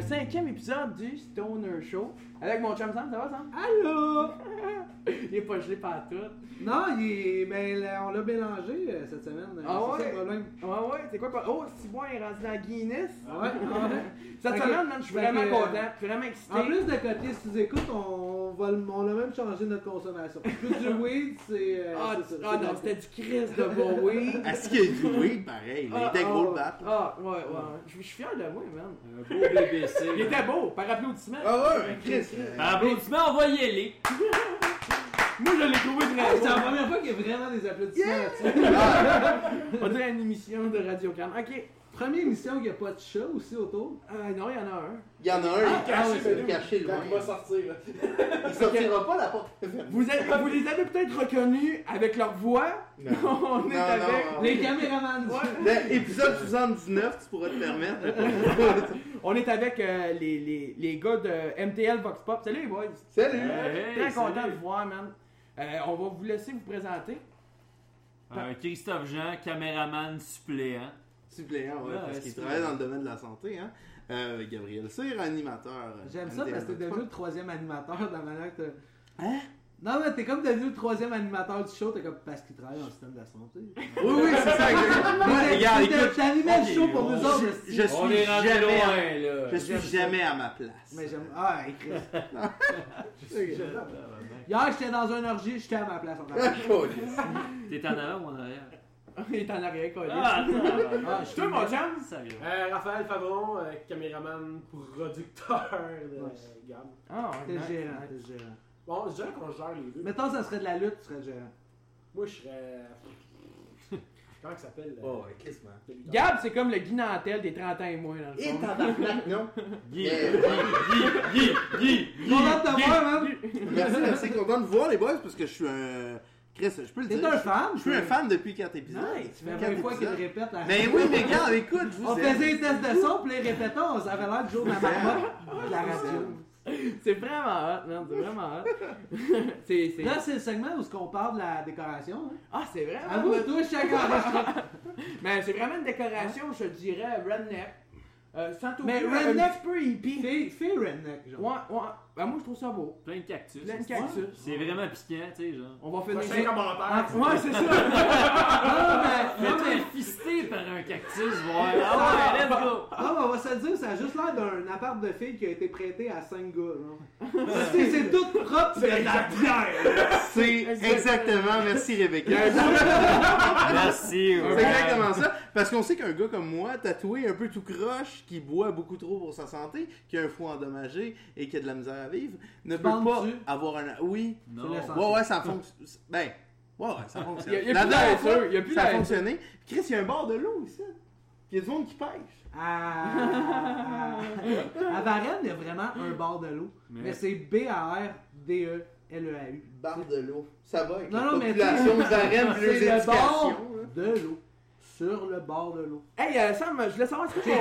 cinquième épisode du Stoner Show avec mon chum Sam. Ça va, Sam? Allô? Il est pas gelé par tout. Ouais, Non, il est- ben, là, on l'a mélangé euh, cette semaine. Ah C'est ça ouais? le problème. ouais, c'est quoi? pas- Oh, Sibouin est rendu dans Guinness. Ah ouais? Ah ouais. Cette Fait que- semaine, man, je suis fait que, vraiment euh, content, je suis vraiment excité. En plus de côté, si tu écoutes, on, va le- on a même changé notre consommation. Plus du weed, c'est. euh, ah, c'est ça, tu- ah c'est non, la- c'était du Chris de bon weed. Est-ce qu'il y a du weed pareil? Il Ah, était ah, gros le bat. là. Ah, ouais, ouais. ouais. Je je suis fier de moi, man. Un beau BBC. Il était beau, par applaudissement. Ah ouais, Chris. euh, Par applaudissement, envoyez-les. Moi, je l'ai trouvé très C'est beau. la première fois qu'il y a vraiment des applaudissements là-dessus. On dirait une émission de Radio Can. Ok. Première émission qu'il n'y a pas de chat aussi autour. Euh, non, il y en a un. Il y en a un, il est ah oui, caché, c'est il est caché loin. Il va sortir. là. Il sortira pas la porte fermée. Vous, avez- vous les avez peut-être reconnus avec leur voix. Non. On est Non, avec. non, Les caméramans du- Ah Ouais. Le épisode 79, tu pourras te permettre. On est avec euh, les, les, les gars de MTL Vox Pop. Salut les boys! Euh, Salut! Hey, Très salut. content de vous voir, man. Euh, on va vous laisser vous présenter. Un Christophe Jean, caméraman suppléant. Suppléant, ouais, Ouais, parce qu'il c'est travaille vrai. dans le domaine de la santé, hein. Euh, Gabriel Cyr, animateur. euh, J'aime ça MTL. parce que t'es devenu le troisième animateur de la manière que t'as- Hein? Non, mais t'es comme devenu le troisième animateur du show, t'es comme parce qu'il travaille dans le système de la santé. Oui, oui, c'est ça. exactement. Moi, regarde, T'as- écoute. T'animais le show pour on- nous je- autres. Je, aussi. On suis est rendu jamais, à- loin, là. je suis J'aime ça. jamais à ma place. Mais j'aime. Ah, écrit. Hier, j'étais dans un orgie, j'étais à ma place. en arrière. T'es en avant ou en arrière? Il est en arrière, collé. Ah, Ah, attends. Toi, mon chum! Ça vient. Euh, Raphaël Favron, euh, caméraman, producteur de Ouais. euh, gamme. Ah, T'es nice. gérant, t'es gérant. Bon, je dirais qu'on gère les deux. Mettons, ça serait de la lutte, tu serais gérant. Moi, je serais. Comment il s'appelle euh, Oh, Chris, man. le lutteur? Gab, c'est comme le Guy Nantel des 30 ans et moins, dans le Et fond. tabarnak, non? Guy, Mais- Guy, Guy, Guy, Guy. Content de te voir, hein? man. Merci, merci, content de vous voir, les boys, parce que je suis un. Chris, je peux le T'es dire. un je- fan. Je suis un fan depuis 4 épisodes. Nice. Tu fais Quatre 20 fois qu'il te épisodes. répète la Mais oui, mais regarde, écoute, je vous On aime. faisait des tests de son, puis les répétons, ça avait l'air du jour de la marmotte de la radio. C'est vraiment hot, man. C'est vraiment hot. c'est, c'est... Là, c'est le segment où on parle de la décoration. Hein. Ah, c'est vraiment À vous, hot. tous, chacun. Mais c'est vraiment une décoration, je dirais, redneck. Euh, sans tout Mais oublier, redneck- un petit peu hippie. Fais fais redneck, Ouais, genre. ouais. Ben, moi, je trouve ça beau. Plein de cactus. Plein de cactus. Ouais. C'est vraiment piquant, tu sais, genre. On va finir... Prochain Ah, commentaire. Ouais, c'est ça. Ah, mais, Mais non, tu mais- es fisté par un cactus, voir. Ah ouais, let's go. Ah, mais on va se le dire, ça a juste l'air d'un appart de filles qui a été prêté à 5 gars. genre. c'est, c'est tout propre, c'est de la bière. C'est exactement, merci Rebecca. Merci. C'est exactement ça. Parce qu'on sait qu'un gars comme moi, tatoué, un peu tout croche, qui boit beaucoup trop pour sa santé, qui a un foie endommagé et qui a de la misère à vivre, ne peut pas Penses-tu? avoir un. Oui. Non. C'est le Ouais, ouais, ça fonctionne. Ben, ouais, ouais, ça fonctionne. Y a- y a La plus dernière d'ASE, fois, y a plus Ça a d'ASE. fonctionné. Puis Chris, il y a un bord de l'eau ici. Puis il y a du monde qui pêche. Ah, ah. à Varennes, il y a vraiment un bar de l'eau. Mais, Mais- c'est E B-A-R-D-E-L-E-A-U. Barre de l'eau. Ça va avec Non, la non, mais population tu- de Varennes puis les C'est le bord éducations. hein. là. de l'eau. Sur le bord de l'eau. Hey, euh, Sam, je voulais savoir ce que tu J'ai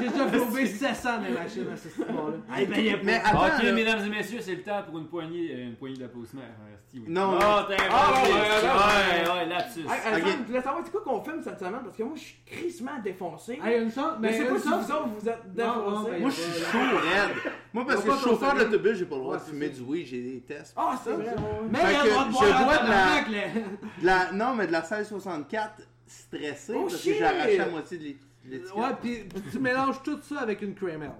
déjà, j'ai déjà flobé 700 des machines à ce sport-là. Hey, ben, mais attends, Ok, là. mesdames et messieurs, c'est le temps pour une poignée, euh, une poignée d'applaudissements. Euh, Steve. Oh, Non, non. t'es Ah, bon, ouais, Ouais, ouais, ouais, là-dessus. Hey, euh, Ok. Sam, je voulais savoir c'est quoi qu'on filme cette semaine parce que moi je suis crissement défoncé. Hey, une chance, mais mais je sais une pas si chance. vous autres vous êtes Non, non, défoncé. ben- Moi, je suis chaud, raide. Moi, parce que je suis chauffeur d'autobus, j'ai pas le droit Ouais, de c'est fumer ça. du weed, j'ai des tests. Ah, c'est vrai. Mais Fait il y a le que droit de je boire un vois de la- tabarnak, là. De la- non, mais de la 1664 stressée, Oh, parce shit! que j'ai arraché la moitié de l'é- de l'étiquette. Ouais, pis pis tu mélanges tout ça avec une crémelle.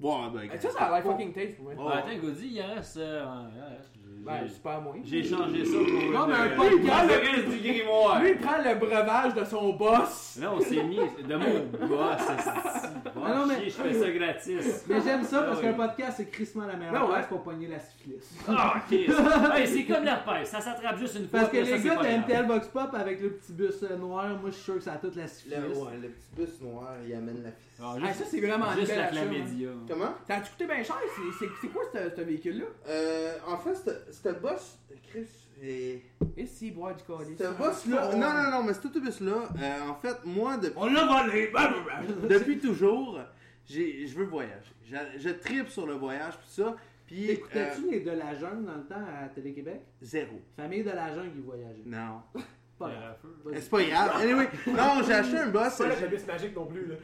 Ouais, ben, Hey, Ça, ça a l'air fucking taste pour moi. Oh. Ah, attends, Gaudi, il en reste. euh, il en reste. J'ai- Ben, j'ai- c'est pas à moi. J'ai changé ça pour. Non, une, mais un euh, peu de gaz. Le reste du grimoire. Lui, il prend le breuvage de son boss. Là, on s'est mis de mon boss. Ah, non, Non, mais- mais. Je fais ça gratis. Mais j'aime ça parce Ah, qu'un oui. Ben podcast, c'est crissement la meilleure Non, ouais. place pour pogner la syphilis. Ah, ok. Hey, c'est comme l'herpès, ça s'attrape juste une fois. Parce que puis ça, les c'est gars pas de grave. MTL Vox Pop avec le petit bus euh, noir, moi je suis sûr que ça a toute la syphilis. Le, ouais, le petit bus noir, il amène la fille. Ah, Ah, juste- ça, c'est vraiment une Juste belle la achat, chlamydia. Comment? Ça a-tu coûté bien cher? C'est- C'est c'est quoi ce, ce véhicule-là? Euh, en fait, ce- ce boss, Chris, et... Et si, boire du colis. Oh. Ce boss-là... Non, non, non, mais cet autobus-là, euh, en fait, moi, depuis... On l'a volé! Depuis toujours, j'ai, je veux voyager. Je, je tripe sur le voyage, tout ça. Puis, Écoutais-tu euh, les De la Jungle dans le temps à Télé-Québec? zéro. Famille De la Jungle qui voyageait. Non. pas pierre grave. à feu. Vas-y. C'est pas grave. Anyway, non, j'ai acheté un boss. C'est pas la j'ai- cabisse magique non plus, là.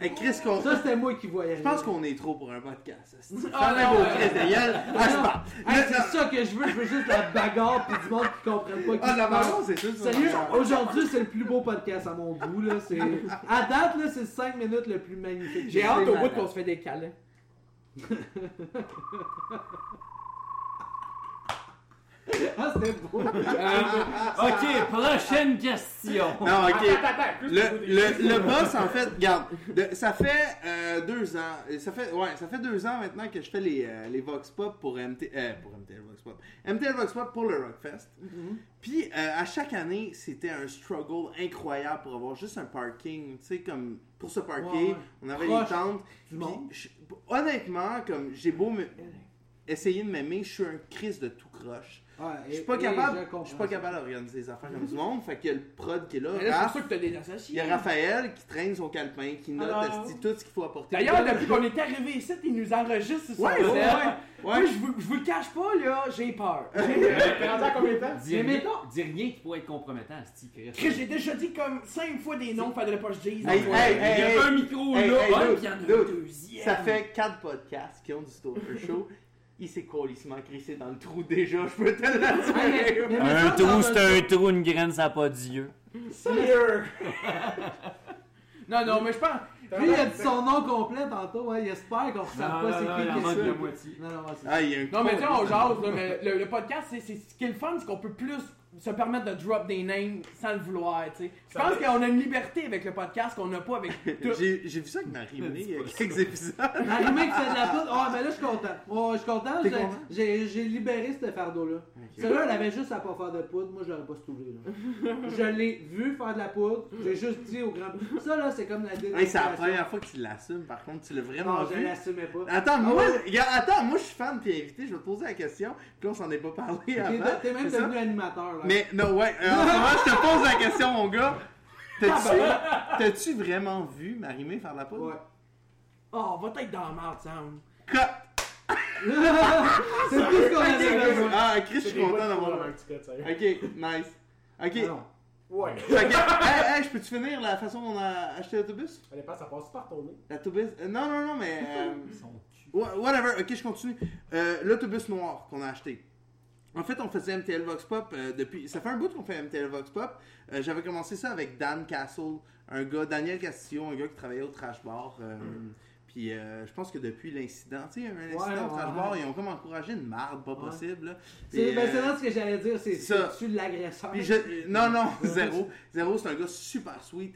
Hey, Chris, qu'on- Ça, c'était moi qui voyais. Je pense qu'on est trop pour un podcast. ça. Ah, Euh, Fermez non, vos ouais. crises de gueule. Ah, je pars. Hey, Le- c'est ça que je veux, je veux juste la bagarre pis du monde qui comprenne pas qui Ah, se la passe. marron, c'est sûr. c'est Sérieux, une affaire. aujourd'hui, c'est le plus beau podcast à mon goût. Là. C'est... À date, là, c'est le 5 minutes le plus magnifique. que J'ai hâte fait, au bout madame. qu'on se fait des câlins. Ah, c'était beau. Euh, ah, Ok, prochaine question. Non, ok. Attends, attends, attends, plus Le, au niveau des le, le boss, en fait, regarde, de- ça fait euh, deux ans, euh, ça fait, ouais, ça fait deux ans maintenant que je fais les, euh, les Vox Pop pour, MT, euh, pour MTL Vox Pop, MTL Vox Pop pour le Rockfest. Puis, euh, à chaque année, c'était un struggle incroyable pour avoir juste un parking, tu sais, comme, pour se parquer, Ouais, ouais. on avait Proche les tentes. du Puis, monde. je- honnêtement, comme, j'ai beau me- essayer de m'aimer, je suis un crise de tout croche. Ouais, Ah, et- Je suis pas et capable, je comprends je suis pas ça. capable d'organiser des affaires comme du monde, fait qu'il y a le prod qui est là, Mais là, Raph, c'est sûr que t'as des il y a associés. Raphaël qui traîne son calepin, qui note Alors? esti, tout ce qu'il faut apporter. D'ailleurs, depuis qu'on est arrivé ici, ils nous enregistrent sur son Ouais, ouais, web. ouais. Moi, je vous, je vous le cache pas, là, j'ai peur. T'es rendu à combien de temps? Dis, Mais rien, mettons- dis rien qui pourrait être compromettant à ce Chris. Chris, j'ai déjà dit comme cinq fois des noms, faudrait pas que je dise. Hey, Ouais. hey, Il y a hey, un micro hey, là, hey, un, dude, puis il y en a un dude, deuxième. ça fait 4 podcasts qui ont du Stalker Show. Il s'est colissement crissé dans le trou déjà, je peux te Ah, mais- le mais- dire. mais Un ça, trou, dans c'est un trou, une graine, ça n'a pas d'yeux. Sire! Non, non, mais je pense. Lui, il a dit son nom complet tantôt. Hein. Il espère qu'on Non, ne savait non, pas c'est non, qui il en qui est manque ça. la moitié. Non, non, ouais, c'est ça. Ah, il y a un Non, mais tu sais, on jase, là, mais le, le podcast, c'est, c'est- ce qui est le fun, c'est qu'on peut plus se permettre de drop des names sans le vouloir, tu sais. Je Ça pense fait- qu'on a une liberté avec le podcast qu'on n'a pas avec tout. J'ai j'ai vu ça avec Marie Mené il y a quelques épisodes. L'arrivée qui fait de la poudre. Ah, mais là, je suis content. Oh, je suis content. T'es j'ai- content? J'ai, j'ai libéré ce fardeau-là. Celui-là, elle avait juste à pas faire de poudre. Moi, je l'aurais pas stouvé. Là. je l'ai vu faire de la poudre. J'ai juste dit au grand. Ça, là, c'est comme la Hey, c'est la dénonciation. première fois que tu l'assumes, par contre, tu l'as vraiment Non, je vu. l'assumais pas. Attends, moi, Ah regarde, attends, moi je suis fan puis invité, je vais te poser la question, puis là on s'en est pas parlé T'es, avant. t'es même c'est ça? devenu animateur. Là. Mais non, ouais, euh, en ce moment, je te pose la question, mon gars. T'as-tu, t'as-tu vraiment vu Marimé faire de la poudre? Ah, bah. Ouais. Oh, va être dans la merde, Sam. Co- c'est tout ce qu'on avait besoin. Ah, Chris, je C'est suis des content boîtes pour d'avoir. avoir un Ok, petit cut, sérieux. nice. Ok. Ah non. Ouais. Fait que- hey, hey, je peux-tu finir la façon dont on a acheté l'autobus? Ça dépend, ça passe par ton nez. L'autobus? euh, Non, non, non, mais. euh, Son cul. Wha- Whatever, ok, je continue. Euh, L'autobus noir qu'on a acheté. En fait, on faisait MTL Vox Pop euh, depuis. Ça fait un bout qu'on fait MTL Vox Pop. Euh, J'avais commencé ça avec Dan Castle, un gars, Daniel Castillo, un gars qui travaillait au Trash Bar. euh, Puis euh, je pense que depuis l'incident, tu sais, un incident au Mm. ouais, Trash ouais. Bar, ils ont comme encouragé une marde pas Ouais. possible. là. C'est, Et, ben, c'est euh, là ce que j'allais dire. C'est, c'est ça. tu l'agresseur. puis je- euh, Non, non, zéro. Zéro, c'est un gars super sweet.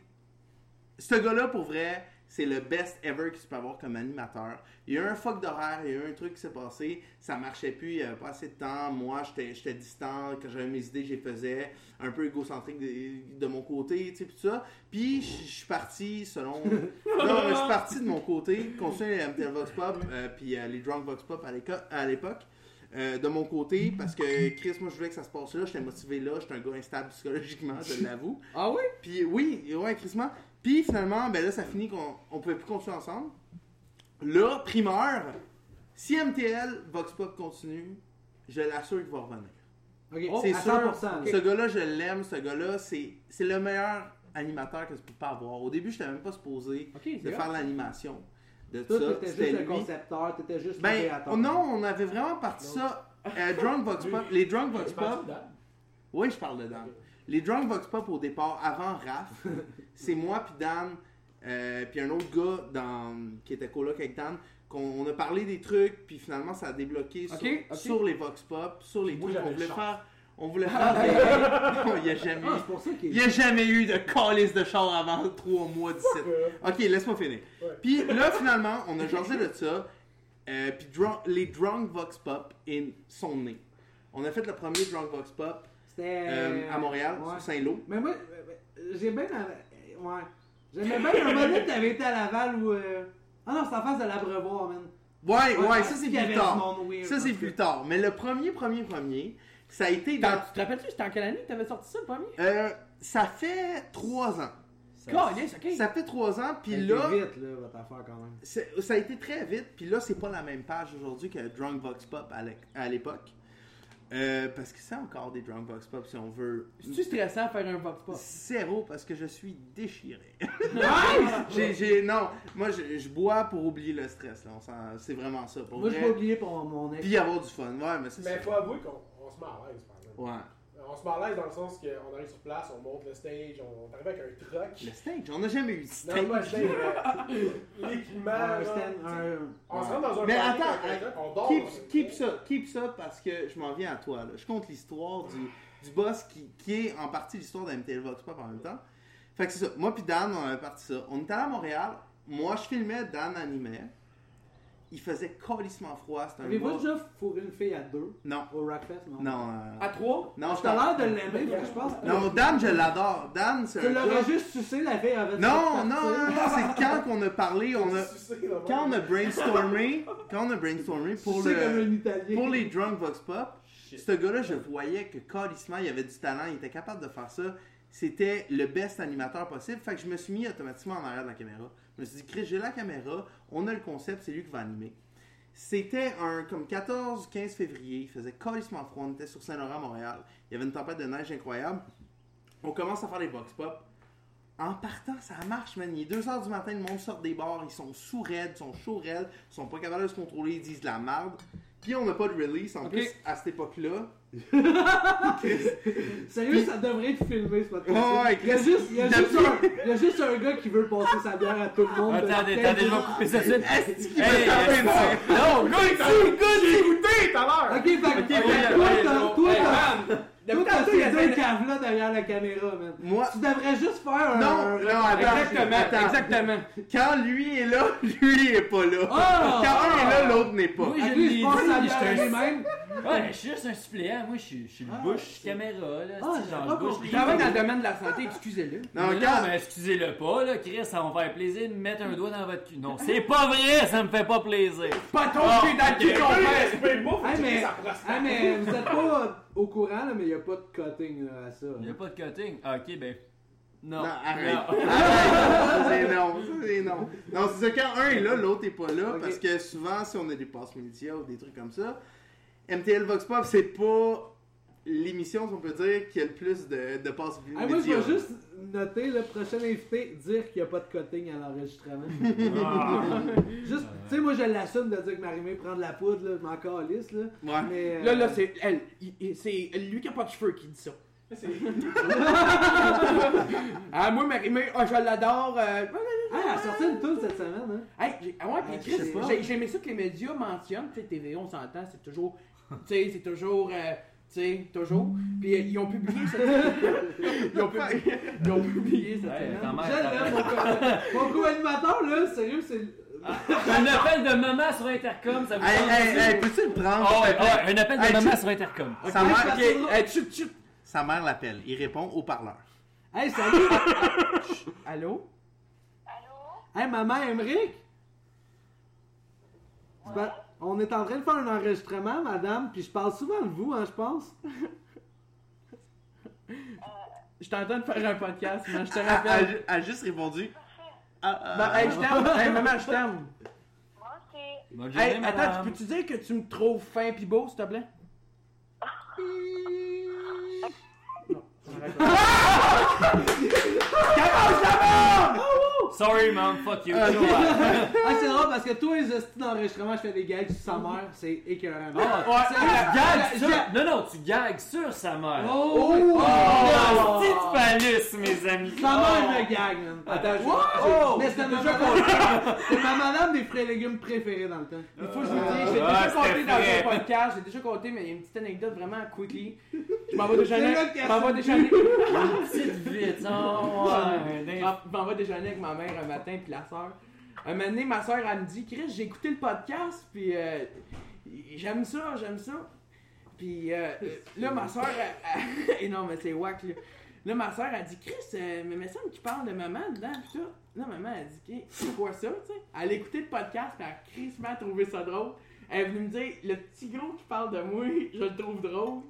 Ce gars-là, pour vrai, c'est le best ever qu'il peut avoir comme animateur. Il y a eu un fuck d'horaire, il y a eu un truc qui s'est passé, ça marchait plus, il n'y avait pas assez de temps. Moi, j'étais j'étais distant, quand j'avais mes idées, je les faisais. Un peu égocentrique de, de mon côté, tu sais, puis tout ça. Puis, je je suis parti selon. non, mais je suis parti de mon côté, continuer les MTL Vox Pop, euh, puis euh, les Drunk Vox Pop à l'éco- à l'époque. Euh, de mon côté, parce que Chris, moi je voulais que ça se passe là, j'étais motivé là, j'étais un gars instable psychologiquement, je l'avoue. Ah oui? Puis oui, ouais, Chris, moi. Puis finalement, ben là, ça finit qu'on on pouvait plus continuer ensemble. Là, primeur, si MTL, Vox Pop continue, je l'assure qu'il va revenir. Ok, c'est Oh, à sûr. 100%. là. Ce gars-là, je l'aime, ce gars-là, c'est c'est le meilleur animateur que je peux pas avoir. Au début, je n'étais même pas supposé Ok, de faire l'animation de Toi, ça. t'étais C'était juste le lui. concepteur, t'étais juste le Ben, créateur. on- non, on avait vraiment parti ça. euh, Drunk Vox Pop, les Drunk Vox Tu parles Pop, oui, je parle de Dan. Les Drunk Vox Pop au départ, avant Raph, c'est moi puis Dan, euh, puis un autre gars dans, qui était coloc avec Dan, qu'on on a parlé des trucs, puis finalement ça a débloqué sur, Ok, ok. sur les Vox Pop, sur les Moi, trucs j'avais qu'on voulait le faire. On voulait faire des- Non, il n'y a jamais Ah, eu. c'est pour ça qu'il Il n'y a jamais eu de calice de char avant 3 mois d'ici. Euh, Ok, laisse-moi finir. Ouais. Puis là, finalement, on a jasé de ça. Euh, puis drunk- les Drunk Vox Pop in son nez. On a fait le premier Drunk Vox Pop C'était. euh, à Montréal, ouais. sur Saint-Lô. Mais moi, euh, j'ai bien. euh, Ouais. J'aimais bien un moment donné, t'avais été à Laval ou. euh, Ah non, c'est en face de l'Abreuvoir, man. Ouais, ouais, ça qu'il c'est y plus avait ce tard. monde weird, Ça c'est parce que- plus tard. Mais le premier, premier, premier, ça a été dans. T'en- Tu te rappelles-tu, c'était en quelle année que t'avais sorti ça le premier? Euh, ça fait trois ans. Ah, yes, ok. Ça fait trois ans, puis C'était là, vite, là, votre affaire quand même. c'est- ça a été très vite. Puis là, c'est pas la même page aujourd'hui que Drunk Vox Pop à l'é- à l'époque. Euh, parce que c'est encore des drunk box pop si on veut. C'est-tu stressant faire un vox pop? Zéro parce que je suis déchiré. Ah, Nice! J'ai- j'ai- non, moi je, je bois pour oublier le stress. Là. On s'en- c'est vraiment ça. Pour Moi, je vrai. vais oublier pour mon ex. Puis avoir du fun. Ouais, mais c'est Mais ça. faut avouer qu'on on se met à l'aise, par exemple. Ouais. On se met à l'aise dans le sens qu'on arrive sur place, on monte le stage, on arrive avec un truck. Le stage, on n'a jamais eu de Non, stage. moi, je dis, euh, l'équipement. Ah, Un là, stand, Ah, un- euh, On se rentre dans un Mais party attends, avec un truck, on dort. dans un Keep, keep truck. ça, keep ça parce que je m'en viens à toi. Là. Je compte l'histoire du, du boss qui, qui est en partie l'histoire de MTL Vox Pop en même temps. Fait que c'est ça. Moi puis Dan, on avait parti ça. On était allé à Montréal. Moi, je filmais, Dan animait. Il faisait colissement froid. C'était un Avez-vous mois- déjà Ah, fourré une fille à deux Non, au Rockfest? Non. non, euh, À trois? non. J'ai l'air de l'aimer, parce que je pense que Non, Dan, je l'adore. Dan, c'est tu un l'aurais gars- juste sucé la fille avec Non, non, non, non, c'est quand qu'on a parlé, on a... Tu sais, là, Quand on a brainstormé, quand on a brainstormé pour Sucé comme le... un Italien. Pour les drunk vox pop, Shit. ce gars-là, je voyais que carrément, il avait du talent, il était capable de faire ça. C'était le best animateur possible. Fait que je me suis mis automatiquement en arrière de la caméra. Je me suis dit, Chris, j'ai la caméra, on a le concept, c'est lui qui va animer. C'était un comme 14-15 février, il faisait carrément froid, on était sur Saint-Laurent, Montréal. Il y avait une tempête de neige incroyable. On commence à faire les box pop. En partant, ça marche, man. Il est 2h du matin, le monde sort des bars, ils sont sous raides, ils sont chauds raides, ils sont pas capables de se contrôler, ils disent de la merde. Puis on n'a pas de release. En Ok. plus, à cette époque-là, Sérieux, ça devrait être filmé ce podcast. Ouais, ouais, il, y a Chris, juste, il, y a il juste a- un, il y a juste un gars qui veut passer sa bière à tout le monde. Attendez, attendez, je vais couper ça suite. Est-ce qu'il Hey, va taper une scène? Non, go ici, go ici. Écoutez, tout à l'heure! Ok, fait que Ok, fait que oui, toi, allez, t'as- allez, toi, allez, t'as- Depuis toi, t'as tantôt, il y ces avait- deux caves-là derrière la caméra, man. Moi, Tu devrais juste faire un... non, non, attends. Exactement, attends. exactement. Quand lui est là, lui est pas là. Ah! Quand un est là, l'autre n'est pas. Oui, À je lui, l'ai je pense dit, à j'étais un- bière lui-même. Ouais, je suis juste un suppléant. Moi, je suis, je suis le Ah, bouche c'est- caméra, là. Ah, c'est j'ai genre pas le bouche compris. Je travaille dans le domaine de la santé, excusez-le. Non, mais quand... non, mais excusez-le pas, là, Chris, ça va me faire plaisir de mettre un doigt dans votre cul. Non, c'est pas vrai, ça me fait pas plaisir. Pas ton cul dans le cul qu'on fait! Moi, Hey, faut mais, checker sa prostate. hey, mais vous êtes pas euh, au courant, là, mais il n'y a pas de cutting là, à ça. Il y a pas de cutting. Ah, ok, ben. Non. Non, arrête. Non. Arrête. C'est non, ça, c'est non. Non, c'est ça, quand un est là, l'autre est pas là, Ok. parce que souvent, si on a des passes médias ou des trucs comme ça, MTL Vox Pop, c'est pas l'émission, si on peut dire, qui a le plus de, de passes Hey, Ah, moi, je médias. vais juste noter le prochain invité dire qu'il n'y a pas de cutting à l'enregistrement. Ah. juste, tu sais, moi, je l'assume de dire que Marimé prend de la poudre, là, je m'en calisse, là. Ouais. Mais, euh, Là, là, c'est elle. Il- il- C'est lui qui a pas de cheveux qui dit ça. ah, moi, Marie, mais oh, je l'adore. euh, hey, Ah, elle a sorti une toune cette semaine, hein. Hey, j'ai- ah ouais, puis Ah, je Chris, sais pas. j'ai- j'ai aimé ça que les médias mentionnent. Tu sais, TVA, on s'entend, c'est toujours. Tu sais, c'est toujours. euh, tu sais, toujours. Puis euh, ils ont publié cette ils, ont publié, ils ont publié cette Ouais, semaine. ta mère, ta Je mère. l'aime, mon co- mon co-animateur, là, sérieux, c'est. Un appel de maman sur Intercom, ça vous Hey, tente hey, ça? hey, peux-tu le prendre? Ah ouais, ah ouais, un appel de Hey, maman tu- sur Intercom. Sa Ok, mère, je Ok, euh, tchut, tchut. sa mère l'appelle. Il répond au parleur. Hey, salut! Allô? Allô? hey, maman, Emmerich! Tu pa- On est en train de faire un enregistrement, madame, puis je parle souvent de vous, hein, je pense. Je t'entends de faire un podcast, mais je te Elle rappelle. elle- elle a juste répondu. Ah, ah, Ben, hey, je t'aime. Hey, maman, je t'aime. Moi aussi. Bonne journée, Hey, attends, madame. tu peux-tu dire que tu me trouves fin pis beau, s'il te plaît? Non, on arrête là. Sorry, mom, fuck you. Ah, c'est drôle parce que tous les hosties d'enregistrement, je fais des gags sur sa mère, c'est écœurant. Ah, Ouais, tu la- gagues la- sur- Non, non, tu gagues sur sa mère. Oh! Oh! Ah, petite phallus, mes amis. Sa mère me gag, man. Attends, je- Wow! je- Mais c'était ma Ah! déjà madame, c'est ma madame des fruits et légumes préférés dans le temps. Il faut que je vous dise, j'ai Ah, déjà c'était compté dans un frais. podcast, j'ai déjà compté, mais il y a une petite anecdote vraiment quickly. Je m'en vais déjeuner. C'est là qu'il y a Je m'en vais son déjeuner. Petite vite, oh, ouais, Je dingue. m'en- je m'en vais déjeuner avec ma mère un matin puis la soeur. Un moment donné, ma soeur, elle me dit Chris, j'ai écouté le podcast, puis euh, j'aime ça, j'aime ça. Puis euh, euh, là, ma soeur, elle- elle- et non, mais c'est wack, là. Là, ma soeur, elle dit Chris, euh, mais il me semble qu'il parle de maman dedans, pis tout. Là, maman, elle dit Hey, C'est quoi ça, tu sais Elle a écouté le podcast, puis elle a crissement trouvé ça drôle. Elle est venue me dire Le petit gros qui parle de moi, je le trouve drôle.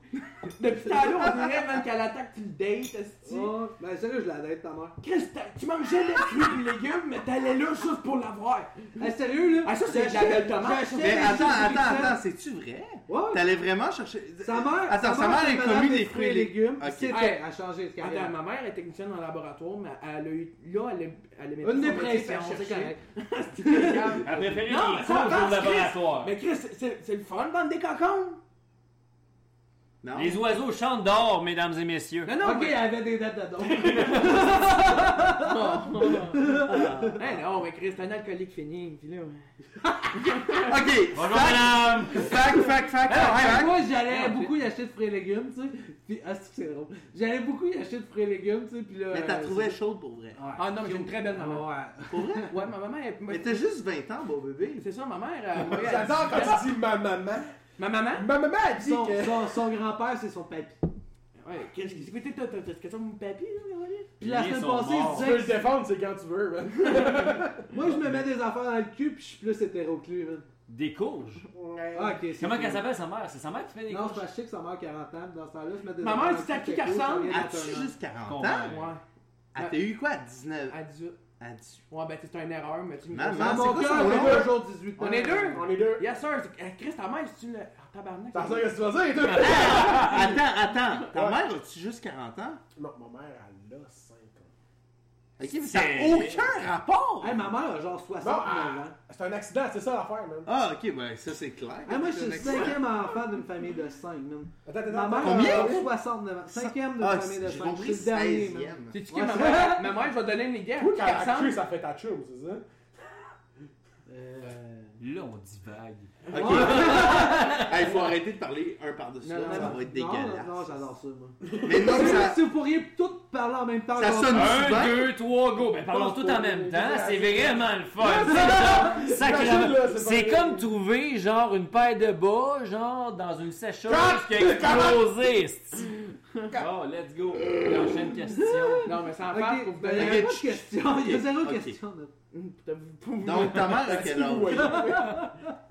Depuis tout à l'heure, on dirait même qu'elle attaque, tu le dates, esti. Oh, ben sérieux, je la date, ta mère. Chris, t'as- tu manges jamais de fruits et légumes, mais t'allais là juste pour l'avoir. Ah, sérieux, là? Ah, ça, c'est de la J'achetais- belle tomate. j'achetais Mais des attends, choses attends, de attends, c'est-tu vrai? Ouais. T'allais vraiment chercher. Sa mère, Attends, sa mère, elle c'est commis madame des fruits et légumes. puis Ok. C'était, Hey. elle a changé de Attends, carrière. ma mère est technicienne en laboratoire, mais elle a eu. Là, elle a, elle a mis Une son métier dépression, pour c'est chercher. correct. C'est terrible. Elle préférait Non, les ça cours au avance, laboratoire. Mais Chris, c'est- c'est c'est le fun de vendre des cocons! Non. Les oiseaux chantent d'or, mesdames et messieurs. Non, non, Ok, mais- elle avait des dates de don. Hein, non, mais Chris, t'es un alcoolique fini. Puis là, Ok, Bonjour, fact, madame. fact, fact, fact, Ah, fact. hein? moi, j'allais Ouais, beaucoup y acheter de fruits et légumes, tu sais. Puis, ah, c'est que c'est drôle. J'allais beaucoup y acheter de fruits et légumes, tu sais. Puis là. Mais t'as euh, trouvé c'est- chaude pour vrai. Ouais. Ah non, mais j'ai une très belle maman. Ouais. Pour vrai? Ouais, ma maman, elle. Mais t'as juste 20 ans, beau bébé. C'est ça, ma mère. elle- elle- J'adore quand tu dis ma maman. Ma maman? Ma maman a dit Son, que. son- son grand-père, c'est son papy. Ouais, qu'est-ce que c'est? T'as t'as- t'as question de mon papy, là, Wallis? Puis la Ils semaine sont passée, morts. il Tu peux le disait défendre, c'est quand tu veux, man. que moi, je me mets des affaires dans le cul, puis je suis plus hétéro que lui, man. Des couches. Ah, ok, c'est Comment cool. qu'elle s'appelle sa mère C'est sa mère qui fait des Non, couches. je sais que sa mère 40 ans, puis dans ce temps-là, je mets des Ma affaires mère, dans le c'est à cul, qui c'est qu'elle cool, ça ressemble? vient de la As-tu Thaïlande. juste 40 ans? Convainc. Ouais. Ah, t'as eu quoi Ah, à 19 À 18. À 18. Ouais, ben, c'est une erreur, mais tu me Maman. Dans Ah, c'est mon quoi cœur, son on nom? est toujours 18 ans. On est deux? On est deux. Yes, sir. c'est- euh, Chris, ta mère, c'est-tu le. Ah, tabarnak. T'as ça c'est- que tu vas dire, les deux? Attends, attends. Ta Ouais. mère a-tu juste 40 ans? Non, ma mère, elle a 5 ans. Ok, mais ça n'a aucun rapport! Hey, ma mère a genre Bon, 69 ans. ah, c'est un accident, c'est ça l'affaire, man. Ah, ok, ben ça c'est clair. Hey, Ah, moi, je C'est suis un le accident. cinquième enfant d'une famille de 5, man. Attends, attends, Ma mère attends. Combien? a 69 ans. Cinquième d'une Ah, famille de 5. j'ai compris le dernier, man. 16e. C'est-tu que Ouais, ma c'est- mère. Ma mère, je vais te donner une idée. Toi, quand elle a 400. cru, ça fait ta chum, c'est ça? Euh... Là, on divague. Ok. Ah, Il faut arrêter de parler un par-dessus Non, l'autre, ça non, va être non, dégueulasse. Non, non, j'adore ça, moi. Mais non, Si- ça, Si vous pourriez toutes parler en même temps, ça genre- sonne souvent. Un, deux, trois, go! Ben parlons tout en même temps, c'est vraiment le fun! Imagine, là, Sacrément! c'est C'est pas- comme trouver genre une paire de bas, genre dans une sécheuse Quatre, qui a explosé! esti. Oh, let's go! Prochaine question. Non, mais sans Ok, faire pour vous ben, il donner. y a pas Ok, de question. Il y a ok, zéro ok. Hmm, question. là. Hum, pour te- pour vous- Donc, ta mère a quel Ouais. âge?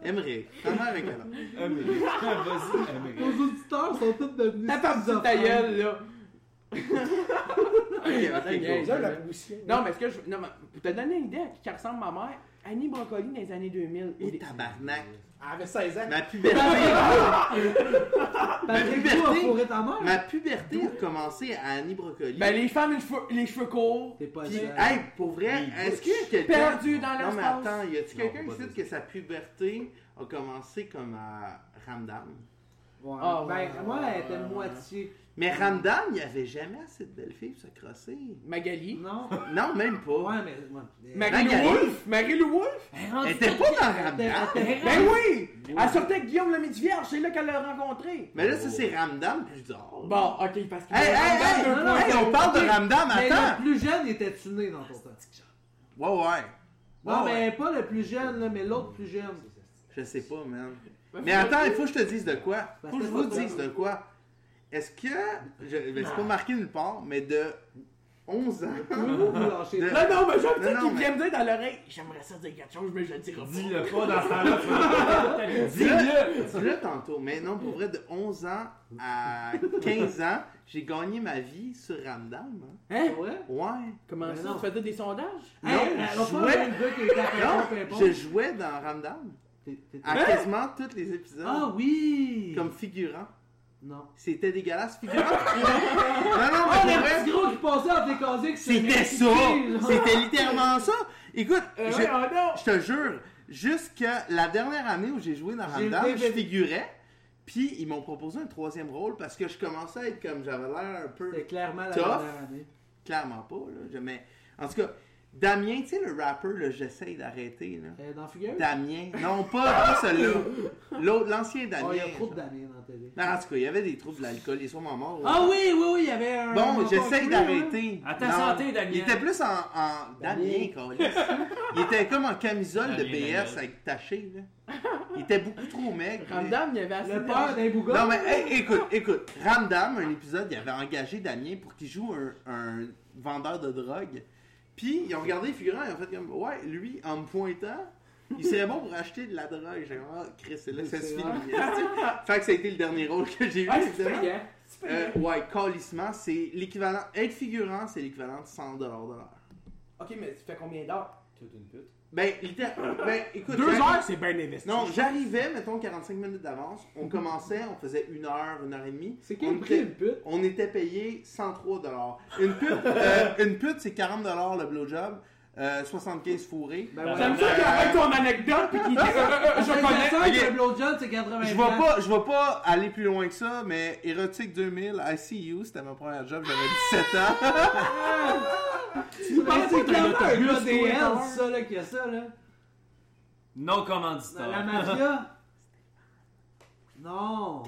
Aimerait. Ta mère a quel âge? Amélie. Vas-y, Amélie. Nos auditeurs sont tous devenus. T'as pas besoin de ta schizophrènes. gueule, là. Ok, ok, Yeah. go. Déjà, la poussière. Non, mais ce que je. Non, mais pour te donner une idée à qui qu'elle ressemble, ma mère, Annie Brocoli dans les années 2000. Et Oh, tabarnak. Elle avait 16 ans. Ma puberté, Patrick, Ma toi, puberté. Ben, pour être ta mère. Ben, ma puberté a commencé à Annie Brocoli. Ben, les femmes, les cheveux, les cheveux courts. T'es pas Puis- seul. Hey, pour vrai, est-ce qu'il y a quelqu'un... Perdu dans Non, mais l'espace. attends, y a-tu Non, quelqu'un pas qui de dit ça. que sa puberté a commencé comme à Ramdam? Ouais. Ah, ouais. Ben, moi, elle était moitié. Mais Ramdam, il n'y avait jamais assez de belles filles pour se crosser. Magali. Non? Non, même pas. Ouais, mais. ouais. Marie-Lou Magali. Wolfe. Marie-Lou Wolfe. Ben, rendu- Elle était pas dans était- Ramdam. elle était- Ben oui! Elle sortait avec Guillaume le Midi Vierge, c'est là qu'elle l'a rencontré. Mais là, ça, c'est Ramdam plus tard. Bon, ok, parce que. Hey, hey, hey, Non, non, hey, on parle de ok. Ramdam, Mais attends! le plus jeune était-tu né dans ton temps? Ouais, ouais. Non, Ah, Ouais, ouais. mais pas le plus jeune, là, mais l'autre plus jeune. Je sais pas, man. Mais attends, il faut que je te dise de quoi. Parce faut que que je vous c'est pas dise grave. de quoi. Est-ce que. Je... ben, c'est pas marqué nulle part, mais de 11 ans. Pouvez-vous vous lâcher? De- Ah Non, non, mais j'ai un Non, petit non, qui mais- vient me dire dans l'oreille, j'aimerais ça dire quelque chose, mais je le dirai pas. Dis-le pas dans ce temps-là, tu vas- Dis-le! Dis-le tantôt. Mais non, pour vrai, de 11 ans à 15 ans, j'ai gagné ma vie sur Ramdam. hein. Hein? Ouais? Ouais. Comment Mais ça? non. Tu faisais des sondages? Non, Non, hey, je on parle jouais- d'un gars qui était à Non, Pépon, Pépon. je jouais dans Ramdam. T'es- t'es- À quasiment tous les épisodes. Ah Hein? oui! Comme figurant. Non. C'était dégueulasse, figurant. non, non, Ah, mais le pour vrai, petit gros qui passait entre les oh! casiers qui se C'était mettait ça! piqué, là. C'était littéralement ça! Écoute, Euh, je, ouais, oh non! je te jure, jusqu'à la dernière année où j'ai joué dans J'ai Ramdam, le je DVD. figurais, puis ils m'ont proposé un troisième rôle parce que je commençais à être comme j'avais l'air un peu. C'était clairement la Tough. dernière année. Clairement pas, là. je- Mais en tout cas, Damien, tu sais, le rapper, là, j'essaye d'arrêter, là. Euh, dans Fugueuse? Damien, non pas, pas celui-là, l'autre, l'ancien Oh, il y a Damien. trop de Damien dans la télé. Non, en tout cas, il y avait des troubles de l'alcool, ils sont morts. Ah oui, oui, oui, il y avait un. un Bon, enfant j'essaye cru, d'arrêter. À ta Non. santé, Damien. Il était plus en. en... Damien, Damien. câlisse. Il était comme en camisole de Damien, BS Damien. avec taché, là. Il était beaucoup trop maigre. mais- Ramdam, il y avait hein. assez Le père de- d'un bouga. Ah, Non, mais hey, écoute, écoute. Ramdam, un épisode, il avait engagé Damien pour qu'il joue un, un vendeur de drogue. Puis, ils ont regardé les figurants, ils ont fait comme. Ouais, lui, en me pointant. Il serait bon pour acheter de la drogue. J'ai vraiment, Chris, c'est là que ça se C'est finit. vrai. hein, tu sais. fait que ça a été le dernier rôle que j'ai vu. Ah, c'est évidemment. payant. C'est Euh, payant. ouais, calissement, c'est l'équivalent. Être figurant, c'est l'équivalent de 100$ de l'heure. Ok, mais tu fais combien d'heures? Toute une pute. Ben, littéralement. Ben, écoute. Deux j'arri- heures, c'est bien investi. Non, j'arrivais, mettons, 45 minutes d'avance. On commençait, on faisait une heure, une heure et demie. C'est On quel était- prix une pute? On était payé 103 Une pute, euh, une pute c'est 40 le blowjob, euh, 75 fourré. Ben ouais. J'aime ça qu'il arrête ton anecdote pis qu'il dit euh, euh, euh, C'est Je connais. ça que Ok. le blowjob, c'est 80 Je vais ben. pas, je vais pas aller plus loin que ça, mais érotique 2000, I see you, c'était ma première job, j'avais 17 ans. Tu parles c'est pas un clairement un autobus, gars des toi, Hells, toi. ça, là, qui a ça, là. Non Dans commanditaire. la mafia. Non.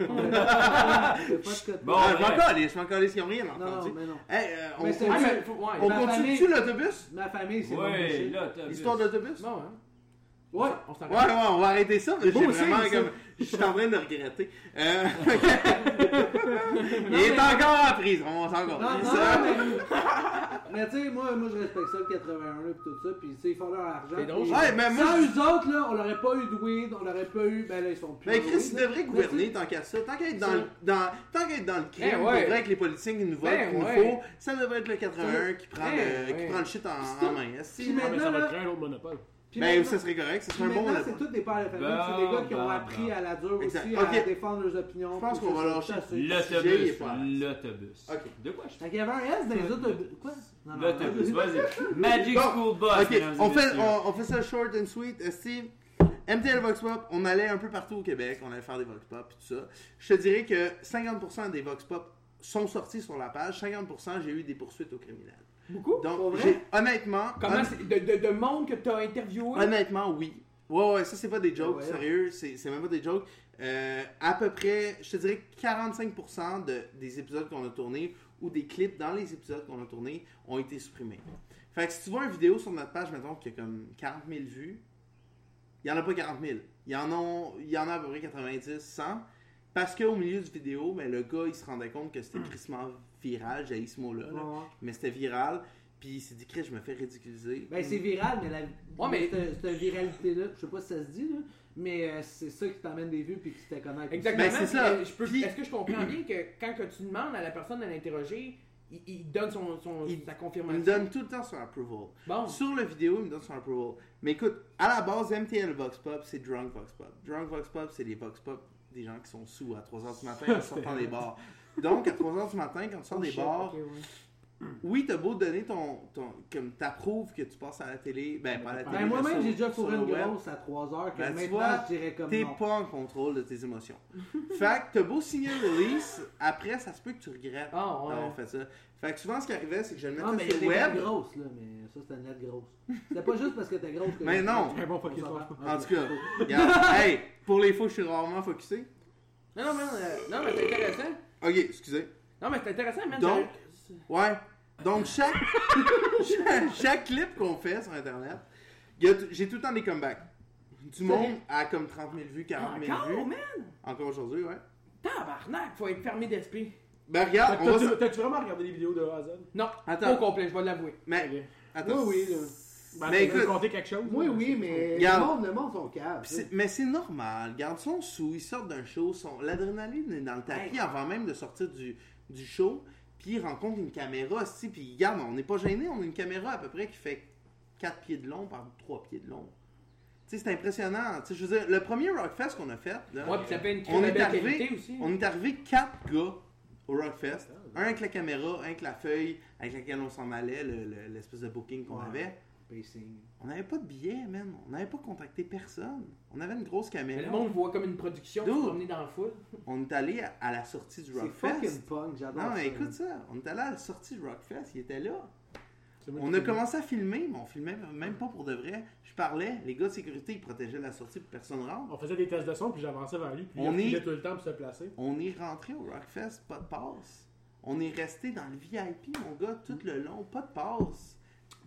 C'est pas de côté. Bon, Ah, je m'en bref. calais, je m'en calais, ils ont rien Non, entendu. mais non. Hey, euh, on Mais c'est- Ah, continue- mais faut. Ouais. on ma continue-tu l'autobus? Ma famille, c'est mon Ouais, péché. là, t'as. L'histoire d'autobus? Bon, hein. Ouais, on s'en Ouais, ouais, on va arrêter ça. mais J'ai Beau signe, vraiment ça. comme. Je suis en train de regretter. Euh, Il est encore en prison, on s'en Non, non, calisse. non, mais... mais tu sais, moi, moi, je respecte ça, le 81 et tout ça, puis tu sais, ils font leur argent. C'est drôle, puis- Ouais, Ah, mais moi, Sans je- eux autres, là, on n'aurait pas eu de weed, on n'aurait pas eu... Ben là, ils sont plus... Ben de Chris, weed, il là. devrait Mais gouverner tant qu'à ça. Tant qu'à être dans, le- dans, tant qu'à être dans le crime, Ben on ouais. devrait avec les politiciens qui nous votent, Ben qui nous ouais. font, ça devrait être le 81 qui prend, Ben le, ouais. qui prend le shit en, C'est en tout. main. tu Esti. sais, Ah, mais maintenant, ça va là... créer un autre monopole. puis Ben maintenant- ça serait correct, ce puis serait un bon maintenant, là. c'est tous des pères de famille, Bon, c'est des gars qui ont bon, appris bon. à la dure Exact. aussi Ok. à défendre leurs opinions. Je pense puis qu'on ça, va ça, lâcher ça, c'est- sujet, il est L'autobus. pas à l'aise. L'autobus. Ok. De quoi je parle? Fait qu'il y avait un S dans les autobus. Quoi? Non, non, L'autobus, vas-y. Magic Bon, School Bus. Ok, mesdames et on fait, messieurs. on, on fait ça short and sweet. Euh, Esti, MTL Vox Pop, on allait un peu partout au Québec, on allait faire des Vox Pop et tout ça. Je te dirais que 50% des Vox Pop sont sortis sur la page, 50% j'ai eu des poursuites aux criminels. Beaucoup? Pour Donc, vrai? j'ai- honnêtement, Comment c'est. De, de, de monde que t'as interviewé? Honnêtement, oui. Ouais, ouais, ça, c'est pas des jokes, Ouais. sérieux, c'est c'est même pas des jokes. Euh, à peu près, je te dirais 45% de, des épisodes qu'on a tournés ou des clips dans les épisodes qu'on a tournés ont été supprimés. Fait que si tu vois une vidéo sur notre page, mettons, qui a comme 40 000 vues, il y en a pas 40 000. Il y en, ont, il y en a à peu près 90, 100. Parce qu'au milieu du vidéo, ben, le gars, il se rendait compte que c'était crissement viral, j'ai ce mot-là, là. Hmm. Ouais. mais c'était viral. Puis il s'est dit, Chris, je me fais ridiculiser. Ben, c'est viral, mais la mais- cette, cette viralité-là, je sais pas si ça se dit, là, mais euh, c'est ça qui t'emmène des vues puis qui te connecte. Exactement. Ben, c'est ça. Puis, euh, je peux- Puis- Est-ce que je comprends bien que quand que tu demandes à la personne à l'interroger, il, il donne son, son, Il- sa Il confirmation? me donne tout le temps son approval. Bon. Sur la vidéo, il me donne son approval. Mais écoute, à la base, MTL Vox Pop, c'est Drunk Vox Pop. Drunk Vox Pop, c'est les Vox Pop des gens qui sont sous à 3h du matin en sortant des bars. Donc, à 3h du matin, quand tu Oh, Oh, sors des bars, oui, t'as beau donner ton. ton comme t'approuves que tu passes à la télé. Ben, pas à la télé. Ben, mais moi-même, sur- j'ai déjà sur fourré le une web. grosse à 3 heures que Ben, tu maintenant, vois, je dirais comme T'es non. pas en contrôle de tes émotions. fait que t'as beau signer le release, après, ça se peut que tu regrettes Ah, ouais. d'avoir fait ça. Fait que souvent, ce qui arrivait, c'est que je le Non, Ah, mais mettais il y a sur des le lettres web. grosses, là, mais ça, c'était une lettre grosse. C'était pas juste parce que t'es grosse que Mais j'ai- non. Un bon On fucking s'en soir. va. En tout cas, regarde. hey, pour les faux, je suis rarement focusé. Non, non, man, euh, non, mais c'est intéressant. Ok, excusez. Non, mais c'est intéressant, man. Donc, j'ai- Ouais. Donc, chaque, chaque, chaque clip qu'on fait sur Internet, il y a t- j'ai tout le temps des comebacks. Du monde à comme 30 000 vues, 40 000 Ah, Encore, vues. man! Encore aujourd'hui, ouais. Tabarnak, faut être fermé d'esprit. Ben, regarde, on va. T'as-tu s- t'as-tu vraiment regardé les vidéos de A à Z? Non, pas au Attends, complet, je vais l'avouer. mais. Attends. Oui, oui, là. Ben, Mais tu veux écoute- compter quelque chose? hein. Moi, oui, mais Regarde. le monde, le monde, son cave. Pis c'est- Mais c'est normal. Garde son sous, ils sortent d'un show, son... l'adrénaline est dans le tapis avant même de sortir du, du show. Puis ils rencontrent une caméra aussi. Puis regarde, on n'est pas gêné, on a une caméra à peu près qui fait 4 pieds de long par 3 pieds de long. Tu sais, c'est impressionnant. Tu sais, je veux dire, le premier Rockfest qu'on a fait, là, Ouais, puis ça fait une on, très est belle arrivé, qualité aussi. on est arrivé 4 gars au Rockfest. Un avec la caméra, un avec la feuille avec laquelle on s'en allait, le- le- l'espèce de booking qu'on Ouais. avait. Pacing. On n'avait pas de billets, man. On n'avait pas contacté personne. On avait une grosse Mais caméra. le monde voit comme une production Dude. se promener dans la foule. On est allé à- à la sortie du C'est Rockfest. fucking punk, j'adore Non, ça. mais écoute ça, on est allé à la sortie du Rockfest, il était là. C'est moi qui On fais a le- commencé à filmer, mais on filmait même pas pour de vrai. Je parlais, les gars de sécurité, ils protégeaient la sortie pour que personne rentre. On faisait des tests de son, puis j'avançais vers lui, puis On on il est- est... tout le temps pour se placer. On est rentré au Rockfest, pas de passe. On est resté dans le VIP, mon gars, tout le long, pas de passe.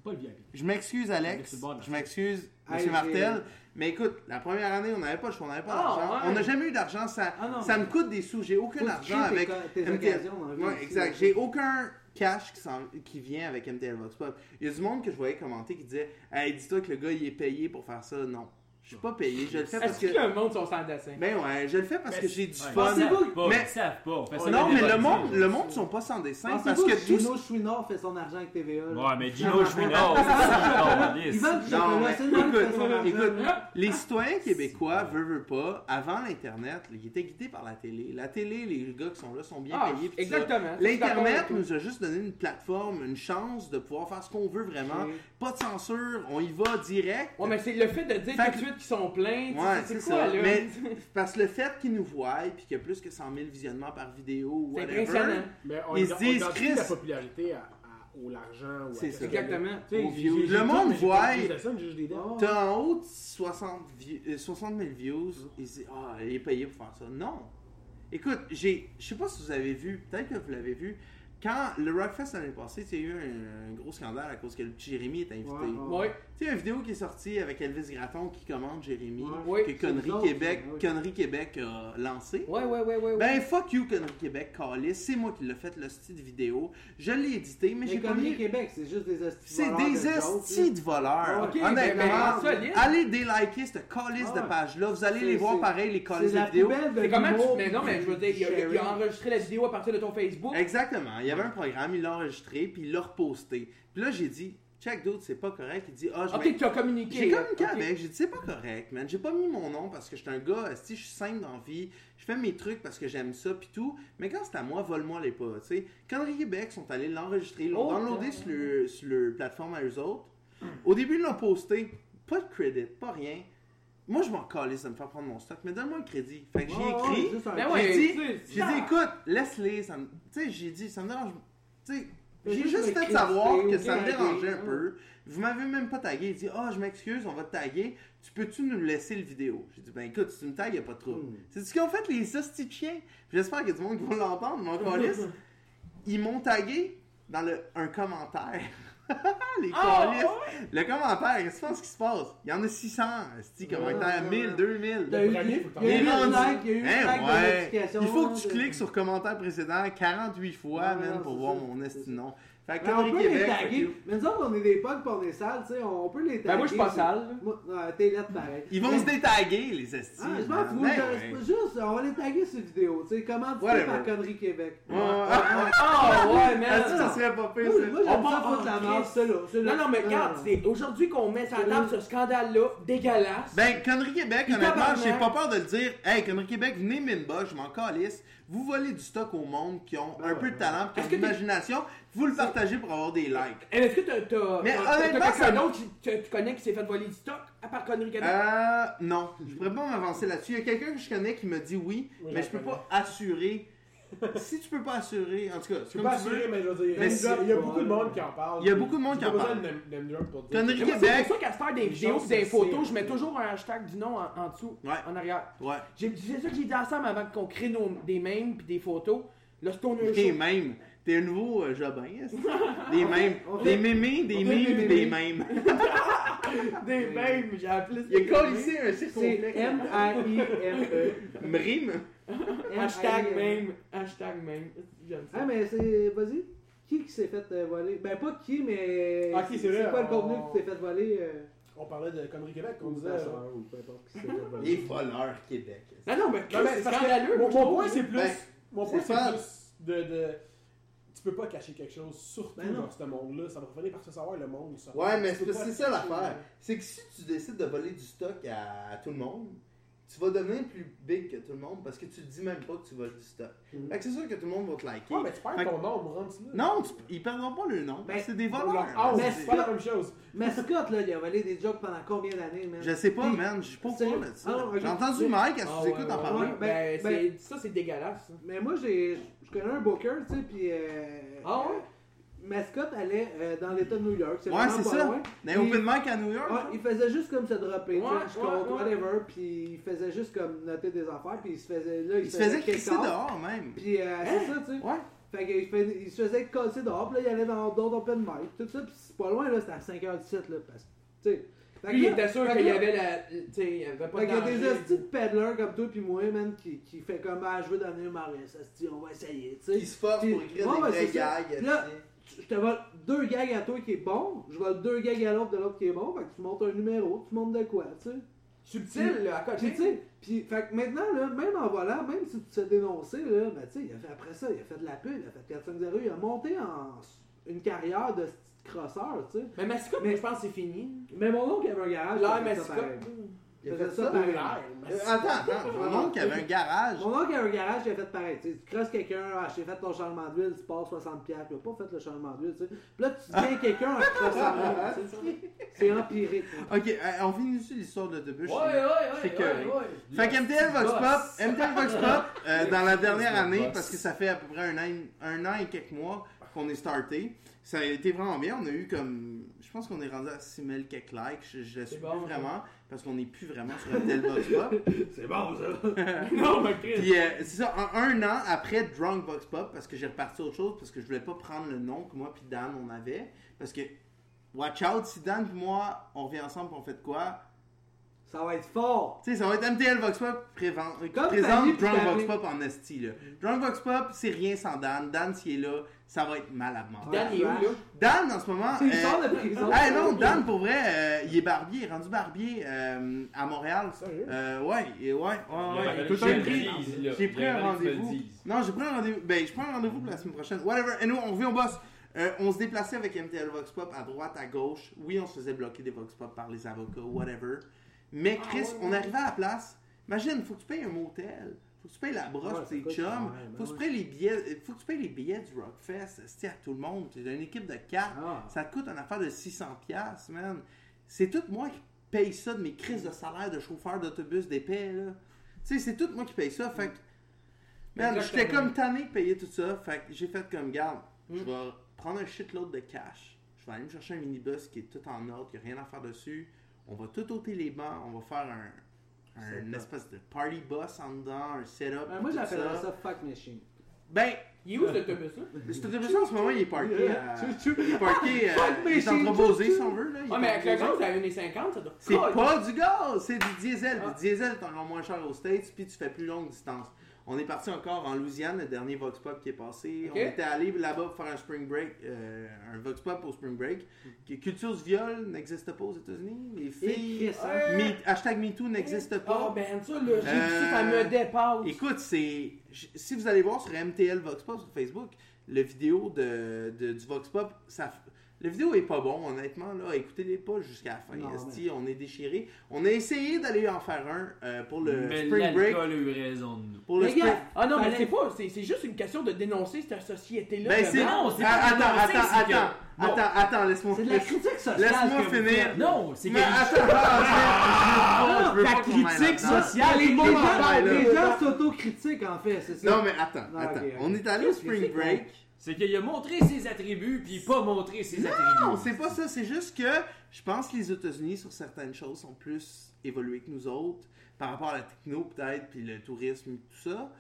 Pas le VIP. Je m'excuse, Alex. Monsieur Bond. Je m'excuse, Hey, Monsieur j'ai- Martel. Mais écoute, la première année, on n'avait pas le choix, on n'avait pas Ah, d'argent. ouais. On n'a jamais eu d'argent. Ça, Ah, non. ça me coûte des sous. J'ai aucun Faut que tu argent crées avec. tes, tes MTL. occasions dans la vie Ouais, aussi, exact. là. J'ai aucun cash qui, s'en- qui vient avec MTL Vox Pop. Il y a du monde que je voyais commenter qui disait Hey, dis-toi que le gars, il est payé pour faire ça. Non. Je suis pas payé. Je le fais parce Est-ce que que. le monde sont sans dessin? Ben ouais, je le fais parce que j'ai du Ouais. fun. Savent pas, Mais- Ils savent pas. On fait ça Non, avec mais des le bottes. monde, le monde sont pas sans dessin parce Pensez-vous que que tout. Gino Chouinard fait son argent avec TVA? là? Ouais, mais Gino Chouinard, c'est ça, Ils yes. vendent du Non, mais chocolat, c'est le même qui fait son écoute, argent. écoute, les citoyens québécois veulent, veulent pas, avant l'Internet, ils étaient guidés par la télé. La télé, les gars qui sont là sont bien Ah, payés. pis tout ça. exactement. euh, L'Internet nous a juste donné une plateforme, une chance de pouvoir faire ce qu'on veut vraiment. Ok. Pas de censure, on y va direct. Ouais, mais c'est le fait de dire Fait tout que- de suite qu'ils sont pleins, tu sais, Ouais, c'est c'est quoi ça. là? Mais- Parce que le fait qu'ils nous voient, puis qu'il y a plus que 100 000 visionnements par vidéo ou C'est whatever, impressionnant. Mais on Ils se on disent, identifie Chris. la popularité à, à- au l'argent. ou à C'est qu'est-ce ça. qu'il y a. Exactement. Tu sais, Aux j'ai- views. j'ai- j'ai Le tout, monde mais j'ai voit- pas de personne, j'ai juste des dents. Oh, T'as en haut de 60, vi- euh, 60 000 views, Mm. ils disent Ah, il est payé pour faire ça. Non. Écoute, j'ai, je sais pas si vous avez vu, peut-être que vous l'avez vu, quand le Rockfest l'année passée, tu sais, il y a eu un, un gros scandale à cause que le petit Jérémy est invité. Ouais, ouais. Ouais. Tu sais, une vidéo qui est sortie avec Elvis Gratton qui commande Jérémy, Ouais. que Ouais, c'est Connerie nous autres, Québec, ouais. Connerie Québec a lancé. ouais, ouais, ouais, ouais. Ben fuck you Connerie Québec, calé, c'est moi qui l'ai fait le style de vidéo. Je l'ai édité, mais Mais j'ai pas comme mis les Québec, c'est juste des estis. c'est des estis de voleurs. Ok, Honnêtement, ben, ben, solide. allez déliker cette calice Ah de ouais. page-là. Vous allez les C'est- voir c'est- pareil, les calices C'est de la vidéo. poubelle de Mais comment tu. l'humour Mais non, mais je veux dire, il a, il a- il a sharing. enregistré la vidéo à partir de ton Facebook. Exactement. Il y avait un programme, il l'a enregistré, puis il l'a reposté. Puis là, j'ai dit, check d'autres, c'est pas correct. Il dit, ah, je Ok, vais- tu as communiqué. J'ai là. communiqué Ok. avec, j'ai dit c'est pas correct, man. J'ai pas mis mon nom parce que j'étais un gars, si je suis simple dans la vie, je fais mes trucs parce que j'aime ça pis tout. Mais quand c'est à moi, vole-moi les pas, tu sais. Quand les Québec sont allés l'enregistrer, l'ont Oh, downloadé sur le, sur le plateforme à eux autres. Au début, ils l'ont posté. Pas de crédit, pas rien. Moi, je m'en calisse de me faire prendre mon stock, mais donne-moi le crédit. Fait que j'ai écrit. Ben J'ai ouais, dit- tu sais, J'ai dit, écoute, laisse-les. ça me- Tu sais, j'ai dit, ça me dérange. Tu sais, Fais j'ai juste juste me fait savoir crisper que ou ça me taguer, dérangeait un ouais. peu. Vous m'avez même pas tagué. Il dit, ah, je m'excuse, on va te taguer. Tu peux-tu nous laisser le vidéo? J'ai dit, ben écoute, si tu me tagues, y a pas de trouble. Hmm. C'est ce qu'ont fait les hosties de chiens. J'espère que tout le monde va l'entendre, mon calice. Ils m'ont tagué dans le, un commentaire. les Ah, calices. Le commentaire, qu'est-ce que tu penses qui se passe? Il y en a 600, hostie, commentaires, ouais, Ben, 1000, ouais. 2000. Il y a eu Le premier, il y a eu il est un rendu- like, il y a eu Hein, un like ouais. de notification. Il faut que tu de- cliques sur commentaire précédent 48 fois, Non, man, non, pour c'est voir ça, mon c'est esti ça. non. Fait que Mais Ben, on Connerie peut les Québec, fait que- taguer. Mais nous autres, on est des punks, pis on est sales, tu sais, on peut les taguer. Ben moi, je suis pas c'est- sale. là. Moi, euh, T'es lettre pareil. ils vont Mais- se détaguer, les estis. Ah, je m'en man. fous, Ben, je- ouais. c'est juste, on va les taguer sur vidéo, tu sais, comment tu Whatever. fais par Connerie Québec. Ouais, ouais, ouais. Ah, ouais, man. Esti, Ben, ça serait pas pire, Moi, moi, ça. On j'aime part ça, en foutre la crise. merde, ça, là. ça, là. Non, non, mais regarde, Ah. c'est aujourd'hui qu'on met sur la table ce scandale-là, dégueulasse. Ben, Connerie Québec, Puis honnêtement, tabarnak. j'ai pas peur de le dire. Hey, Connerie Québec, venez m'inbox, je m'en calisse. Vous volez du stock au monde qui Ben ont un peu de talent, qui ont Est-ce de que t'es- l'imagination. Vous le partagez pour avoir des likes. Eh, Est-ce que t'as- t'as Mais t'as- honnêtement, t'as quelqu'un ça- d'autre qui- que tu connais qui s'est fait voler du stock à part Connery Québec? Euh, non, je pourrais pas m'avancer là-dessus. Il y a quelqu'un que je connais qui me dit oui, Oui, mais je je peux connais. pas assurer. si tu peux pas assurer, en tout cas, Je comme peux pas tu veux. assurer, mais je veux dire, Mais il y a- c'est- il y a beaucoup de monde qui en parle. Il y a beaucoup de monde euh, J'ai qui pas en besoin parle. de name- name drop pour dire. Connerie Mais moi, C'est Québec. pour ça qu'à se faire des Les vidéos gens pis des sont photos, sérieux. je mets toujours un hashtag du nom en, en dessous, Ouais. en arrière. Ouais. J'ai- C'est ça que j'ai dit ensemble avant qu'on crée nos, des mèmes puis des photos. Là, c'est ton Des mêmes. T'es un nouveau euh, Jobin. est-ce que- Des mêmes. Des mémés, des on fait mimes, des des mêmes. Des mèmes, j'ai appelé ça. Il y a collé un cirque C'est complexe. M-A-I-M-E. Mime. Hashtag M-A-I-M-E. meme, hashtag meme. J'aime ça. E. Ah, mais c'est. Vas-y. Qui qui s'est fait euh, voler Ben, pas qui, mais. Ah, qui, c'est vrai, quoi le on- contenu qui t'es fait voler euh, On parlait de Connerie Québec, on ou disait. ta sœur, ou peu importe qui s'est fait Les voler. voleurs Québec. Non, non, mais Non, mais c'est parce que scandaleux. Mon, je mon trouve. point, c'est plus. Ben, mon c'est point, c'est pas- plus de, de- Tu peux pas cacher quelque chose, surtout Ben non. dans ce monde-là. Ça va revenir par se savoir le monde. ça. Ouais, mais Tu peux c'est parce pas que c'est ça cacher- hein. l'affaire. C'est que si tu décides de voler du stock à, à tout le monde, tu vas devenir plus big que tout le monde parce que tu dis même pas que tu voles du stock. Mhm. Fait que c'est sûr que tout le monde va te liker. Ouais, mais tu Fait perds que- ton nombre, rendu là. Non, tu- ils perdront pas le nom. Ben, c'est des Leur voleurs. ah, âge, mais c'est c'est- pas la même chose. Mascotte, là, il a volé des jokes pendant combien d'années, man Je sais pas, Puis- man. Je suis pas au C'est- courant de ça. Ah, ok. J'ai entendu Mike à Ah, sous-écoute ouais, en ouais, parler. ouais, Ben, ben, c'est- ça, c'est dégueulasse. ça. Mais moi, j'ai, je connais un booker, tu sais, puis. euh, Ah ouais? euh, Mascotte allait euh, dans l'État de New York. C'est Ouais, vraiment c'est pas ça. loin. Dans les Open Mic à New York. Ouais, il faisait juste comme se dropper, Ouais, tu sais, je ouais, compte, ouais. whatever, puis il faisait juste comme noter des affaires, puis il se faisait là, il, il se faisait kick crisser off. dehors même. Hein? Puis euh, c'est ça, tu sais. Ouais. Fait qu'il fait- il se faisait casser dehors, puis là, il allait dans d'autres open mic, tout ça, puis c'est pas loin, là, c'était à 5h17, là, parce que, tu sais. Fait que Lui, il là- était sûr fait que qu'il y là- avait la. Tu sais, il y avait pas Fait de qu'il y a des danger. hosties de peddlers comme toi puis moi, man, qui, qui fait comme, ah, je veux devenir humoriste, hostie, on va essayer, tu sais. Ils se forcent pour écrire Ouais, des ouais, vrais c'est ça. gags. Puis là, tu sais. je te vole deux gags à toi qui est bon, je vole deux gags à l'autre de l'autre qui est bon, fait que tu montes un numéro, tu montes de quoi, tu sais. Subtil, là, à Puis côté. tu sais, puis fait que maintenant, là, même en volant, même si tu te fais dénoncer, là, ben tu sais, il a fait après ça, il a fait de la pub, il a fait 4-5-0, il a monté en une carrière de petit crosseur, tu sais. Mais Mascotte, Mais- je pense que c'est fini. Mais mon oncle avait un garage. il a L'air fait ça pareil. Mascotte. Il a fait ça pareil. Euh, Attends, attends, mon oncle avait un garage. Mon oncle a un garage qui a fait pareil. tu sais, tu crosses quelqu'un, ah, j'ai fait ton changement d'huile, tu passes 60$, tu n'as pas fait le changement d'huile. tu sais. Puis là, tu deviens quelqu'un en crossant l'huile, tu sais. Ah, C'est empirique. hein. là. Ok, euh, on finit sur l'histoire de l'autobus. Ouais, ouais, C'est ouais, que- ouais, ouais. Fait que MTL Vox Pop, MTL Vox Pop, euh, dans la dernière année, parce que ça fait à peu près un an, un an et quelques mois qu'on est starté, ça a été vraiment bien. On a eu comme. Je pense qu'on est rendu à 6000 quelques likes. Je, je le suis bon, plus ça. vraiment, parce qu'on n'est plus vraiment sur MTL Vox Pop. C'est bon, ça. Non, mais Chris. Puis euh, c'est ça, en un an après Drunk Vox Pop, parce que j'ai reparti autre chose, parce que je voulais pas prendre le nom que moi puis Dan on avait. Parce que, watch out, si Dan et moi, on revient ensemble pis on fait de quoi, Ça va être fort. Tu sais, ça va être MTL Vox Pop prévent- euh, Comme Fanny présente puis Mm. Drunk Vox Fanny. Pop en esti, là. Drunk Vox Pop, c'est rien sans Dan. Dan, s'il est là, ça va être mal à mort. Ouais. Dan, il est où, là Dan, en ce moment... Tu sais, il euh, sort de prison. hey, non, Dan, pour vrai, euh, il est barbier, il est rendu barbier euh, à Montréal. Sérieux? Euh, ouais, et ouais, ouais, ouais. Il J'ai tout un pris- prise, là. J'ai pris Il fallait que tu me un le rendez-vous. dises. Non, j'ai pris un rendez-vous. Ben, je prends un rendez-vous pour la semaine prochaine. Whatever. Et nous, on revient au boss. Euh, on se déplaçait avec MTL Vox Pop à droite, à gauche. Oui, on se faisait bloquer des Vox Pop par les avocats, whatever. Mais Ah, Chris, on arrivait à la place. Imagine, faut que tu payes un motel. Faut que tu payes la broche Ouais, pour ça tes coûte ben chums. quand même, faut, que ouais. tu payes les billets, euh, faut que tu payes les billets du Rockfest. C'est à tout le monde. T'es une équipe de quatre. Ah. Ça te coûte une affaire de 600$, man. C'est tout moi qui paye ça de mes crises de salaire de chauffeur d'autobus d'épais, là. Tu sais, c'est tout moi qui paye ça. Mm. Fait que. Man, j'étais comme tanné de payer tout ça. Fait que j'ai fait comme, garde, Mm. je vais prendre un shitload de cash. Je vais aller me chercher un minibus qui est tout en ordre, qui a rien à faire dessus. On va tout ôter les bancs. On va faire un. un Setup. espèce de party bus en dedans, un setup. Ben, moi, tout j'appellerais ça fuck machine. Ben, Il est où cet autobus-là cet autobus en ce moment, il est parké. à- Chou, chou. Il est parké. euh, Fuck il est machine, entreposé, chou, si on veut. Là. Il est Ah, mais avec parké le aux autres. gaz à 1,50, ça doit. Ah, C'est Colle. pas du gaz, c'est du diesel. Ah. Le diesel est encore moins cher aux States, puis tu fais plus longue distance. On est parti encore en Louisiane, le dernier Vox Pop qui est passé. Ok. On était allé là-bas pour faire un Spring Break, euh, un Vox Pop au Spring Break. Hmm. Que Culture du viol n'existe pas aux États-Unis. Les filles. Chris, hein. Me- hashtag MeToo n'existe Ah, pas. ben ça, là, j'ai vu Euh, ça, ça me dépasse. Écoute, c'est. j- Si vous allez voir sur MTL Vox Pop sur Facebook, le vidéo de, de- du Vox Pop, ça. f- Le vidéo est pas bon, honnêtement, là. Écoutez-les pas jusqu'à la fin. Non, Esti, on est déchiré. On a essayé d'aller en faire un euh, pour le Mais Spring Break. l'alcool a eu raison de nous. Pour le Mais Spring- gars, Ah non, mais Fallait- c'est pas, c'est c'est juste une question de dénoncer cette société-là. Ben, de c'est. merde. Non, c'est Ah, pas attends, dénoncé, attends, c'est que- attends, Bon. attends, attends, laisse-moi. C'est de la critique sociale. Laisse-moi que vous finir. faites. Non, c'est que. Mais attends, Ah, attends, je veux pas- je veux ta pas qu'on aille critique là-dedans. sociale Les est gens, Ouais, là. les gens s'autocritiquent, en fait, c'est ça. Non, mais attends, Non, attends. Ah, ok, ok. On est allé au Spring Qu'est-ce que c'est Break. C'est qu'il a montré ses attributs, puis pas montré ses attributs. Non, c'est pas ça. C'est juste que je pense que les États-Unis, sur certaines choses, sont plus évolués que nous autres par rapport à la techno, peut-être, puis le tourisme, tout ça.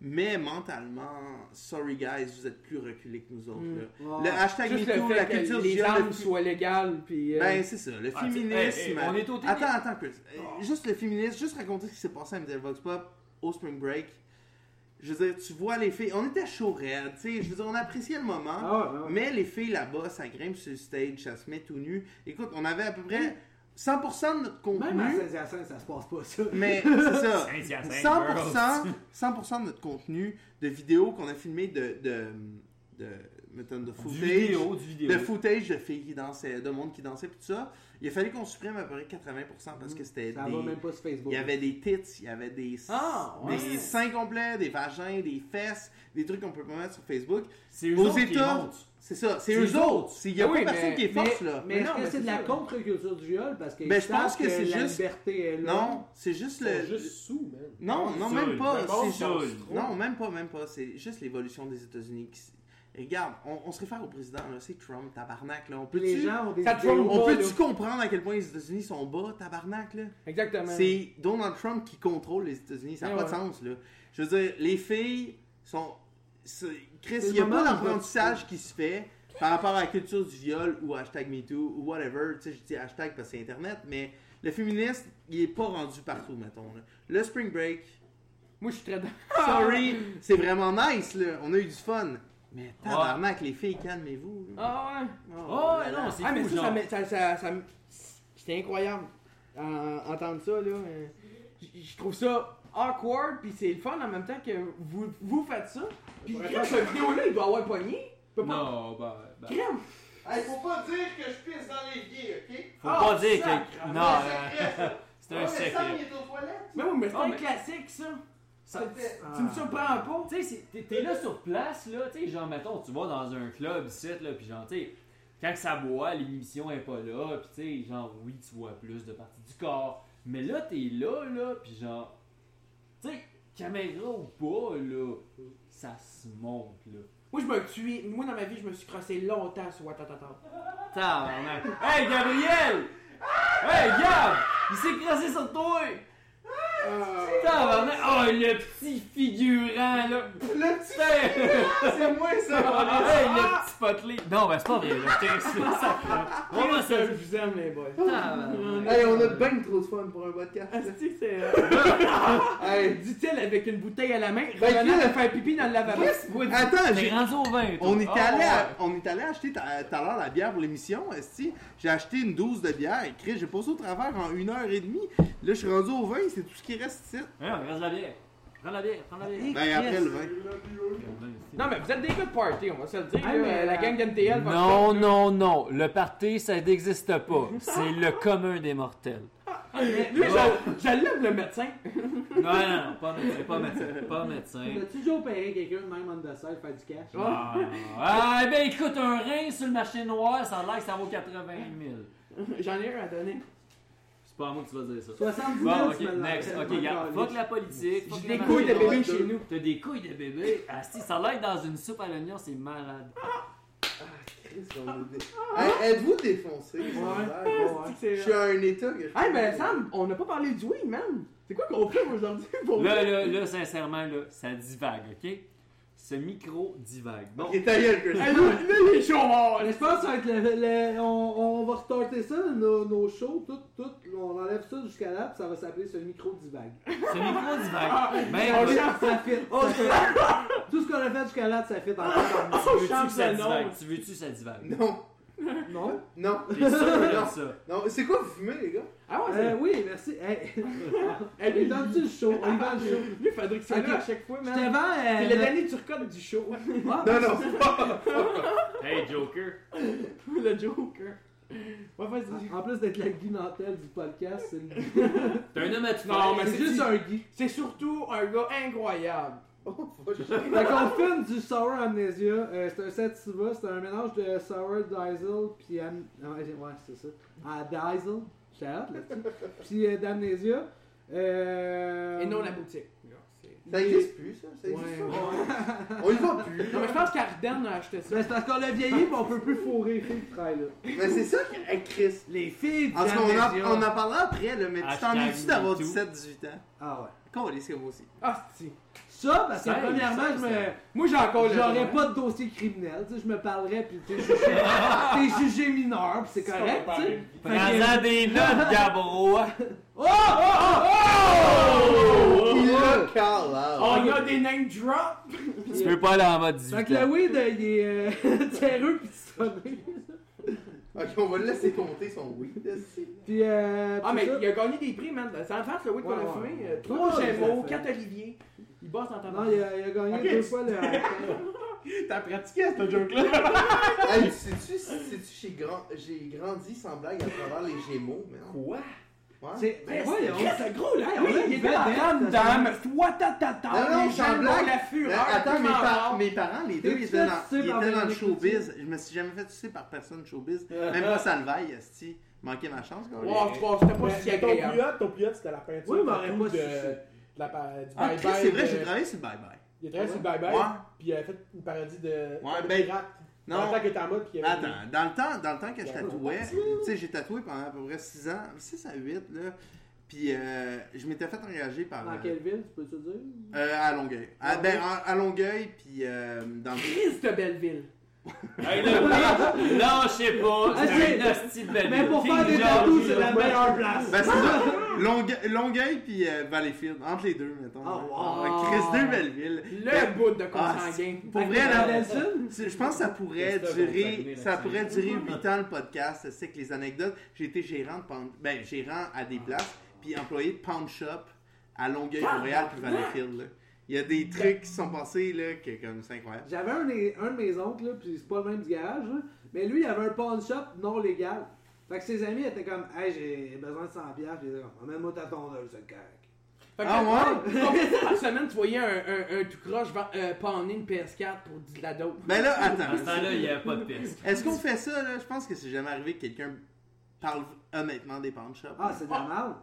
Mais mentalement, sorry guys, vous êtes plus reculés que nous autres. là. Ouais. Le hashtag Juste le MeToo, la fait culture que du les viol, le armes fi- soient légales, puis... euh, Ben, c'est ça, le Ah, tu- féminisme. hey, hey, on est au début. Attends, attends, Chris. Euh, Juste le féminisme, juste raconter ce qui s'est passé à Middle Vox Pop au Spring Break. Je veux dire, tu vois les filles, on était chaud raide, tu sais, je veux dire, on appréciait le moment. Ah ouais, ouais, ouais. Mais les filles là-bas, ça grimpe sur le stage, ça se met tout nu. Écoute, on avait à peu près 100% de notre Même à contenu. Saint-Hyacinthe, ça se passe pas, ça. Mais c'est ça. Saint-Hyacinthe, 100%, 100 de notre contenu de vidéos qu'on a filmé de, de, de, mettons, de Du footage. vidéo, du de vidéo. footage de filles qui dansaient, de monde qui dansait, puis tout ça. Il a fallu qu'on supprime à peu près 80% parce que c'était des. Ça va même pas sur Il Facebook. y avait des tits, il y avait des, Ah, ouais. des seins complets, des vagins, des fesses, des trucs qu'on peut pas mettre sur Facebook. C'est eux Aux autres qui États- montent. C'est ça, c'est C'est eux eux autres. C'est- Il n'y a Ah pas oui, personne mais- qui est force là. Mais est-ce non, que mais c'est de c'est la ça. contre-culture du viol? Parce que Ben, je pense que c'est la juste- liberté est là. Non, c'est juste Ils sont le. juste sous, man. Non, non, Saoul. même pas. Ben bon, c'est Saoul. juste- Non, même pas, même pas. C'est juste l'évolution des États-Unis. qui s- Regarde, on, on se réfère au président, là. C'est Trump, tabarnak, là. On Puis les peut-tu gens ont des Ça vidéos. trompe. on pas, peut-tu là. comprendre à quel point les États-Unis sont bas, tabarnak, là? Exactement. C'est Donald Trump qui contrôle les États-Unis. Ça n'a Ouais, pas de sens, là. Je veux dire, les filles sont. c'est- Chris, C'est il n'y a le pas moment où d'apprentissage qui se fait par rapport à la culture du viol ou hashtag MeToo ou whatever. Tu sais, je dis hashtag parce que c'est Internet, mais le féministe, il est pas rendu partout, mettons. là. Le Spring Break, Moi, je suis très d'accord. sorry, c'est vraiment nice, là. On a eu du fun. Mais tabarnak, les filles, calmez-vous. là. Ah ouais. Oh, Oh, là là. non, c'est Ah, mais fou, ça, ça, genre. me- ça, ça, ça me- C'était incroyable. Euh, entendre ça, là. euh, j- Je trouve ça awkward, puis c'est le fun en même temps que vous, vous faites ça. Puis Ouais. crème, cette vidéo-là, il doit avoir pogné. Il peut pas. Non, bah. bah. Crème. Hey, faut pas dire que je pisse dans l'évier, ok? Faut Ah, pas dire que. sacre. Non, Ouais, euh, c'est c'est vrai, ça. un Ouais, mais Sam, secret. il est aux toilettes. Mais oui, mais c'est Ah, un mais- classique, ça. Ça- C'est- Tu me surprends pas. Tu sais, c'est- t'es- t'es là sur place, là, tu sais, genre, mettons, tu vas dans un club, ici, là, pis genre, tu sais, quand que ça boit, l'émission est pas là, pis tu sais, genre, oui, tu vois plus de parties du corps, mais là, t'es là, là, pis genre, tu sais, caméra ou pas, là, ça se monte, là. Moi, je me suis. Moi, dans ma vie, je me suis crossé longtemps sur Watatata. Tabarnak. Hey, Gabriel! Hey, Gab! Il s'est crassé sur toi! Tabarnak! Oh, le petit figurant, là! Le petit, Putain! c'est moi, ça. Hey, le petit potelé! Non, ben c'est pas vrai, là. Je t'explique Ah, ça. On va se... ben. Je vous aime, les boys. Tabarnak. hey, on a bien trop de fun pour un podcast. Asti, c'est. euh, Hey, Dit-elle avec une bouteille à la main, Ben, revenant Phil, de faire pipi dans le lavabo. attends, T'es j'ai- rendu au Ah, 20, On est, allé à- on est allé acheter ta- tout à l'heure la bière pour l'émission, esti. J'ai acheté une douze de bière. Chris, j'ai passé au travers en une heure et demie. Là, je suis rendu au vin, c'est tout ce qui reste ici. Hein, on reste la bière. Prends la bière, prends la bière. Ben, après le vin. Non, mais vous êtes des gars de party, on va se le dire. Ah, là, mais, la euh, gang d'MTL va Non, non, non. Le party, ça n'existe pas. C'est le commun des mortels. Lui, je- je l'aime, le médecin. Non, non, non. Pas médecin, pas médecin. Pas médecin. T'as-tu toujours payé quelqu'un de même on the side faire du cash? Ah, ah, ben écoute, un rein sur le marché noir, ça a l'air que ça vaut 80 000. J'en ai un à donner. C'est pas à moi que tu vas dire ça. 70 000 Bon, ok, tu me l'as next. fait, Ok, mon regarde. gars. Fuck la politique. fuck J'ai la des couilles de mafia. bébé chez nous. T'as des couilles de bébé. Ah, si, ça a l'air que dans une soupe à l'oignon, c'est malade. Chris, on est dé- Hey, Êtes-vous défoncé? Ah, Asti que Je c'est- suis à un état que je. Hey, ben Sam, on n'a pas parlé du oui, man. C'est quoi qu'on fait aujourd'hui Oh, pour Là, là, là, sincèrement, là, ça divague, ok? Ce micro divague. Bon, Et ta gueule, Chris. Hey, là, là, il est chaud, mort. Mais je pense que ça va être le- le- on, on va retarder ça, nos, nos shows, tout, tout, on enlève ça jusqu'à là, puis ça va s'appeler ce micro divague. ce micro Ah, divague. Ben, Ça ouais. fit, ça fit. Tout ce qu'on a fait jusqu'à là, ça fit encore. tu veux-tu change que ça le nom. divague? Tu veux-tu que ça divague? Non, Non? non, T'es sûr de non. ça? non. C'est quoi vous fumez, les gars? Ah ouais, Euh, c'est. oui, merci. Hey, Hey, on lui, donne-tu le show? On y va le show. lui, Fabrice, c'est Ok. là à chaque fois, Je man. t'avais... euh, C'est le le- dernier Turcotte du show. Ah, Non, non, c'est pas. Hey, Joker. le Joker. Ouais, vas-y. En plus d'être la Guy Nantel du podcast, c'est le- T'es un homme à tout Non, Ah, mais c'est juste un Guy. C'est surtout un gars incroyable. Oh, fuck. Fait qu'on filme du Sour Amnesia. Euh, c'est un sativa, c'est un mélange de Sour Diesel puis am... ouais, j'ai- ouais, c'est ça. Ah, Diesel, j'étais hâte là-dessus. Puis euh, d'Amnesia. Euh... Et non, la boutique. Là, c'est- Ça existe plus, ça? Ça existe Ouais. ça? On y va plus. Non, mais je pense qu'Arden a acheté ça. Ben, c'est parce qu'on l'a vieilli puis on peut plus fourrer les filles qui travaillent là. Mais c'est ça, que- hey, Chris. Les filles En tout cas, on en- on en parlera après, là, mais tu t'en Hashtag es-tu d'avoir MeToo? 17-18 ans? Ah ouais. Quand on les moi aussi. Ah, si. Ça, parce que Ça, premièrement, ça, je ça. me... Moi, j'ai encore le. J'aurais pas de dossier criminel, tu sais, je me parlerais puis t'es jugé, t'es jugé mineur puis c'est correct, tu sais. Fait que- Prends-en des notes, Gabrois. Oh! Oh! Oh! Il a call out. Oh, il y a des name drops! Tu peux pas aller en mode 18 Fait que le weed, euh, il est euh, terreux pis sonné. Ok, on va le laisser compter son oui. Pis euh. Ah, pis mais ça. il a gagné des prix, man. C'est en fait le week qu'on Ouais, a ouais. fumé. euh, Ouais, Trois Gémeaux, ouais. quatre Olivier. Il bosse en Non, tabac. il a, il a gagné Ok. deux fois le. T'as pratiqué à ce joke-là? hey, sais-tu, sais-tu, j'ai, grand- j'ai grandi sans blague à travers les Gémeaux, man. Quoi? Ouais. C'est. Ben voyons. c'est gros, là! Oui, Il il était était la grande dedans, ça, dame! Soit ta ta ta! Non, non, les sans gens blague. ont la Mais fureur! Euh, attends, tout mes, en par- rare. mes parents, les deux, T'es-tu ils étaient dans, sucé ils par étaient dans le Véronique showbiz. Je me suis jamais fait sucer par personne showbiz. Même pas Salvaille, esti. Manquait ma chance, quand Wow, je pense que c'était pas Mais si mais ton plus agréable. hot, ton plus hot, c'était la peinture. Oui, mais on aurait partout pas de, sucé. de la, pa- du Ah, bye-bye Chris, c'est vrai, de- j'ai travaillé sur le bye-bye. Il a travaillé sur le Bye Bye, Ouais. puis il a fait une parodie de. Ouais, de ben, pirate. non. En tant qu'il était en mode, puis il Mais avait. Attends, dans le temps, dans le temps que je tatouais, tu sais, j'ai tatoué pendant à peu près 6 ans, 6 à 8, là. Puis euh, je m'étais fait engager par. Dans euh, quelle ville, tu peux-tu dire? euh, à Longueuil. À, ben, à, à Longueuil, puis euh, dans le. Chris de Belleville. Hey, le pitch, lâchez pas, Vas-y. c'est un hostie de belle Ah, Mais pour ville. faire des King tatous, George, c'est la là. meilleure place. Ben, c'est ça. Longue- Longueuil puis euh, Valleyfield, entre les deux, mettons. Oh, wow. Ouais, Chris de Belleville. Le Ben, bout de ah, consanguin. Pour Ah, vrai, là, Nelson? euh, c'est- je pense que ça pourrait Christophe, on durer, s'est ça allumé pourrait durer 8 ans le podcast. C'est que les anecdotes, j'ai été gérant, de pound- ben, gérant à des places, puis employé de Pound Shop à Longueuil, Montréal, puis Valleyfield. là. Il y a des trucs qui sont passés, là, que comme c'est incroyable. J'avais un, des- un de mes oncles, là, puis c'est pas le même du garage, là, mais lui, il avait un pawn shop non légal. Fait que ses amis étaient comme, hey, j'ai besoin de 100$, puis ils étaient comme, amène-moi ta tondeuse, c'est correct. Fait que Ah ouais? Combien de fois par semaine tu voyais un, un, un tout croche vend- euh, panner une PS4 pour de la dope? Ben là, À ce attends. temps-là, il n'y avait pas de piste. Est-ce qu'on fait ça, là? Je pense que c'est jamais arrivé que quelqu'un parle honnêtement des Pound Shop. Ah, c'est de la merde.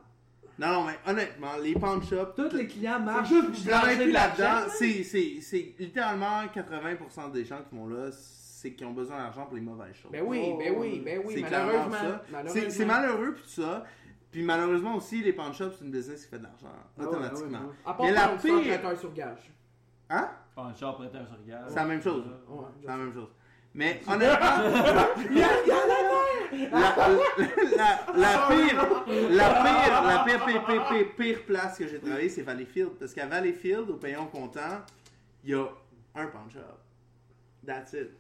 Non, non, mais honnêtement, les Pound Shop, Tous les clients marchent. Je travaille plus là-dedans. L'argent, C'est- C'est c'est littéralement 80% des gens qui vont là, c'est qui ont besoin d'argent pour les mauvaises choses. Ben oui, ben oui, ben oui, c'est clairement malheureusement. ça. C'est- malheureusement. C'est malheureux puis tout ça. Puis malheureusement aussi, les pawn shops, c'est une business qui fait de Ah l'argent Ah ouais, automatiquement. ouais, ouais. À part Mais la quand tu sors pire- traiteur sur gage. Hein? Punch up, prêteur, je regarde. C'est la même chose. Ouais. C'est la même chose. Mais honnêtement, la, la, la pire, la pire, la pire, pire, pire, pire, pire place que j'ai travaillé, c'est Valleyfield. Parce qu'à Valleyfield, au Payon Content, il y a un punch up. That's it.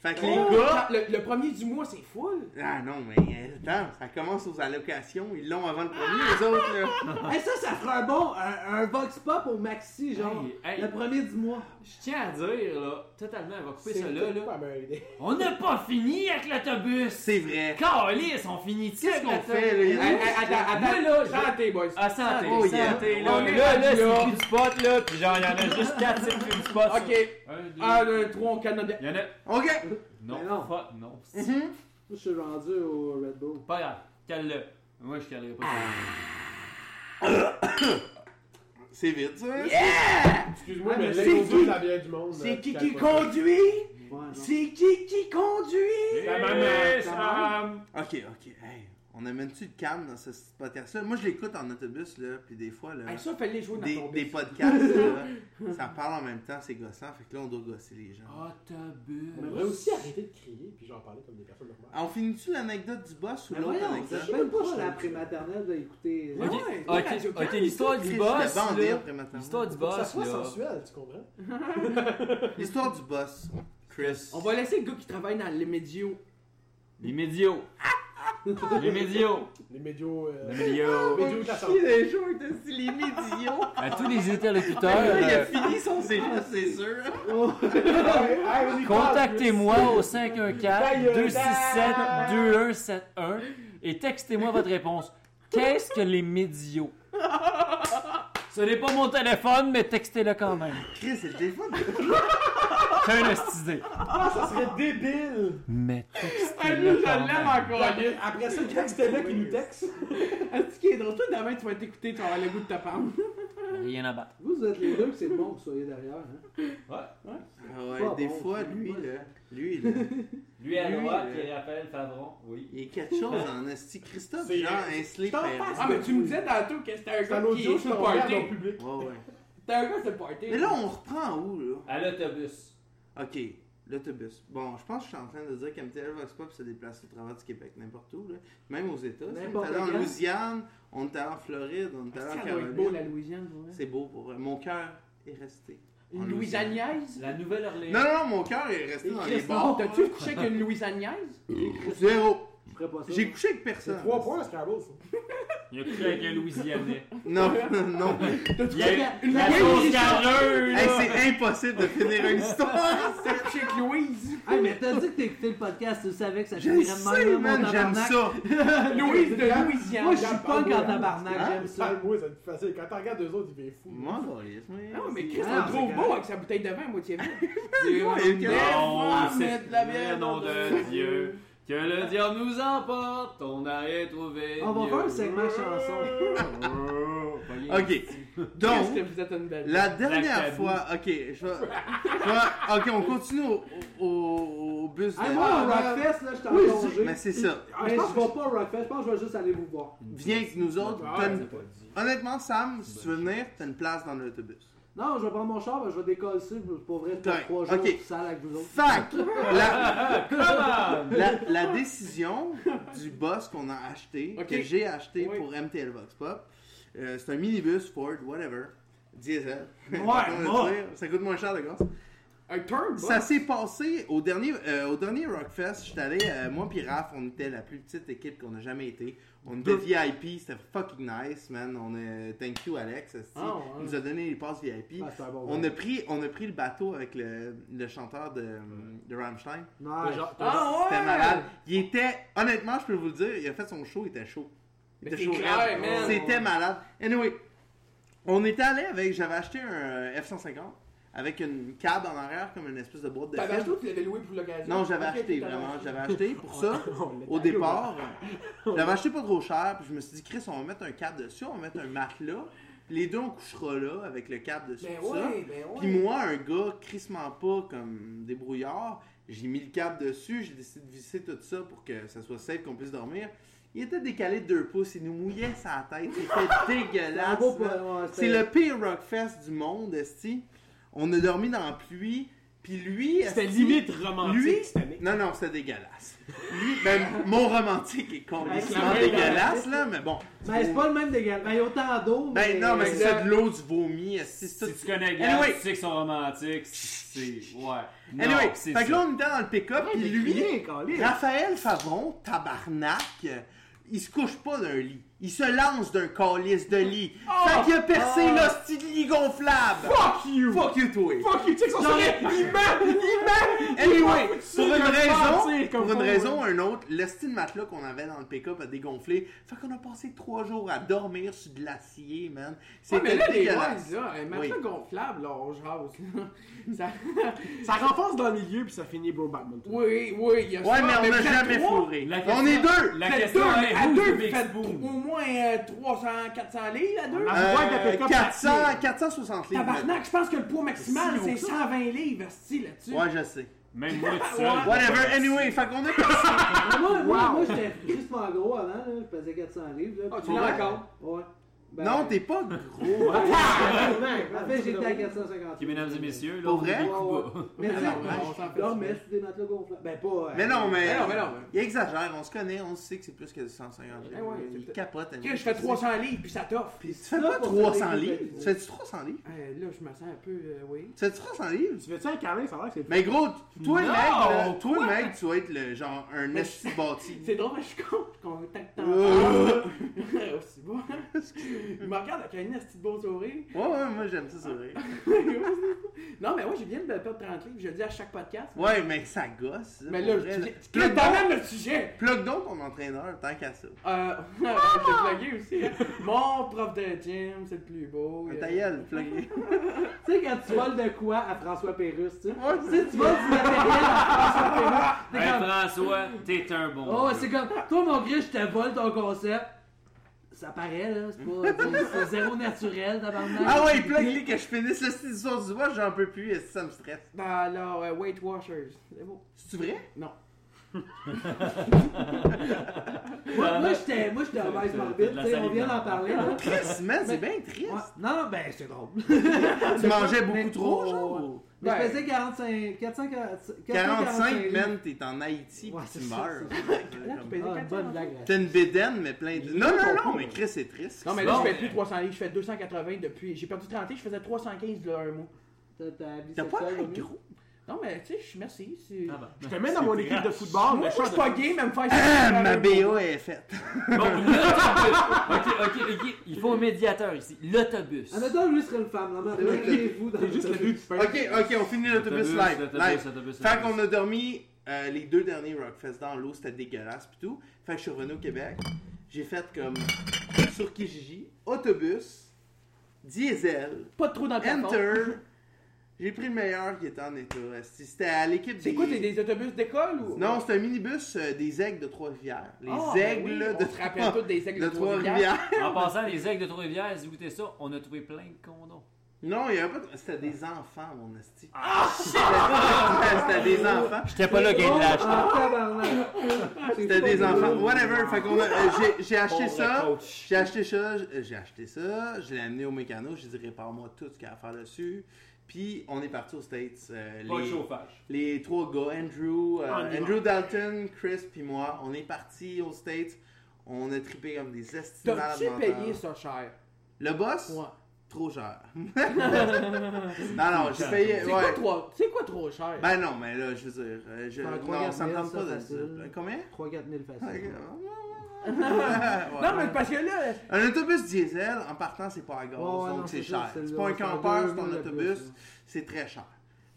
Fait que Oh, les gars. Le, le premier du mois, c'est full. Ah non, mais euh, attends, ça commence aux allocations. Ils l'ont avant le premier, les autres, là. Hey, ça, ça ferait un bon, un, un vox pop au maxi, genre, Hey, hey. le premier du mois. Je tiens à dire, là, totalement, on va couper ça là, là. pas ma idée. On n'a pas fini avec l'autobus! C'est vrai. Calice, on finit Qu'est-ce qu'on fait, Hey, là? hey, Attends, attends, là, je- santé, boys. Ah, santé, Oh, yeah. santé, là. On est Là, rendu là, là. c'est plus du pot, là, pis genre, il y en a juste 4, c'est plus du pot. ça. Ok, Un, deux, 1, 2, 3, on canadien. Il y en a... OK. Non, Mais non. fuck, non. C'est Mm-hmm. Mhm. Moi, je suis rendu au Red Bull. pas grave, cale-le. Moi, je calerai pas. C'est vite, ça. Excuse-moi, Ah, mais mais les c'est qui? conduits, ça vient du monde. C'est euh, qui calme qui pas. conduit? Ouais, non. C'est qui qui conduit? La maman, ça ta hein? Ok, ok. Hey, on amène-tu de calme dans ce podcast-là? Moi, je l'écoute en autobus, là, puis des fois, là, Hey, ça, fallait jouer dans des, ton des bus. podcasts, là, ça parle en même temps, c'est gossant, fait que là, on doit gosser les gens. On Autobus. devrait aussi arrêter de crier puis j'en parlais comme des personnes normales. Ah, On finit-tu l'anecdote du boss ou Mais l'autre voyons, anecdote? c'est même pas la ben, pré-maternelle d'écouter. Ouais, Ok, ouais, ok, Radio ok, Cannes. l'histoire du Chris, boss, je vais bander là. après maintenant. L'histoire du Faut que ça boss, soit là. sensuel, tu comprends? L'histoire du boss, Chris. On va laisser le gars qui travaille dans les médias. Les médios. Les médios. Les médios. euh, Les médios. Les médios de la santé. les jours de les médias. À tous les interlocuteurs, Là, il a euh, fini son cégep, c'est sûr. contactez-moi au 514-267-2171 et textez-moi votre réponse. Qu'est-ce que les médios? Ce n'est pas mon téléphone, mais textez-le quand même. Chris, c'est le téléphone. C'est un hostisé. Ça serait débile! Mais Ah, lui, textez-le je quand l'aime même. encore. Est-ce Après ça, quand c'était là qui nous texte. qu'il est drôle? Toi, demain, tu vas t'écouter, tu vas avoir le goût de te prendre. Rien à battre. Vous vous êtes les deux que c'est bon que vous soyez derrière. Hein? Ah ouais, des Pas bon, fois, c'est lui, bon. là, lui, là, Lui à droite, il y Raphaël Favron. Oui. il y a quelque chose en esti. Christophe, C'est- Jean, Ainsley, t'en Perry. passe. Ah, mais tu me disais tantôt que c'était un C'est un gars autre qui jour, est je suis sur le tombé à party. ton public. Ouais, ouais. C'était un gars sur le party. Mais là, on reprend où, là? À l'autobus. Ok, l'autobus. Bon, je pense que je suis en train de dire qu'MTL Vox Pop se déplace au travers du Québec, n'importe où, là. même aux États. tu sais, On est N'importe allé en quand. Louisiane, on est allé en Floride, on est Ah, allé en ça doit être beau, Caroline. la Louisiane, pour vrai. C'est beau pour vrai. Mon cœur est resté. en Une Louisaniaise? La Nouvelle-Orléans. Non, non, non, mon cœur est resté dans les Chris, bars. t'as-tu couché avec une Louisaniaise? Zéro. Je ferais pas ça. J'ai couché avec C'est personne. 3 points à Scrabble, ça. Il a couché avec un Louisianais. Non, non. T'as-tu Il y a couché eu la sauce gageuse, Hey, là. c'est impossible de finir une histoire. T'as couché avec Louise? Hey, mais t'as dit que t'écoutais le podcast, tu savais que ça Je finirait de le même, sais, là, mon man, j'aime tabarnak. ça. Louise de Louisiane. Moi, je suis Regarde, punk en parle-moi, tabarnak, hein? j'aime ça. Parle-moi, ça te fait facile. Quand t'en regardes deux autres, il devient fou. Moi, Boris, oui. Non, mais Chris, Ah, on c'est trouve correct. beau avec sa bouteille de vin à moitié vide. Ouais, Des ok. fois, c'est mettre de la le bière nom dans de Dieu. Que le diable nous emporte, on n'a rien trouvé. Ah, On va mieux. faire un segment chanson. Oh, voyez. Ok, Qu'est-ce donc. que vous êtes une belle. La dernière Lactabu. fois, ok, je vais- je vais- ok, on continue au, au- au bus de. Hey, moi, au Ah, Rockfest, là, je t'en oui, congé. mais c'est ça. Ah, Mais je vais pas au Rockfest, je pense que je vais juste aller vous voir. Viens avec nous autres. Ah, t'as On une- l'a oh. pas dit. Honnêtement, Sam, si tu veux venir, t'as une place dans l'autobus. Non, je vais prendre mon char, ben, je vais décoller, pour vrai, pour Ouais. trois jours, Ok. puis sale avec vous autres. Fac! La, Come on! la- la décision du boss qu'on a acheté, Ok. que j'ai acheté Oui. pour MTL Vox Pop, euh, c'est un minibus Ford, whatever, diesel. Ouais, Pardon de moi. dire, Ça coûte moins cher de grâce. Un turn, Ça s'est passé au dernier, euh, au dernier Rockfest. J'étais allé, euh, moi puis Raph, on était la plus petite équipe qu'on a jamais été. On était Deux. VIP, c'était fucking nice, man. On a, thank you, Alex. esti. Ah, ouais. Il nous a donné les passes VIP. Ah, c'est un bon On gars. a, pris, on a pris le bateau avec le, le chanteur de, de Rammstein. Nice. Ah ouais! C'était malade. Il était, honnêtement, je peux vous le dire, il a fait son show, il était chaud. Il Mais était c'est chaud. clair, raide. man. C'était malade. Anyway, on était allé avec, j'avais acheté un F-150 avec une cab en arrière comme une espèce de boîte de T'avais film. acheté ou tu l'avais loué pour l'occasion? Non, j'avais Ok, Oh, acheté, t'avais vraiment. acheté. J'avais acheté pour ça, au départ. J'avais acheté pas trop cher, puis je me suis dit, Chris, on va mettre un cap dessus, on va mettre un matelas. Puis les deux, on couchera là avec le cap dessus. Ben tout ça. ouais, ben ouais. Puis moi, un gars crissement pas comme débrouillard, j'ai mis le cap dessus, j'ai décidé de visser tout ça pour que ça soit safe, qu'on puisse dormir. Il était décalé de deux pouces, il nous mouillait sa tête, c'était C'était un dégueulasse. beau là. point, ouais, C'est le pire Rockfest du monde, Esti. On a dormi dans la pluie, puis lui. C'était esti, limite romantique Lui- cette année. Non, non, c'était dégueulasse. Lui, ben, mon romantique est complètement Avec la main dégueulasse, là, mais bon. Mais Ben, c'est pas le même dégât. Mais il y a autant d'eau. Ben, non, mais c'est le- c'est de l'eau, du vomi, Esti, c'est Si tout- tu connais Gab, Anyway. tu sais qu'ils sont romantiques. C'est. Ouais. Non, Anyway, c'est fait que ça. là, on était dans le pick-up, puis lui. Raphaël Favron, tabarnak, euh, il se couche pas d'un lit. Il se lance d'un calice de lit. fait qu'il a percé l'hostie de lit gonflable. Fuck you! Fuck you, toi! Fuck you, tu sais que son Genre- sourire, il meurt! Ah, Anyway, pour une je vais raison, partir comme pour une ça, raison ou une autre, l'hostie de matelas qu'on avait dans le pick-up a dégonflé. Fait qu'on a passé trois jours à dormir sur de l'acier, man. Ouais, mais C'était là, les boys, dégueulasse. là, un matelas Oui. gonflable, là, on jase, là. Ça- Ça renforce dans le milieu, puis ça finit Bro Batman. Oui, oui, il y a Ouais, ça, mais on vous n'a êtes jamais trois, fourré. La On question- est deux! La vous êtes question deux, est à où deux, le Big vous faites Spoon? au moins euh, 300, 400 livres, à deux. Ah, Euh, Ouais, le pick-up 400, 460 livres. Tabarnak, je pense que le poids maximal, Si haut c'est que ça. 120 livres, esti, là-dessus. Ouais, je sais. Même moi, tout seul. Whatever, anyway, fait qu'on a percé. Mais Ah, Moi, moi, moi, j'étais tristement gros avant, là. je pesais 400 livres. Là, Ah, tu Puis- l'as encore? Ouais. Ben, Non, t'es pas gros. En fait, j'étais à 450. Ok, mesdames et messieurs, là, Pour on vrai? est Ouais, beaucoup ouais. bas. Mais tu sais, Alors, ouais, on s'en fait non, ça. mais c'est des matelas gonflables. Ben, pas. euh, Mais non, mais. Mais non, mais non, mais- Il exagère, on se connaît, on sait que c'est plus que 150 livres. Eh ouais, c'est il peut- capote. Chris, je fais 300 livres, puis ça t'offre. Puis tu fais Ça, pas pour 300 faire des livres. écoutes. Tu fais-tu 300 livres? Euh, Là, je me sens un peu, euh, oui. Tu fais-tu 300 livres? Tu veux-tu un câlin? Ça a l'air que c'est Mais gros, toi, mec, Non, là, toi, mec, tu vas être le genre un esti bâti. C'est drôle, mais je suis con. Je contacte Euh. Aussi bon. Il me regarde avec un esti de beau sourire. Ouais, ouais, moi j'aime ça, c'est vrai. non, mais ouais, j'ai bien de perdre 30 livres. Je le dis à chaque podcast. Ouais, mais ça gosse. Mais là, pour je vrai, dis. Chris, Plug donc- t'amènes le sujet! plug donc ton entraîneur, tant qu'à ça. Euh. Je vais plugger aussi. hein. Mon prof de gym, c'est le plus beau. Un Euh, Ta gueule, plug. Tu sais, quand tu voles de quoi à François Pérusse, tu sais. Ouais, Tu sais, tu voles du matériel à François Pérusse. Hey, T'es comme. François, t'es un bon. Oh, gars. c'est comme. Toi, mon gris, je te vole ton concept. Ça paraît, là. C'est pas. C'est zéro naturel, tabarnak. Ah ouais, plug-les que je finisse le style du soir du bois, j'en peux plus, esti, ça me stresse. Dans alors, euh, Weight Watchers. C'est beau. C'est-tu vrai? Moi, moi, j'étais. Moi, j'étais mauvaise T'as- t'as morbide, de la tu sais. On salive vient dans d'en le parler, là. Triste, man, c'est bien triste. Ouais. Non, non, ben, c'est drôle. Tu mangeais Mais- beaucoup trop, oh, genre? ouais. ou- Mais Ouais. je faisais 45. 445. 45, livres. man, t'es en Haïti, Ouais, pis tu c'est ça, meurs. Là, tu Comme- payes Ah, une 400. bonne blague. là. T'es une bédaine, mais plein de. Non, non, non, mais Chris, c'est triste. Non, mais là, Bon. je fais plus 300 livres. Je fais 280 depuis. J'ai perdu 30 livres. Je faisais 315 là, un mois. T'as ta vie T'as pas sexuelle, l'air là. gros. Non, mais tu sais, je suis merci. c'est- Ah bah. Je te mets dans mon équipe de football, Moi, mais je suis pas gay, mais me faire. Ah, ma BA est faite. Bon, l'autobus. ok, ok, ok. Il faut un médiateur ici. L'autobus. Admettons, lui serait une femme, là. mais Mettez-vous dans C'est juste le l'autobus. but qui fait. Ok, ok, on finit l'autobus live. live. l'autobus, Fait l'autobus. qu'on a dormi euh, les deux derniers Rockfest dans l'eau, c'était dégueulasse pis tout. Fait que je suis revenu au Québec. J'ai fait comme sur Kijiji, autobus, diesel, Pas de trou dans le plafond. enter. J'ai pris le meilleur qui était en état. esti. C'était à l'équipe C'est des- quoi, t'es des autobus d'école ou. Non, c'est un minibus euh, des aigles de Trois-Rivières. Les Ah, ben aigles oui, de, On se rappelle tous des aigles de de Trois-Rivières. Trois-Rivières. En passant, les aigles de Trois-Rivières, si vous goûtez ça, on a trouvé plein de condoms. Non, il y avait pas de... C'était des enfants, mon esti. Ah, shit! C'était des enfants. J'étais pas là quand il l'a Oh, acheté. Ah, tabarnak. C'était des enfants. Whatever. Fait qu'on a- euh, j'ai- j'ai acheté Bon, ça. coach. J'ai acheté ça, j- euh, j'ai acheté ça, je l'ai amené au mécano, j'ai dit répare-moi tout ce qu'il y a à faire dessus. Puis on est parti aux States. euh, Pas de les, chauffage. les trois gars, Andrew, euh, Ah, En hiver. Andrew Dalton, Chris puis moi, on est partis aux States. On a trippé comme des estimés. T'as-tu payé ça cher? Le boss? Ouais. Trop cher. non, non, j'ai payé. C'est quoi Ouais. trop- c'est quoi trop cher? Ben non, mais là, je veux dire, euh, je, Faire non, 3-4 ça me 000, tente ça, pas de facile. ça. Combien? 3-4 000 Ouais. faciles. non, Ouais. mais parce que là, Un autobus diesel, en partant, c'est pas à gaz, Ouais, ouais, non, donc c'est c'est ça, cher. c'est C'est le- pas un c'est un campeur, c'est deux un mille de plus, autobus, là. c'est très cher.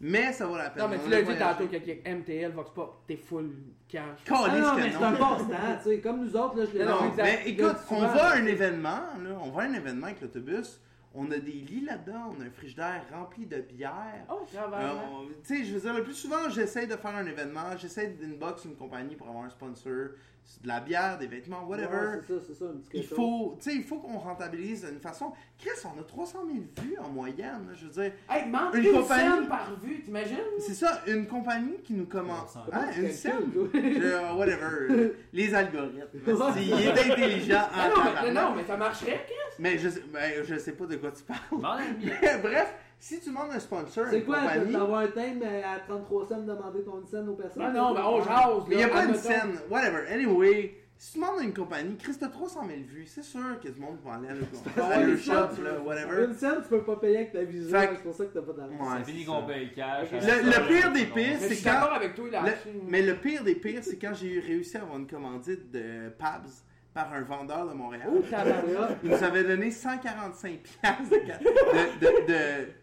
Mais ça vaut la peine. Non, mais tu On a l'as dit voyagé. tantôt qu'avec MTL, Vox Pop, t'es full cash. Ah Calisse non, que mais c'est un passe-temps, tu sais. Comme nous autres, là, je l'ai Non, Non, mais exact. écoute, Là, tu on vas- va à un événement, là, on va à un événement avec l'autobus, on a des lits là-dedans, on a un frigidaire rempli de bière. Oh, Ah, Euh, travail. on- tu sais, je veux dire, le plus souvent, j'essaie de faire un événement, j'essaie d'inbox une compagnie pour avoir un sponsor, c'est de la bière, des vêtements, whatever. Ouais, C'est ça, c'est ça, un petit Il quelque chose. faut, tu sais, il faut qu'on rentabilise d'une façon. Chris, on a 300 000 vues en moyenne. là, Je veux dire, hein. Hey, manque Une une, compagnie- scène par vue, t'imagines? c'est ça, une compagnie qui nous commence. Comment Ah, une scène. Ouais. Je- euh, whatever. Les algorithmes. Si, il est intelligent. en Ah non, mais, tabarnak. non, mais ça marcherait, Chris. Mais je, sais- ben, je sais pas de quoi tu parles. Demande à un ami. Bref, si tu demandes un sponsor, à C'est une quoi, compagnie. d'avoir un thème euh, à 33 cents, demander ton scène aux personnes? Ah, Non, non, ben, mais oh, on jase. Il n'y a là, pas une admettons. scène. Whatever. Anyway. Si tu demandes à une compagnie, Chris, t'as 300 000 vues, c'est sûr que du monde va aller à leur- à Une leur scène, shop, là, whatever. Une scène, tu peux pas payer avec ta visa, Fait que- c'est pour ça que t'as pas d'argent. Ouais, C'est c'est fini ça. qu'on paye cash. Le- Ça, le ça, pire ça, des on- pires, Mais je c'est suis quand- d'accord avec toi, là. Le- là-dessus. mais le pire des pires, c'est quand j'ai eu réussi à avoir une commandite de Pabs par un vendeur de Montréal. Ouh, tabarnak. Il nous avait donné 145 piastres de, ca- de- de- de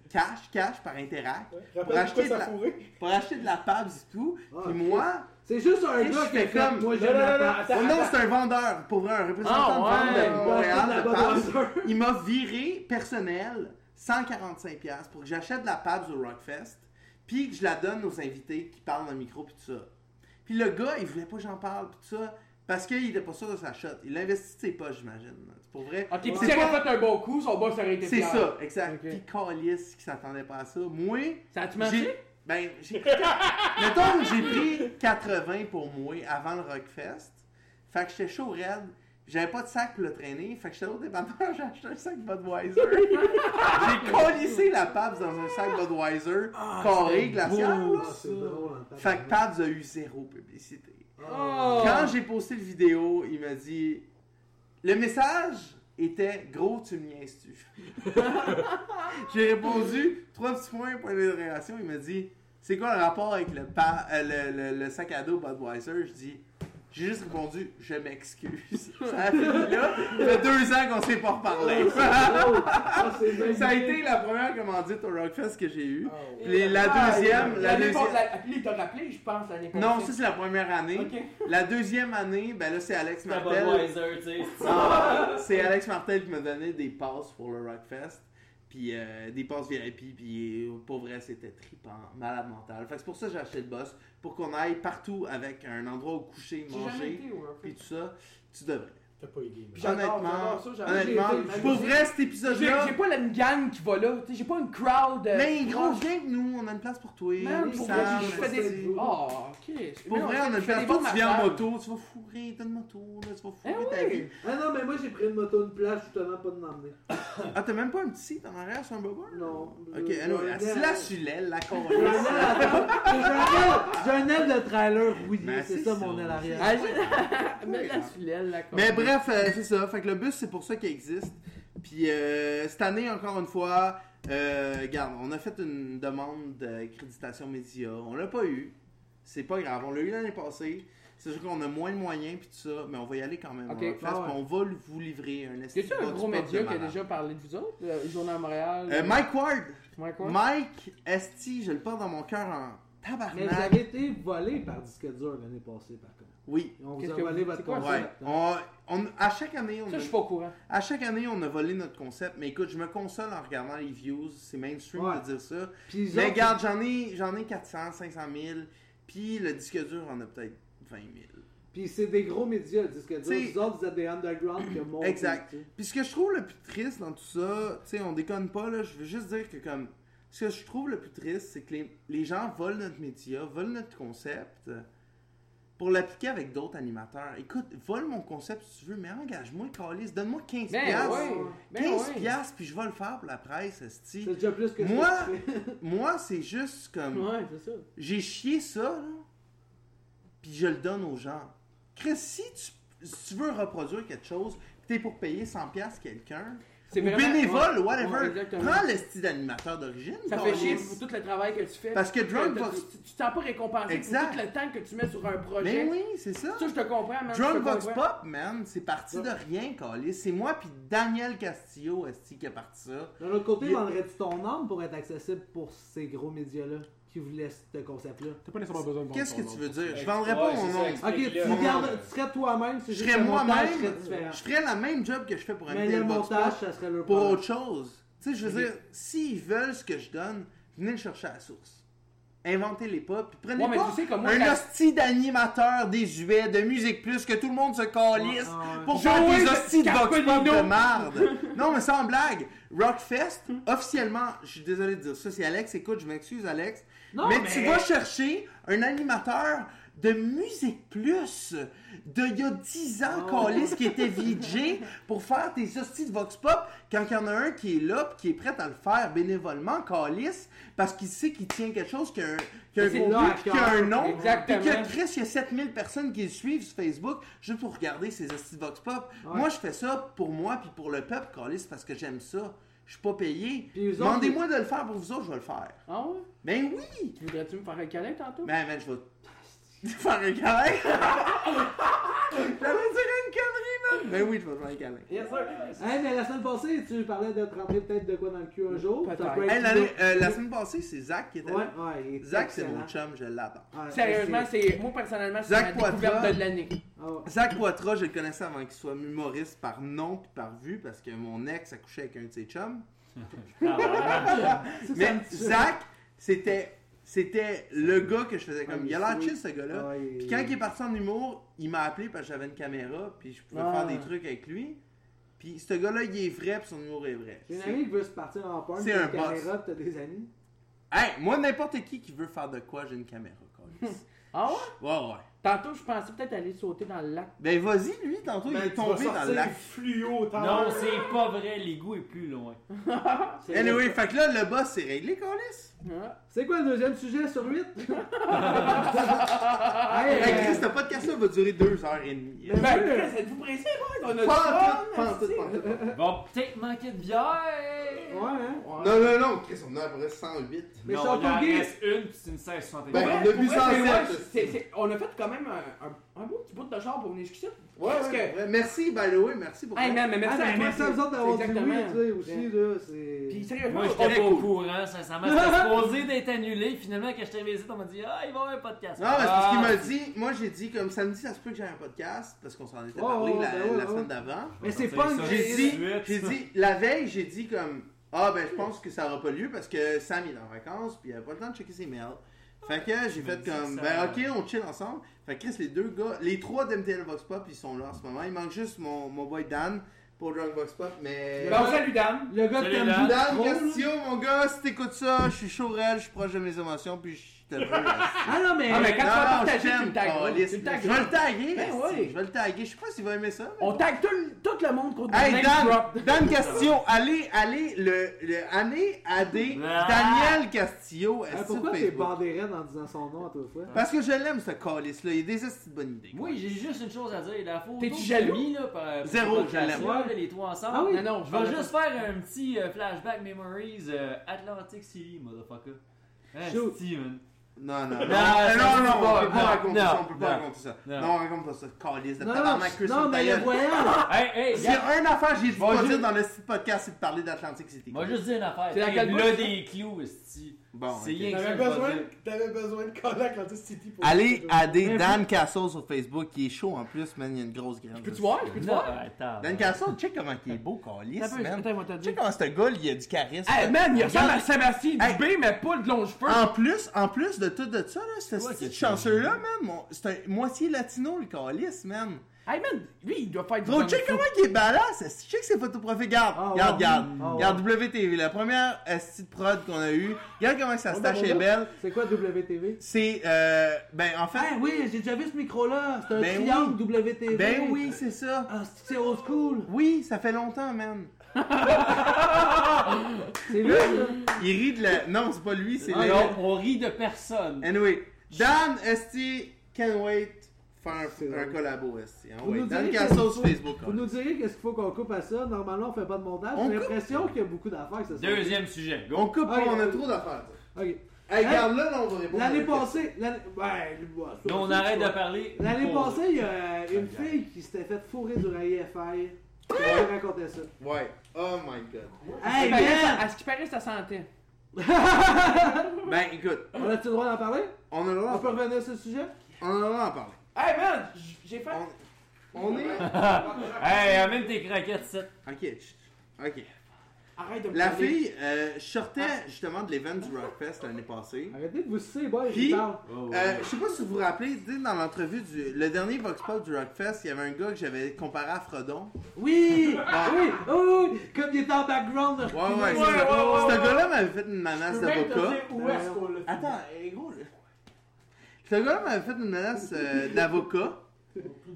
cash, cash par Interact Pour Rappelle-toi acheter pourquoi ça de a la- fourré. pour acheter de la Pabs et tout. Ah, Puis ok. moi, C'est juste un Qu'est-ce gars que qui a je fais fait, comme- moi Non, j'aime non, non, la non, pâte. attends, oh non, attends. c'est un vendeur, pour vrai, un représentant Ah, de ouais. vente de Ouais, Montréal la Oh, de bonne Pabs. heure. Il m'a viré personnel 145$ piastres pour que j'achète de la Pabs au Rockfest, puis que je la donne aux invités qui parlent dans le micro, puis tout ça. Puis le gars, il voulait pas que j'en parle, puis tout ça, parce qu'il était pas sûr de sa shot. Il investit de ses poches, j'imagine. C'est Pour vrai. Ok, puis C'est si elle pas- a fait un bon coup, son boss aurait été C'est fier. ça, exact. Ok. Puis Calis qui s'attendait pas à ça. Moi, Ça a-tu j'ai. marché? Ben, j'ai pris. Mettons que j'ai pris 80 pour moi avant le Rockfest. Fait que j'étais chaud raide. J'avais pas de sac pour le traîner. Fait que j'étais au dépanneur, j'ai acheté un sac Budweiser. j'ai collissé la Pabs dans un sac Budweiser carré glacial. là. Ah, c'est drôle, en fait. Fait que Pabs a eu zéro publicité. Oh! Quand j'ai posté le vidéo, il m'a dit le message était gros tu me niaises-tu. j'ai répondu trois petits points point d'interrogation, il m'a dit c'est quoi le rapport avec le, pa- euh, le, le- le sac à dos Budweiser Je dis j'ai juste répondu je m'excuse. Ça a fini là. Ça fait deux ans qu'on s'est pas reparlé. Ah, c'est magnifique. Ça a été la première commandite au Rockfest que j'ai Ah, eue. Oh. Les- la deuxième, la L'année deuxième. passée- la- Puis il t'a rappelé, je pense, l'année passée. Non, ça c'est la première année. Ok. La deuxième année, ben là c'est Alex C'est un Martel. Budweiser, tu sais. Ah, c'est Alex Martel qui m'a donné des passes pour le Rockfest. Puis euh, des passes VIP. Puis euh, pour vrai, c'était tripant, malade mental. Fait que c'est pour ça que j'ai acheté le boss. Pour qu'on aille partout avec un endroit où coucher, J'ai jamais manger. été au Rock. Puis tout ça. Tu devrais. T'as pas idée. man. J'adore, honnêtement, j'adore ça, j'adore. J'ai été, honnêtement j'ai pour été. vrai, cet J'ai épisode-là. j'ai pas la- une gang qui va là. tu sais, J'ai pas une crowd. euh, Mais gros, viens avec nous, on a une place pour toi. Man, pour vrai, Sam, j'ai fait des. vas-y. Oh, ok. Pour Mais vrai, on a je fais une des place. bons Toi, tu viens en massages. moto, tu vas fourrer, t'as une moto, là, tu vas fourrer Eh ta oui. vie. Ah non, mais moi j'ai pris une moto de place justement pas de m'emmener. Ah, t'as même pas un petit seat en arrière sur un bobber? Non. Ok, anyway, assis là sur l'aile, la con. J'ai un aile à terre. J'ai un aile- J'ai un aile de trailer Mais rouillé, c'est c'est ça ça. mon aile arrière. Ah, j'ai- Mets la soulèle, la con. Mais bref, euh, c'est ça. Fait que le bus, c'est pour ça qu'il existe. Puis euh, cette année, encore une fois, euh, regarde, on a fait une demande d'accréditation média. On l'a pas eu. C'est pas grave. On l'a eu l'année passée. C'est sûr qu'on a moins de moyens puis tout ça, mais on va y aller quand même. Ok, on, va le faire, ah ouais. puis on va le- vous livrer un Y a-tu esti un de gros spot de média qui a malade. déjà parlé de vous autres Le Journal à Montréal Euh, Mike Ward, Mike Ward? Mike Esti, je le porte dans mon cœur en Mais tabarnak. vous avez été volé par disque dur l'année passée par contre. Oui. On vous Qu'est-ce a que volé vous- votre c'est quoi Ouais. concept. On, on- à chaque année, on Ça, a- je suis pas au courant. À chaque année, on a volé notre concept, mais écoute, je me console en regardant les views, c'est mainstream Ouais. de dire ça. Puis ils mais ont- regarde, j'en ai, j'en ai 400, 500 000, puis le disque dur en a peut-être 20 000. Puis c'est des gros médias, disque dur. T'sais- Vous autres, vous êtes des underground qui montent. Exact. Puis ce que je trouve le plus triste dans tout ça, tu sais, on déconne pas, là, je veux juste dire que comme, ce que je trouve le plus triste, c'est que les, les gens volent notre média, volent notre concept euh, pour l'appliquer avec d'autres animateurs. Écoute, vole mon concept si tu veux, mais engage-moi, Calis, donne-moi 15$. Ben ouais, ben 15$, ouais. piastres, puis je vais le faire pour la presse, esti. C'est déjà plus que ce Moi, que tu fais. Moi, c'est juste comme. Ouais, c'est ça. J'ai chié ça, là, puis je le donne aux gens. Chris, si tu, si tu veux reproduire quelque chose, puis t'es pour payer 100$ quelqu'un, C'est ou vraiment- bénévole, Ouais, whatever, exactement. prends le style d'animateur d'origine. Ça fait Calis. chier pour tout le travail que tu fais. Parce que Drunk Tu- va- tu- Tu t'en pas récompensé pour Exact. tout le temps que tu mets sur un projet. Mais Ben oui, c'est ça. Ça, je te comprends, man. je te Drunk Vox comprends. Pop, man, c'est parti de rien, Calis. C'est moi puis Daniel Castillo, esti, qui a parti ça. D'un autre côté, Il- vendrais-tu ton âme pour être accessible pour ces gros médias-là qui voulaient ce concept-là? T'as pas nécessairement besoin de vendre Qu'est-ce que ton tu nom. veux dire? Je vendrais pas Ouais, mon c'est ça, nom. explique. Ok, tu, Explique-le. euh, gardes- tu serais toi-même, c'est Je juste serais le montage moi-même. serait différent. Je ferais la même job que je fais pour Mais Anita le Vox Pop. montage, ça serait le pour problème. autre chose. Tu sais, je veux dire, s'ils veulent ce que je donne, venez le chercher à la source. Inventez-les pas, puis prenez Ouais, mais pas tu sais que moi, un la- hostie d'animateur désuet de Musique Plus que tout le monde se calisse Ouais, ouais. pour faire Joey des hosties de Vox Pop Scarpolino. de marde. non, mais sans blague, Rockfest, Hmm. officiellement, je suis désolé de dire ça, c'est Alex, écoute, je m'excuse Alex, Non, mais, mais- tu vas chercher un animateur de Musique Plus de il y a 10 ans, Oh. calisse, Hein, qui était VJ pour faire tes hosties de Vox Pop quand il y en a un qui est là pis qui est prêt à le faire bénévolement, Calis, parce qu'il sait qu'il tient quelque chose, qu'il a un, qu'il a un C'est gros là but, à pis qu'il a un cœur. nom. Exactement. Puis que Chris, il y a 7000 personnes qui le suivent sur Facebook juste pour regarder ces hosties de Vox Pop. Ouais. Moi, je fais ça pour moi puis pour le peuple, Calis, parce que j'aime ça. Je suis pas payé. Puis eux autres, Demandez-moi de le faire pour vous autres, je vais le faire. Ah ouais? Ben oui! Tu Voudrais-tu me faire un câlin tantôt? Ben, man, je vais te faire un câlin. J'allais dire une connerie, man. Ben oui, je vais te faire un câlin. Yes, sir. Hey, mais la semaine passée, tu parlais de te rentrer peut-être de quoi dans le cul un jour. Peut-être. Ça peut être Hey, une l'année- autre- euh, la semaine passée, c'est Zach qui était Ouais, là. ouais, il est Zach, c'est excellent. mon chum, je l'adore. Ouais, Sérieusement, c'est moi personnellement, c'est ma Zach Poitras. découverte de l'année. Ah ouais. Zach Poitras, je le connaissais avant qu'il soit humoriste par nom puis par vue parce que mon ex a couché avec un de ses chums. Ah, Ça, ça Mais me tue. Zach, c'était c'était le gars que je faisais comme. Ouais, Il a l'air oui. chill, ce gars-là. Ouais, il- Puis quand il est parti en humour, il m'a appelé parce que j'avais une caméra puis je pouvais Ah. faire des trucs avec lui. Puis ce gars-là, il est vrai puis son humour est vrai. J'ai une C'est- amie qui veut se partir en porn, C'est t'as un une boss. caméra, pis t'as des amis. Hey, moi, n'importe qui qui veut faire de quoi, j'ai une caméra. câlisse. Ah ouais? ouais, ouais. Tantôt, je pensais peut-être aller sauter dans le lac. Ben vas-y, lui, tantôt, Ben, il est tu tombé vas dans le sortir lac. fluo, t'as Non, c'est pas vrai, l'ego est plus loin. C'est- Anyway, fait que là, le boss, c'est réglé, câlisse. Ah. C'est quoi le deuxième sujet sur euh, 8? Hey, hey, Chris, ce podcast-là va durer deux heures et demie. Ben, Chris, êtes-vous pressé, boys? On a du Pas fun, en tout, pas en tout, esti. pas en tout, pas en tout. Il va peut-être manquer de bière. euh, ouais, hein? Non, non, non, Chris, on est à peu près 108. Mais non, Château il en Gay- reste une, puis c'est une 1661. Ben, Ouais, on a pour vu vrai, 107, mais ouais, esti. c'est- c'est- on a fait quand même un, un, un beau petit bout de char pour venir jusqu'ici. Ouais, Parce ouais, que- ouais. Merci, by the way, merci pour Hey, ça. man, mais merci Ah, ben, à toi. merci à vous autres c'est- d'avoir dit c'est oui, tu sais, exactement. aussi, là, Puis c'est... sérieusement, Moi, on- j'étais pas au courant, sincèrement. C'était supposé d'être annulé. Finalement, quand j'étais visite, on m'a dit Ah, il va y avoir un podcast. Non, mais c'est parce qu'il Ah. m'a dit, moi j'ai dit comme samedi, ça se peut que j'ai un podcast, parce qu'on s'en était Oh, parlé oh, la, ben ouais, la ouais. semaine d'avant. Mais c'est Ça, pas ça, une c'est J'ai dit, suite, j'ai ça. dit, la veille, j'ai dit comme, ah ben je pense que ça aura pas lieu parce que Sam il est en vacances, puis il avait pas le temps de checker ses mails. Fait que j'ai me fait dis comme, que ben ça-ČSW. ok, on chill ensemble. Fait que Chris, les deux gars, les trois d'MTL Vox Pop, ils sont là en ce moment. Il manque juste mon, mon boy Dan pour Drunk Vox Pop, mais. Ben, on salue Dan. Le gars de Salut, Kamji Dan Dan Castillo, mon gars, si t'écoutes ça, je suis chaud réel, je suis proche de mes émotions, puis je te veux. esti. Ah non, mais... Ah, mais quand tu vas Non, non, je partager, tu t'aime, le tagueras. câlisse. Tu le Je vais le tagueras. taguer, Ben esti, ouais. je vais le taguer. Je sais pas s'il va aimer ça. mais- On tague tout, le- tout le monde contre Hey le name Dan, drop. Dan Castillo, allez, allez, le, le année AD, Daniel Castillo, Ah, est sur pourquoi t'es Facebook. bandé raide en disant son nom à toi fois? Parce que je l'aime ce calice-là, il a des astuces de bonnes idées. Moi, j'ai juste une chose à dire. La photo T'es-tu que jaloux? j'ai mis, là, par, Zéro, par- je l'aime. là, les trois ensemble. Ah oui? Non, non, Je je vais vais juste faire un petit euh, flashback memories euh, Atlantic City, motherfucker. Hein, Shoot. Steven. Non, non, non, non, non, ça, non, c'est on peut pas- pas non, raconter ça, on peut non, pas non, raconter ça. non. Non, on raconte pas ça, calice de Non, non, tabarnak, Chris, non, ta mais le gueule. voyage! Hey, hey, S'il y a une affaire, j'ai dû Bon, pas je- dire dans le site podcast, c'est de parler d'Atlantic City. Moi, juste dire une affaire. C'est la Hey, quelle là boîte, des clous, esti. Bon, C'est ok. rien que ça. T'avais je vais besoin, dire. t'avais besoin de coller avec l'Antis City pour. Allez AD, Dan Castillo sur Facebook, il est chaud en plus, man, il y a une grosse graine. Peux-tu voir? Peux-tu Non, voir? attends. Dan Castillo, check comment il est beau, T'as calice, peu, man. attends, moi, t'as dit. Tu sais comment ce gars, il a du charisme. Hey man, il ressemble à Sébastien Hey. Dubé, mais pas de longs cheveux. En plus, en plus de tout de ça, là, ce Ouais, style c'est chanceux-là, man, mon- c'est un moitié latino, le calice, man. Hey man, lui, il doit faire du Gros, bon check foot. comment il est badass! esti. Check ses photos profil. Garde, Ah, garde, ouais. garde. Ah, ouais. Garde WTV, la première esti de prod qu'on a eue. Regarde comment Oh, sa stache ben, est belle. C'est quoi WTV? C'est, euh, ben, en fait, Ah oui, j'ai déjà vu ce micro-là. C'est un Ben triangle WTV. ben oui, c'est ça. Ah, c'est old school. Oui, ça fait longtemps, man. C'est lui, là. Il rit de la... Non, c'est pas lui, c'est Hein? Ah, Léon. on, on rit de personne. Anyway, Dan, esti, can't wait faire C'est un, un drôle. collabo, esti. hein, Vous ouais. nous Dan direz Casso qu'est-ce sur qu'il Facebook. Vous nous direz qu'est-ce qu'il faut qu'on coupe à ça. Normalement, on fait pas de montage. On J'ai coupe. l'impression qu'il y a beaucoup d'affaires, c'est ça. Deuxième sujet, go. On coupe, Ah, on a euh, trop d'affaires. ça. Ok. Hey, Hein? regarde, là, là, on va répondre. à L'année la question. passée, l'année- ben, ouais, c'est Là, on pas- arrête c'est de pas- parler. L'année Bon. passée, il y a une fille qui s'était faite fourrer du rail FR. Je vais vous raconter ça. Ouais. Oh my god. Hey, Ben, ça- man! À ce qui paraît, ça sentait. Ben, écoute, On a-tu le droit d'en parler? on a le On droit peut revenir sur ce sujet? on a le droit d'en parler. Hey man, j- j'ai fait. On- On est. Hey, amène tes craquettes, ça. Ok, chut. ok. Arrête de me La parler. fille, euh, je sortais justement de l'event du Rockfest l'année passée. Arrêtez de vous sucer, boy, je Puis- vous parle. Euh, je sais pas si vous vous rappelez, tu sais, dans l'entrevue du le dernier Vox Pop du Rockfest, il y avait un gars que j'avais comparé à Frodon. Oui! oui! Oui, oui! Comme il est en background, Ouais, ouais, c'est ça. Ce gars-là m'avait fait une menace d'avocat. Où est-ce qu'on l'a fait? Attends, hey, gros. là. Ce gars-là m'avait fait une menace euh, d'avocat.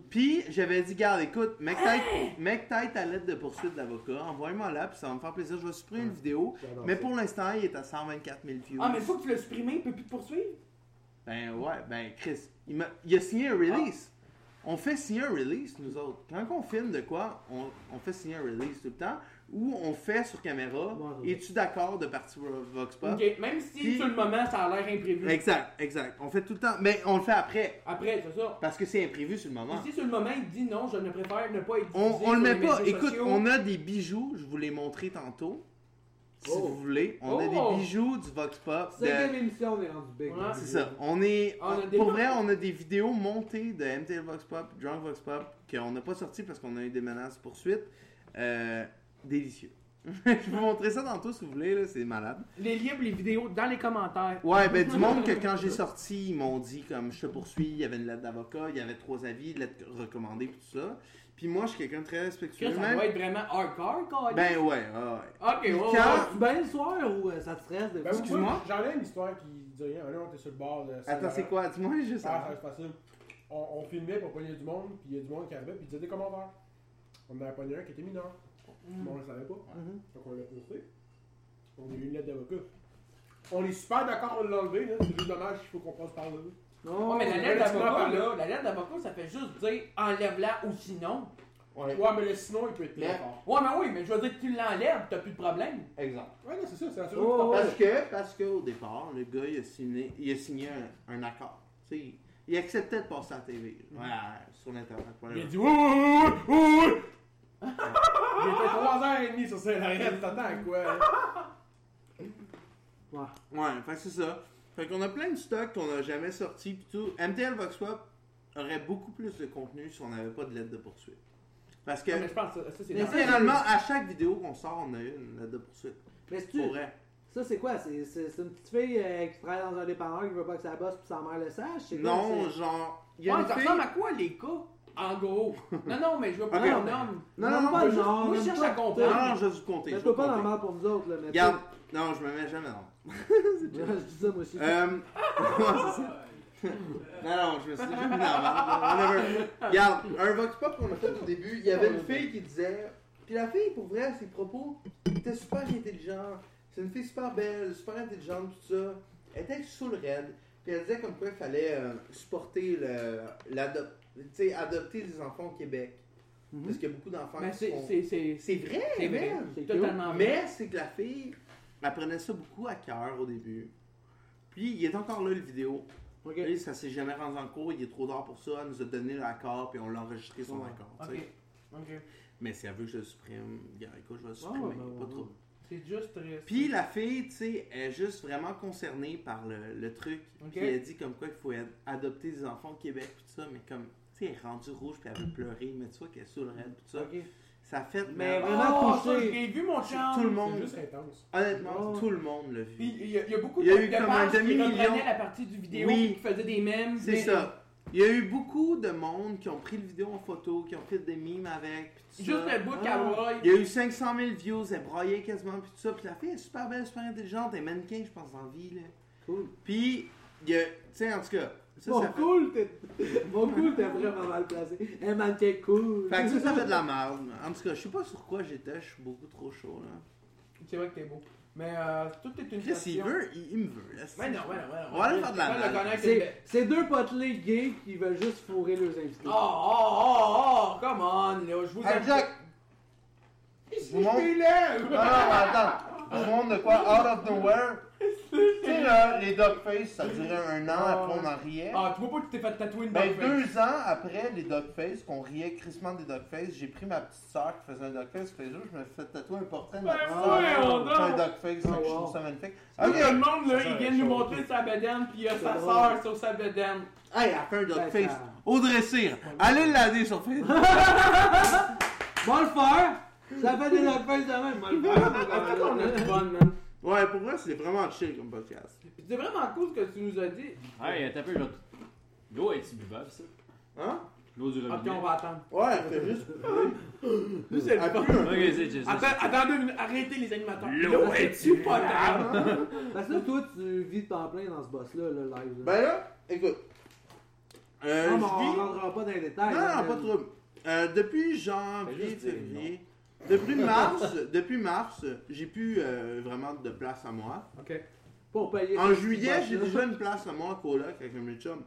Puis j'avais dit, garde, écoute, mec, Hein? tête- mec, tête à l'aide de poursuite d'avocat, envoie-moi là, puis ça va me faire plaisir. Je vais supprimer une vidéo. Mais pour l'instant, il est à 124 000 views. Ah, mais une fois que tu l'as supprimé, il peut plus te poursuivre. Ben ouais, ben Chris, il, m'a- il a signé un release. Ah. On fait signer un release, nous autres. Quand on filme de quoi, on, on fait signer un release tout le temps, ou on fait sur caméra, Ouais, ouais. es-tu d'accord de partir au Vox Pop? Ok, même si Puis- sur le moment, ça a l'air imprévu. Exact, exact. On fait tout le temps, mais on le fait après, Après, c'est ça. parce que c'est imprévu sur le moment. Ici, sur le moment, il dit non, je ne préfère ne pas être On, on le met pas. Écoute, on a des bijoux, je vous les montrer tantôt. Si Oh. vous voulez, on a Oh. des bijoux du Vox Pop. de- Cinquième émission, on est rendu big. Ouais. C'est ça. On est. On a des- Pour vrai, on a des vidéos montées de MTL Vox Pop, Drunk Vox Pop, qu'on n'a pas sorties parce qu'on a eu des menaces poursuites. Euh, délicieux. Je vais vous montrer ça tantôt si vous voulez, là, c'est malade. Les liens pour les vidéos dans les commentaires. Ouais, ben du monde que quand j'ai sorti, ils m'ont dit comme je te poursuis, il y avait une lettre d'avocat, il y avait trois avis, une lettre recommandée, puis tout ça. Puis moi, je suis quelqu'un de très Que respectueux. ça même. va être vraiment hardcore, quoi. Ben ouais, ah ouais. ok, ouais, ouais. Quand- Tu baignes le soir ou euh, ça te stresse? des Ben, fois? Excuse-moi? moi J'en ai une histoire qui dit rien. Un jour, on était sur le bord de. Attends, c'est quoi Dis-moi juste. Ah, ça avant. va se passer. On, on filmait pour pogner du monde, puis il y a du monde qui arrivait, puis il disait des commentaires. On en a pogné un qui était mineur. Mm. Bon, on le savait pas. Mm-hmm. Donc on l'a posté. On a eu une lettre d'avocat. On est super d'accord, on l'a enlevé, là. C'est juste dommage qu'il faut qu'on passe par là. Non, Ouais, mais la Ouais, lettre tu m'en d'avocat, parles. là, la lettre d'avocat, ça fait juste dire enlève-la ou sinon. Ouais, Ouais, mais le sinon, il peut être Mais- très fort. Ouais, mais oui, mais je veux dire que tu l'enlèves, t'as plus de problème. exemple. Ouais, non, c'est ça, c'est la seule Oh, chose. Parce que, parce que au départ, le gars, il a signé, il a signé un, un accord. Tu sais, il acceptait de passer à la TV. Ouais, sur l'Internet. Il a whatever. dit oui, oui, oui, oui, oui. oh, Il était 3h30 sur scène, arrête, t'attends quoi. là? Ouais, fait que c'est ça. Fait qu'on a plein de stocks qu'on n'a jamais sortis pis tout. MTL Voxpop aurait beaucoup plus de contenu si on n'avait pas de lettre de poursuite. Parce que, Non, mais je pense que ça, ça, c'est normal. littéralement, à chaque vidéo qu'on sort, on a une lettre de poursuite. mais c'est-tu- Pour vrai. ça c'est quoi? C'est c'est- c'est une petite fille euh, qui travaille dans un dépanneur qui veut pas que sa bosse puis sa mère le sache? C'est quoi, Non, c'est- genre. il y a Ouais, une ça fille- ressemble à quoi les cas En gros. Non, non, mais je veux pas Ok. qu'on nomme. Ah, Non, non, Même pas non, moi, le je- genre, moi, je même cherche pas- à comprendre. Non, non, je vais vous compter. je vais Mets-toi vous pas dans compter. le mal pour nous autres, là. mais- Regarde, non, je me mets jamais dans Je dis ça, moi aussi. Euh... ouais, c'est ça. non, non, je me suis déjà mis dans la merde, whatever. Regarde, un Vox Pop qu'on a fait au début, il y avait une fille qui disait. Puis la fille, pour vrai, ses propos étaient super intelligents. C'est une fille super belle, super intelligente, tout ça. Elle était sous le raid. Puis elle disait comme quoi il fallait euh, supporter le. l'adop- tu sais, adopter les enfants au Québec. Mhm. Parce qu'il y a beaucoup d'enfants Mais qui Mm-hmm. Ben, c'est- c'est font- c'est- C'est vrai, c'est vrai. man. C'est C'est totalement vrai. Mais c'est que la fille, elle prenait ça beaucoup à cœur au début. Puis il est encore là le vidéo. Ok. Lui, ça s'est jamais rendu en cours, il est trop tard pour ça. Elle nous a donné l'accord, puis on l'a enregistré son Ouais. accord. tu Ok. sais. Ok. Mais si elle veut que je le supprime, regarde, écoute, je vais le supprimer. ouais, ben, y a pas ouais, de trouble. ouais. C'est juste. euh, Puis la fille, tu sais, est juste vraiment concernée par le, le truc. Ok. Puis elle dit comme quoi qu'il faut ad- adopter des enfants au Québec, puis tout ça. Mais comme, tu sais, elle est rendue rouge, puis elle veut pleurer. Mais tu vois qu'elle est sous le raid, puis tout ça. Ok. Ça fait. Mais Mais vraiment oh, ça, touché. je l'ai vu mon chum. tout le C'est monde, juste intense. honnêtement, Oh. tout le monde l'a vu. Puis il y, a- il y a beaucoup Il y a de eu de comme pages un demi-million. qui reprenaient la partie du vidéo Oui. qui faisaient des mèmes. C'est mais- ça. Il y a eu beaucoup de monde qui ont pris le vidéo en photo, qui ont fait des mimes avec, puis tout Juste ça. le bout de Ah. cowboy. Il y a eu 500 000 views, elle broyait quasiment, puis tout ça. Puis la fille est super belle, super intelligente, elle est mannequin, je pense, en vie, là. Cool. Puis, il y a... Tu sais, en tout cas, ça, Mon ça fait... cool, t'es- mon cool, t'es vraiment mal placé. Eh, man, t'es cool. Fait que ça, ça fait de la merde. En tout cas, je sais pas sur quoi j'étais, je suis beaucoup trop chaud, là. C'est vrai que t'es beau. Mais euh, tout est une Chris, il question. veut, il, il me veut, là. c'est- Mais non, mais non, mais non. On va aller faire de la On va le merde. connaître, C'est- le- C'est deux potelés gays qui veulent juste fourrer leurs invités. Oh, oh, oh, oh, come on, là, je vous Hey, aime. Jack! Je vous montre... Non, non, attends. Je vous montre de quoi, out of nowhere. Tu sais, là, les Dogface, ça durait un an, après on en riait. Ah, tu vois pas que tu t'es fait tatouer une Ben, dog face? deux ans après les Dogface, qu'on riait crissement des Dogface, j'ai pris ma petite soeur qui faisait un Dogface, tous les jours, je me fais tatouer un portrait de ma Ben petite voyons soeur. qui fait un donc! Dogface, Oh, donc je wow. trouve ça Tout magnifique. Ah, Ok, le monde, là, Ça, il ça, vient ça, nous ça. montrer sa bedaine, puis il y a C'est sa drôle. soeur sur sa bedaine. hey, elle a fait un Ben, Dogface. ça- Audrey Cyr, allez le lader sur Facebook. Va le faire! Ça fait des affaires de même, va le Ah, on est faire. bonne, man. Ouais, pour moi, c'est vraiment chill comme podcast. Puis C'est vraiment cool ce que tu nous as dit. Hey, t'as peu, genre. L'eau est-tu buvable, ça Hein? L'eau du Ok, robinet. on va attendre. Ouais, c'est juste. Nous, c'est le Elle fun. pue un peu. Ok, c'est c'est- Attends, c'est- attends deux minutes, arrêtez les animateurs. L'eau L'eau est-tu potable? Parce que là, toi, tu vis de temps plein dans ce boss-là, le live. là. Ben là, écoute. Euh, non, je mais Ah, on vis- rentrera pas dans les détails. Non, là, non, pas mais- de trouble. Euh, depuis Fais janvier, juste dire non. février, depuis mars, depuis mars, j'ai plus euh, vraiment de place à moi. Ok. Pour payer. En ce juillet, petit j'ai boss-là. déjà une place à moi en coloc avec un de mes chums.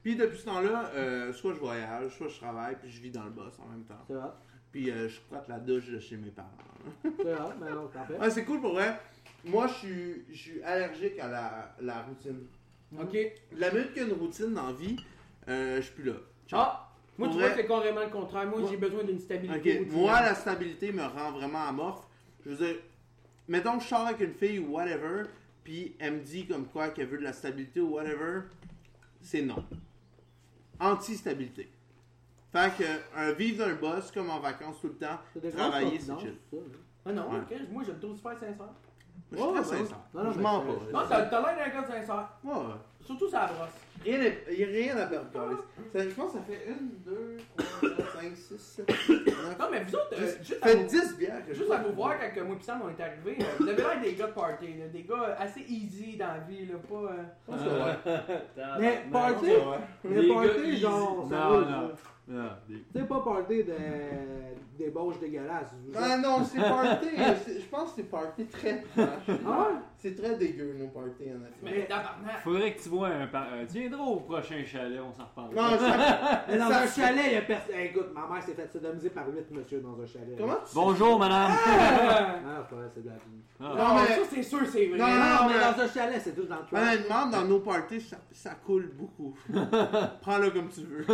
Puis depuis ce temps-là, euh, soit je voyage, soit je travaille, puis je vis dans le boss en même temps. C'est vrai, Puis euh, je croque la douche de chez mes parents. c'est vrai, mais non, t'en fais. Ah, c'est cool pour vrai. Moi, je suis, je suis allergique à la, la routine. Ok. La minute qu'il y a une routine dans la vie, euh, je suis plus là. Ciao. Ah! Moi, tu Pour vois, vrai. c'est carrément le contraire. Moi, Moi- j'ai besoin d'une stabilité. Ok, quotidienne. moi la stabilité me rend vraiment amorphe. Je veux dire, mettons que je sors avec une fille ou whatever, puis elle me dit comme quoi qu'elle veut de la stabilité ou whatever, c'est non. Anti-stabilité. Fait que un vivre d'un boss comme en vacances tout le temps, C'est des grosses travailler c'est confidences, chill. tout ça, hein. là. Ah non, Ouais. ok, moi, je le trouve super sincère. Moi, je suis Ouais, très ouais. Ah, sincère. Non, non, je mais mens c'est- Ah. pas. Non, t'as t'as l'air d'un gars sincère. Ouais, ouais. Surtout sa brosse. Rien n'est- y a rien à perdre, Carlis. Ça- Je pense que ça fait 1, 2, 3, 4, 5, 6, 7, 9. Non, mais vous autres, euh, Ça juste, à fait vous, 10 bières que je juste à bois. vous voir, quand euh, moi et Sam on est arrivés, euh, vous avez l'air des gars de party, là, des gars assez easy dans la vie, là, pas. euh, Je pense que Ah, ouais. Mais party, Je pense que ouais. mais Les gars, party, easy. genre, Non, ça roule, non. là. Ah, des- C'est pas party de- d'ébauche dégueulasse. vous Ah êtes- non, c'est party. euh, c'est- Je pense que c'est party très trash. Ah ouais? C'est très dégueu, nos party, en effet. Mais tabarnak! Faudrait que tu vois un. par- euh, Tu viendras au prochain chalet, on s'en reparle. Non, ça- Mais dans Ah, Ça- un chalet, il y a personne. Hey, écoute, ma mère s'est fait sodomiser par 8 monsieur dans un chalet. Comment tu Bonjour, madame. Euh, Ah, c'est pas vrai, c'est de la vie. non, Non, mais- ça c'est sûr, c'est vrai. Non, non, Non, mais Ah, mais- Ah, dans un chalet, c'est tout dans le trash. Honnêtement, dans nos parties, ça, ça coule beaucoup. Prends-le comme tu veux.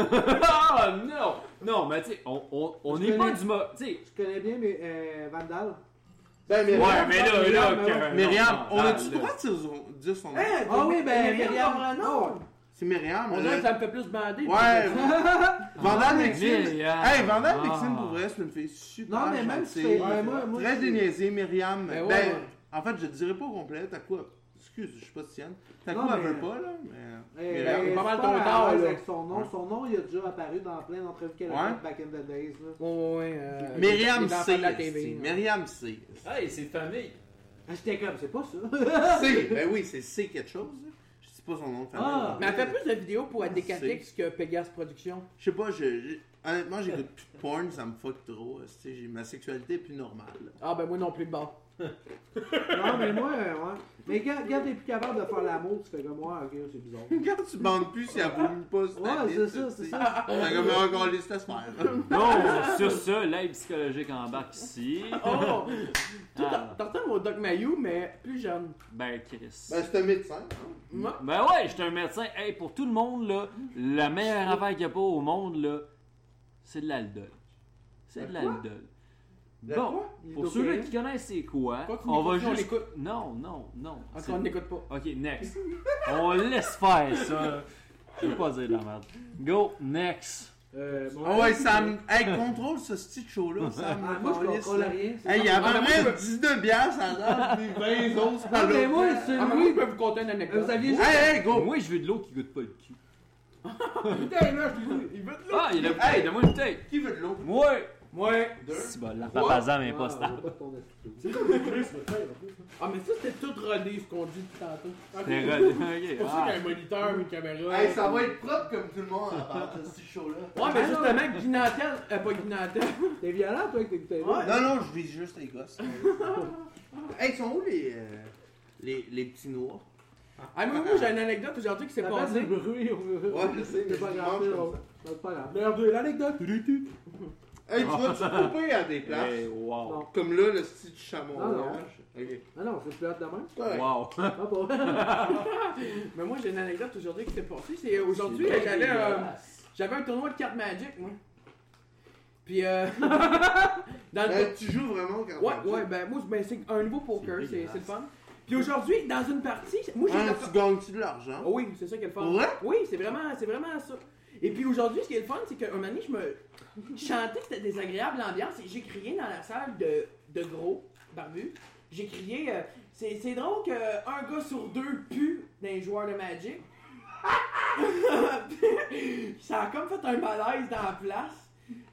Ah non! Non, mais tu sais, on, on, on Je n'est pas connais. du mode. Tu sais. Je connais bien mais euh, Vandal. Ben, Myriam, là, que- Myriam, non, on là, a-tu le là. droit de dire son- dire son nom? Hein, Ah oui, ben, Myriam, Myriam. Morano. C'est Myriam. On euh, dirait que ça me fait plus bander. Ouais. Vandal mais Nixon. Myriam. Hey, Vandal Ah. Nixon, pour vrai, c'est une fille super Non, mais même si gentille. Ah, ben, c'est- ouais, moi- moi, Très je- déniaisée, Myriam. Ben Ben, ouais, ouais. en fait, je dirais pas au complet. T'as quoi? Excuse, je suis pas Tienne. T'as Non, quoi, elle mais- veut pas, là? Mais... euh, Eh, Myriam, ben, pas mal c'est ton temps, à l'aise là. avec son nom. Ouais. Son nom, il a déjà apparu dans plein d'entrevues qu'elle Ouais. a fait back in the days. Là. Ouais, ouais, euh, Myriam les enfants C. de la TV, esti. là. Myriam C. Hey, c'est de famille. Ah, J'étais comme, c'est pas ça. C. Ben oui, c'est C quelque chose. là. Je sais pas son nom de famille. Ah. Mais elle fait plus de vidéos pour Ah, Adécatix que Pegasus Productions. Je sais pas, je, je- honnêtement, j'écoute plus de porn, ça me fuck trop. esti. J'ai ma sexualité est plus normale. Ah ben moi non plus de bord. non, mais moi, euh, ouais. Mais quand, quand t'es plus capable de faire l'amour, tu fais comme, moi, ok, c'est bizarre. Quand tu bandes plus, si elle vomit pas sur ta Ouais, c'est bite, ça, c'est esti. ça. T'as comme encore les se faire. Non, sur ça, l'aide psychologique embarque ici. Oh! Ah, T'en ressembles au Doc Mayou, mais plus jeune. ben, Chris. Ben, c'est un médecin. Moi, Ben ouais, j'étais un médecin. Hey, pour tout le monde, là, la meilleure affaire qu'il n'y a pas au monde, là, c'est de l'aldol. C'est de La l'aldol. La Bon, quoi? pour ceux-là qui connaissent c'est quoi, Quoi qu'on on va écoute, on juste... l'écoute. Non, non, non. Parce c'est- qu'on n'écoute pas. Ok, next. on laisse faire ça. Je veux pas dire de la merde. Go, next. Euh, Ah ouais, Sam. Hey, contrôle ce petit show-là, Sam. Ah, moi, je Calisse, contrôle là. rien. c'est Hey, il y ça. a à peu près 19 bières, ça a l'air, puis 20 autres. Non, mais ben, moi, Ah, mais celui. moi, je peux vous conter une Euh, anecdote. Vous aviez Hey, hey, go! Moi, je veux de l'eau qui goûte pas le cul. Putain, là, je te dis, il veut de l'eau. Ah, il a une bouteille, donne-moi une bouteille. Qui veut de l'eau? Moi! Ouais. Deux. C'est bon, la papazam est Ah, pas stable. C'est comme une crise, le frère, en plus. Ah, mais ça, c'était tout rodé, ce qu'on dit depuis tantôt. Ah, C'est Ok. rude. C'est pour ça ah. qu'il y a un moniteur, une caméra. Hey, ça va être propre comme tout le monde à part de ce show-là. Ouais, mais justement, Guy Nantel, euh, pas Guy Nantel. T'es violent, toi, avec tes bouteilles. Ouais. Non, non, je vise juste les gosses. hey, ils sont où les, euh, les, les petits noirs? Ah, mais moi, j'ai une anecdote aujourd'hui qui s'est Ça fait passée. du bruit au mur. Ouais, je sais, mais C'est pas je grave. mange c'est comme bon. C'est pas grave. L'heure de l'anecdote. Hey, tu vas-tu couper à des places? Hey, wow. Comme là, le style du chameau. Non, non. voyage. Ok. Ah non, c'est plus hâte de même. Correct. Wow. Ah, pas vrai. Mais moi, j'ai une anecdote aujourd'hui qui s'est passée. C'est aujourd'hui, euh, j'avais euh, j'avais un tournoi de cartes Magic, moi. Puis, euh, dans le Ben, tu joues vraiment quand Ouais, tu- ouais, ben moi, ben, c'est un nouveau poker, C'est c'est dégueulasse. c'est le fun. Puis aujourd'hui, dans une partie, moi j'ai. Hein, la- tu gagnes-tu de l'argent? Ah oui, c'est ça qui est le fun. Ouais? Oui, c'est vraiment, c'est vraiment ça. Et puis aujourd'hui, ce qui est le fun, c'est qu'un moment donné, je me chantais, c'était désagréable l'ambiance, et j'ai crié dans la salle de, de gros barbu. J'ai crié, euh, c'est c'est drôle qu'un gars sur deux pue d'un joueur de Magic. ça a comme fait un malaise dans la place.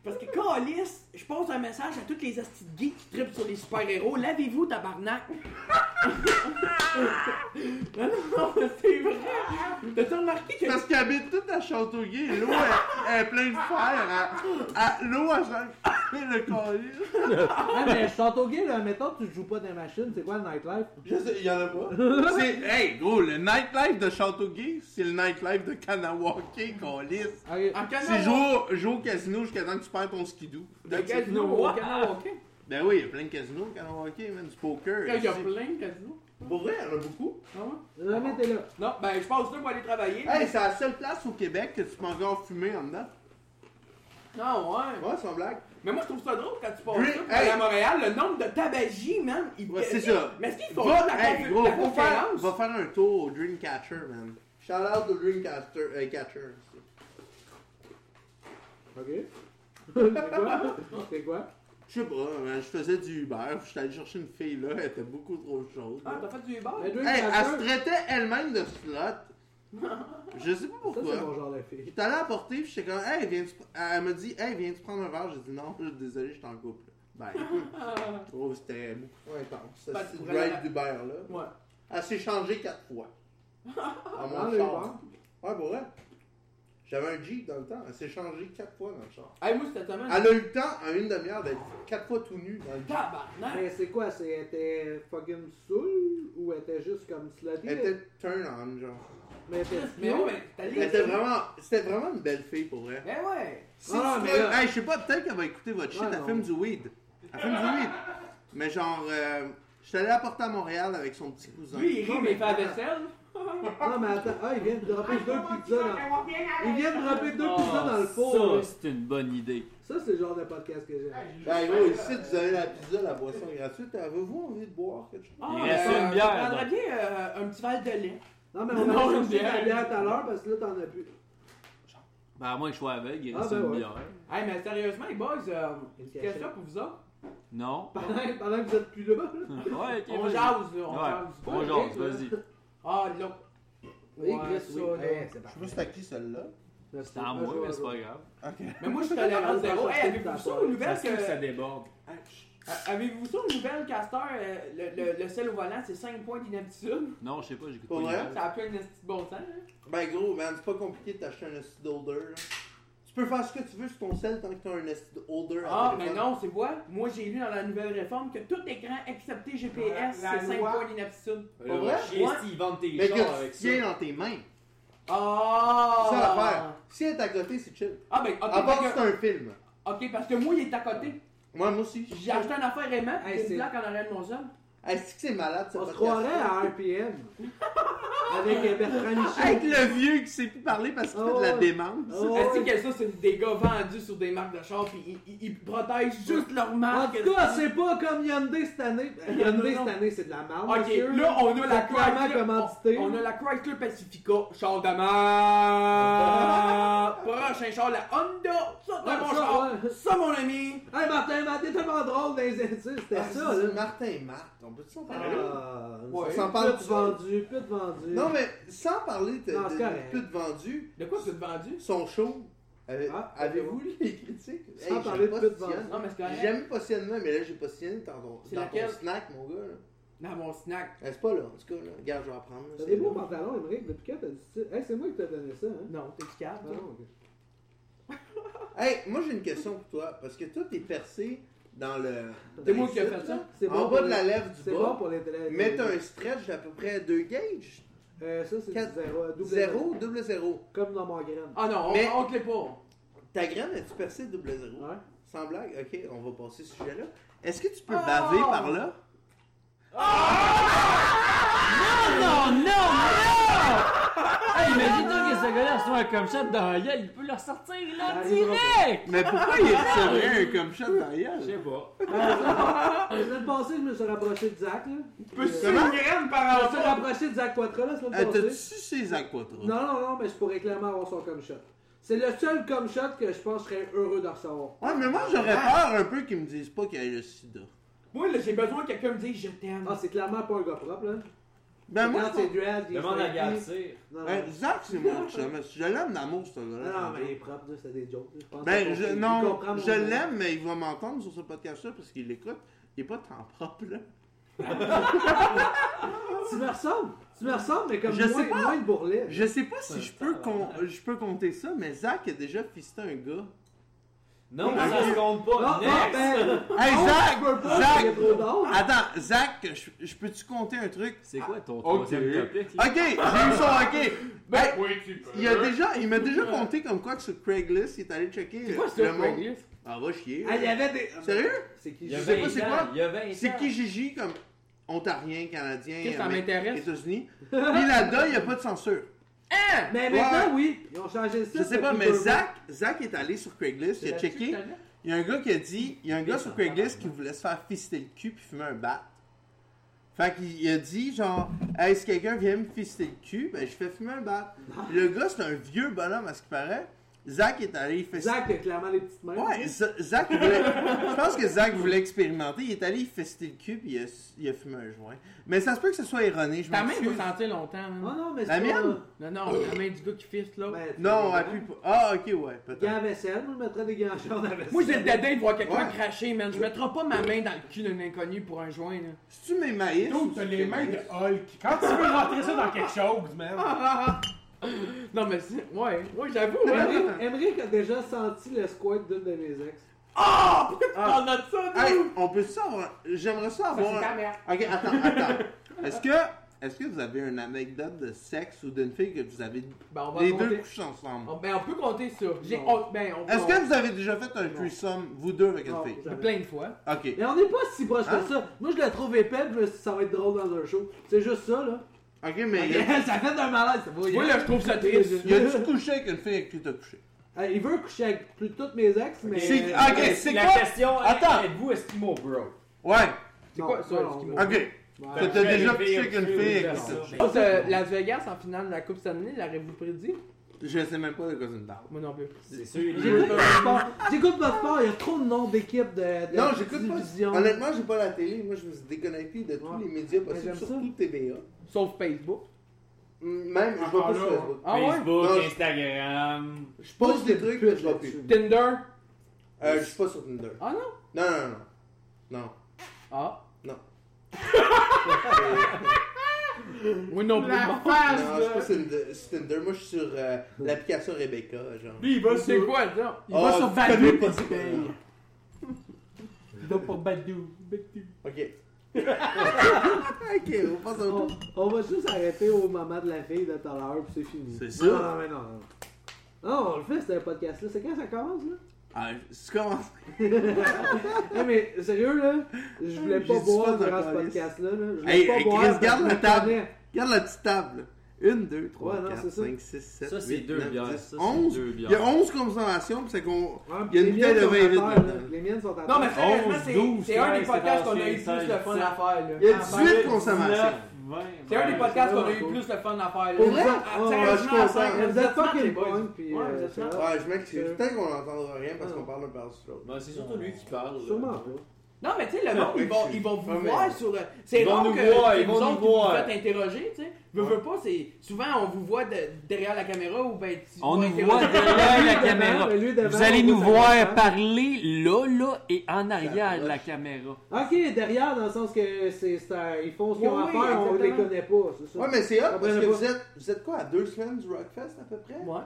Parce que, Calis, je pose un message à toutes les astis de geeks qui tripent sur les super-héros. Lavez-vous, tabarnak! non, non, non, mais c'est vrai! T'as-tu remarqué que. Parce qu'ils habitent tout à Châteauguay, et l'eau elle- elle est pleine de fer. elle- elle- L'eau à le colis. Ah, mais Châteauguay, là, mettons, tu joues pas des machines, c'est quoi le nightlife? Je sais, y'en a pas. C'est, hey, gros, le nightlife de Châteauguay, c'est le nightlife de Kanawake, colis. Ok. En C'est Kanawha- jouer, au- jouer au casino jusqu'à temps que tu perds ton skidoo. Le casino, au Kanawake. Ben oui, il y a plein de casinos au Kanawake, man, du poker. Il y a ici. plein de casinos. Pour vrai, il y en a beaucoup. Ah ouais? Jamais t'es là. Non, ben je passe là pour aller travailler. Hey, c'est la seule place au Québec que tu peux encore fumer en dedans. Non, Ah ouais. Ouais, sans blague. Mais moi, je trouve ça drôle quand tu passes Lui, ça, puis hey. à Montréal, le nombre de tabagies, man. il- Ouais, c'est ça. Mais est-ce qu'ils font Va, pas de la, hey, conf- gros, la va faire, conférence? va faire un tour au Dreamcatcher, man. Shout out au Dreamcatcher. euh, catcher. Ok. c'est quoi? C'est quoi? Je sais pas, man, je faisais du Uber, je suis allé chercher une fille là, elle était beaucoup trop chaude. Ah, t'as fait du bar? Mais Dream Hey, elle se Catcher, traitait elle-même de slot. Je ça, sais pas c'est mon pourquoi. genre de fille. J'étais allé apporter, puis j'étais comme, hey, viens Elle m'a dit, hey, viens-tu prendre un verre? J'ai dit, non, je- désolé, je suis en couple. Bye. Ah. oh, c'était beaucoup trop intense. Pas de C'est problème. ride d'Uber là. Ouais. Elle s'est changée quatre fois. À Ah, mon le char. Uber. Ouais, pour vrai. J'avais un Jeep dans le temps. Elle s'est changée quatre fois dans le char. Hey, moi, c'était tellement... Elle a eu le temps, en une demi-heure, d'être quatre fois tout nu dans le Jeep. Tabarnak! Mais c'est quoi? C'est, elle était fucking saoul ou elle était juste comme slutty? Elle était turn on, genre. Mais elle était Mais ouais, mais t'as Elle allé... était vraiment, c'était vraiment une belle fille, pour vrai. Eh ouais! Si Ah, tu mais trouves- là- Hey, je sais pas, peut-être qu'elle va écouter votre shit, Ouais, elle non. fume du weed. Elle fume du weed. Mais genre, euh, je suis allé la porter à Montréal avec son petit cousin. Lui, il rit, mais il fait la vaisselle. Non, mais attends. Ah, il vient de dropper deux pizzas dans... Il Il vient de dropper deux pizzas dans le four. Ah, Oh, Ça, c'est une bonne idée. Ça, c'est le genre de podcast que j'aime. Ben gros, ici, vous avez la pizza, la boisson est gratuite. Avez-vous envie de boire quelque chose? Ah, Il reste euh, une bière, Je prendrais donc. bien euh, un petit verre de lait. Non, mais Non, on va une chercher la bière. bière tout à l'heure parce que là, t'en as plus. Ben, à moins que je sois aveugle, il Ah, reste ben une ouais. bière. Hey, mais sérieusement, les boys, euh, Une cachette. qu'est-ce que pour vous autres? Non? Pendant, pendant que vous êtes plus là. Ouais, ok. On vas-y. jase, là, on Ouais, jase. on jase, vas-y. Ah, là. Oui, Ouais, Chris, ça, oui. là. Eh, c'est Je sais parfait. pas c'est à qui celle-là. C'est en moi, mais c'est pas grave. Ok. Mais moi, je suis tolérant zéro. Hey, avez-vous ça aux Ça nouvelles se trouve, ça que... déborde. Ah, Avez-vous ça aux nouvelles, Castor? euh, le, le, le sel au volant, c'est 5 points d'inaptitude. Non, je sais pas, j'écoute Pour vrai? pas. Ça a plus un esti de bon sens. hein. Ben gros, man, c'est pas compliqué de t'acheter un esti d'holder. là. Tu peux faire ce que tu veux sur ton sel tant que t'as un esti d'holder. à Ah, mais téléphone. non, c'est quoi? Moi, j'ai lu dans la nouvelle réforme que tout écran excepté GPS, La- la c'est 5 loi. points d'inaptitude. Euh, Pour vrai? Chier, Ouais. si ils vendent tes Mais chars que avec tu ça. tiens dans tes mains. Ah! C'est ça l'affaire. Si elle est à côté, c'est chill. Ah, ben, ok, À part parce que c'est que, un film. ok, parce que moi, il est à côté. Moi, moi aussi. J'ai acheté une affaire aimant, Hey, c'est c'est- une plaque en arrière de mon sol. Est-ce que c'est malade, ce On se podcast? croirait à RPM. Avec Bertrand Avec Michel. le vieux qui sait plus parler parce qu'il fait de la Oh. démence. Oh, Est-ce ouais. que ça, c'est des gars vendus sur des marques de char, pis ils, ils- ils protègent juste leur En marque. tout cas, c'est pas comme Hyundai cette année. Hyundai non. cette année, c'est de la merde. Ok, monsieur. là, on a la C'est clairement Chrysler. commandité. On a la Chrysler Pacifica, char de marde. prochain char, la Honda. Ça, c'est Ouais, mon ça, char. ouais. Ça, mon ami. Hey Martin, Martin, t'es tellement drôle dans les études, c'était Ah, ça, c'est là. Martin et Marthe, on peut-tu en parler? Ah, Ouais. sans Pute parle vendu. vendu, pute vendu. Non, mais sans parler de, Non, de, c'est de correct. pute vendue, De quoi tu te vendu? son show, avez- Ah, avez-vous lu les critiques? Sans parler de j'aime pute Postienne. vendue. Non, mais c'est correct. J'aime Postiennement, mais là j'ai Postienne dans ton, C'est dans laquelle? ton snack, mon gars. là. Dans mon snack. Ah, c'est pas là, en tout cas, là. regarde, je vais apprendre. là, T'as c'est des beaux là. pantalons, Émeric, depuis quand t'as dit ça? Hey, c'est moi qui t'ai donné ça, hein? Non, t'es du Ah câble. toi. non, ok. Hey, moi j'ai une question pour toi, parce que toi t'es percé dans le. C'est moi qui ai fait ça. C'est En bon bas pour de la lèvre du C'est bas. bon pour les télé- Mets un stretch d'à peu près 2 gauges. Euh, ça, c'est Quatre- du zéro. double zéro. 0, double 0. Comme dans ma graine. Ah non, on, Mais- on te l'est pas. Ta graine, as-tu percé double 0? Ouais. Sans blague, ok, on va passer ce sujet-là. Est-ce que tu peux Oh! baver Ah! par là? Oh, Non, non, non! hey, imagine-toi que ce gars-là reçoit un comme shot dans la gueule, il peut le ressortir là, Ah, il direct! Mais pourquoi il retirait un comme shot dans la Je sais pas. La semaine passée, je me suis rapproché de Zach, là. Tu peux Euh, sucer Hein? une graine par Je me en suis bas. rapproché de Zach Poitras la semaine Euh, T'as-tu passée. sucé Zach Poitras? Non, non, non, mais je pourrais clairement avoir son comme shot. C'est le seul comme shot que je pense que je serais heureux de recevoir. Ouais, mais moi j'aurais Ah! peur un peu qu'ils me disent pas qu'il y a le sida. Moi, là, j'ai besoin que quelqu'un me dise je t'aime. Ah, c'est clairement pas un gars propre, là. Ben moi, Ben, Quand c'est dread, il est Demande à straight, Gatsir. Non, non. Hey, Zach c'est mon chum, je l'aime d'amour ce Non, gars-là. non, mais il est propre, là, c'est des jokes. là. Je pense qu'on- Ben, je, il non, comprend mon- je l'aime, mais il va m'entendre sur ce podcast-là parce qu'il l'écoute. Il est pas tant propre, là. Tu me ressembles, tu me ressembles, mais comme Je moins, sais pas. moins de bourrelet. Je sais pas si je peux, con- je peux compter ça, mais Zach a déjà fisté un gars. Non, mais ça se compte Non, pas. non, Next! ben, Hey, non, Zach! tu peux pas, il est Zach! trop drôle. Attends, Zach, je, je peux-tu compter un truc? C'est quoi ton Ok. troisième topic? Ok, j'ai eu son ok. Ben Hey, Oui, tu peux. il a déjà, il m'a déjà compté comme quoi que sur Craigslist, il est allé checker. C'est quoi euh, ça, le monde. Craigslist? Ah, va chier. Ah, il y avait Ben, des. Sérieux? C'est qui Il y a Je sais pas 20 c'est ans, quoi. Il y a 20 ans. C'est qui Gigi comme Ontarien, Canadien, Qu'est-ce que ça euh, mais- m'intéresse? États-Unis? Puis là-dedans, il n'y a pas de censure. Hein? Mais Ouais. maintenant, oui, ils ont changé le site. Je sais pas, depuis mais deux mois. Zach, Zach est allé sur Craigslist, il a là-dessus checké. que t'allais? Il y a un gars qui a dit, il y a un gars sur Craigslist qui voulait se faire fister le cul puis fumer un bat. Fait qu'il il a dit genre, hey, si quelqu'un vient me fister le cul, ben je fais fumer un bat. Puis le gars c'est un vieux bonhomme à ce qu'il paraît. Zach est allé fister. Zach a clairement les petites mains. Ouais, Z- Zach voulait. je pense que Zach voulait expérimenter. Il est allé fister le cul puis il a, il a fumé un joint. Mais ça se peut que ce soit erroné. Je Ta main m'excuse. va sentir longtemps. Non, man. Ah non, mais La c'est pas- mienne? Non, non, la main du gars qui fiste là. Ben, tu Non, vois, appuie pas. Ah ok ouais Gants peut-être. à vaisselle, moi je mettrais des gants à jaune à vaisselle. Moi, j'ai le dédain de voir quelqu'un Ouais. cracher, man. Je mettrai pas ma main dans le cul d'un inconnu pour un joint, là. C'est-tu mes maïs? Donc, t'as les mains de Hulk. Quand tu veux rentrer ça dans quelque chose, man. Ah, Non, mais c'est. Ouais, ouais, j'avoue, hein. ouais. Emmerich- Emmerich a déjà senti le squat d'une de mes ex. Ah! Pourquoi tu parles de ça, Hey, dude? on peut savoir. J'aimerais ça Ça, c'est avoir. ta mère. Ok, attends, attends. Est-ce que, est-ce que vous avez une anecdote de sexe ou d'une fille que vous avez Ben, on va les compter. deux couches ensemble? On- ben, on peut compter ça. J'ai. Non. on- ben, on peut. Est-ce que vous avez déjà fait un threesome, vous deux, avec une Non, fille? jamais. Plein de fois. Ok. Mais on n'est pas si proche Hein? que ça. Moi, je la trouve épais, puis je me suis dit, ça va être drôle dans un show. C'est juste ça, là. Ok, mais y a- ça fait d'un malaise, ça va. Moi, là, je trouve ça triste. y a-tu couché avec une fille avec qui t'as couché? Euh, Il veut coucher avec plus toutes mes ex, mais. C'est- euh, ah, Ok, c'est La quoi? question euh, est, Attends. êtes-vous Eskimo, bro? Ouais. C'est non, quoi ça, non, le ski non, Ok. non. T'as Ouais. t'as déjà une couché fille, avec une une fille fille, avec ça. qui t'as Pense, euh, Las Vegas en finale de la Coupe Stanley, l'avez-vous prédit? Je sais même pas de quoi tu me parles. Moi non plus. C'est sûr, il est J'écoute pas de sport. J'écoute pas de sport, il y a trop de noms d'équipes de, de. Non, j'écoute division. pas. Honnêtement, j'ai pas la télé. Moi, je me suis déconnecté de tous Ouais. les médias Mais possibles, j'aime ça. surtout TVA. Sauf Facebook. Mm, Même, je vois Encore pas sur là, Facebook. Ah ouais? Facebook, Non, je- Instagram. Je pose des Moi, trucs, je mais l'ai je vois plus plus. Tinder. Euh, je suis pas sur Tinder. Ah non? Non, non, non. Non. Ah. Non. Moi non plus. Ah, bon. Non, c'est pas sur Tinder- sur Tinder. Moi, je suis sur euh, l'application Rebecca, genre. Lui, il va C'est sur. quoi ça? Il va sur Badou. Ah, pas ça. Il va pour Badou. Ok. ok, on passe au On, tour. on va juste arrêter au moment de la fille de tout à l'heure, puis c'est fini. C'est Non, ça. non, mais non, non. Non, on le fait, c'est un podcast-là. C'est quand ça commence, là? Ah, tu commences. Eh mais sérieux là, je voulais J'ai pas du boire fun durant encore, ce podcast là. Je voulais Hey, pas hey, boire. Chris, parce que garde je la me table. connais. Regarde la petite table. 1, 2, 3, Ouais, non, 4, c'est ça. 5, 6, 7, Ça, c'est 8, deux 9, bières. 10, Ça, c'est 11. deux Il y a bières. 11 consommations, puis c'est qu'on... Ouais, Il y a les une miennes bouteille de sont vin à vide terre, dedans. là. Les miennes sont à terre. Non, mais sérieusement, 11, c'est- 12, c'est un des 15, podcasts qu'on a eu 16, plus le fun à faire. là. Il y a ben, Ah, 18 consommations. 19, C'est un des podcasts qu'on a eu cool. plus le fun à faire. là. Pour vrai? Ah, Ouais, sérieusement, je suis content. cinq, Vous vous êtes smart, les fucking boys. bonne, puis. Ouais, vous euh, êtes smart. Ouais, je m'excuse. Euh, Peut-être qu'on n'entendra rien parce non. qu'on parle de par sur l'autre. Ben, c'est surtout lui qui parle. là. Sûrement pas. Non, mais tu sais, le monde, ils vont, ils vont vous Ouais, mais- voir sur. euh, C'est Ils vont rare nous que voir, c'est ils vous vont autres nous qui vous voir. faites interroger, tu sais. Veux, veux pas, c'est. Souvent, on vous voit de- derrière la caméra ou ben. tu On vas nous interroger- voit derrière la Lui, devant, caméra. lui, devant, Vous on allez voit nous sa voir caméra. parler là, là et en arrière de la caméra. Ok, derrière, dans le sens que c'est, c'est un- ils font ce qu'ils Oui, ont à oui, faire, on les exactement. connaît pas, c'est ça. Ouais, mais c'est hot parce Comprenez que pas. vous êtes, vous êtes quoi, à deux semaines du Rockfest à peu près? Ouais.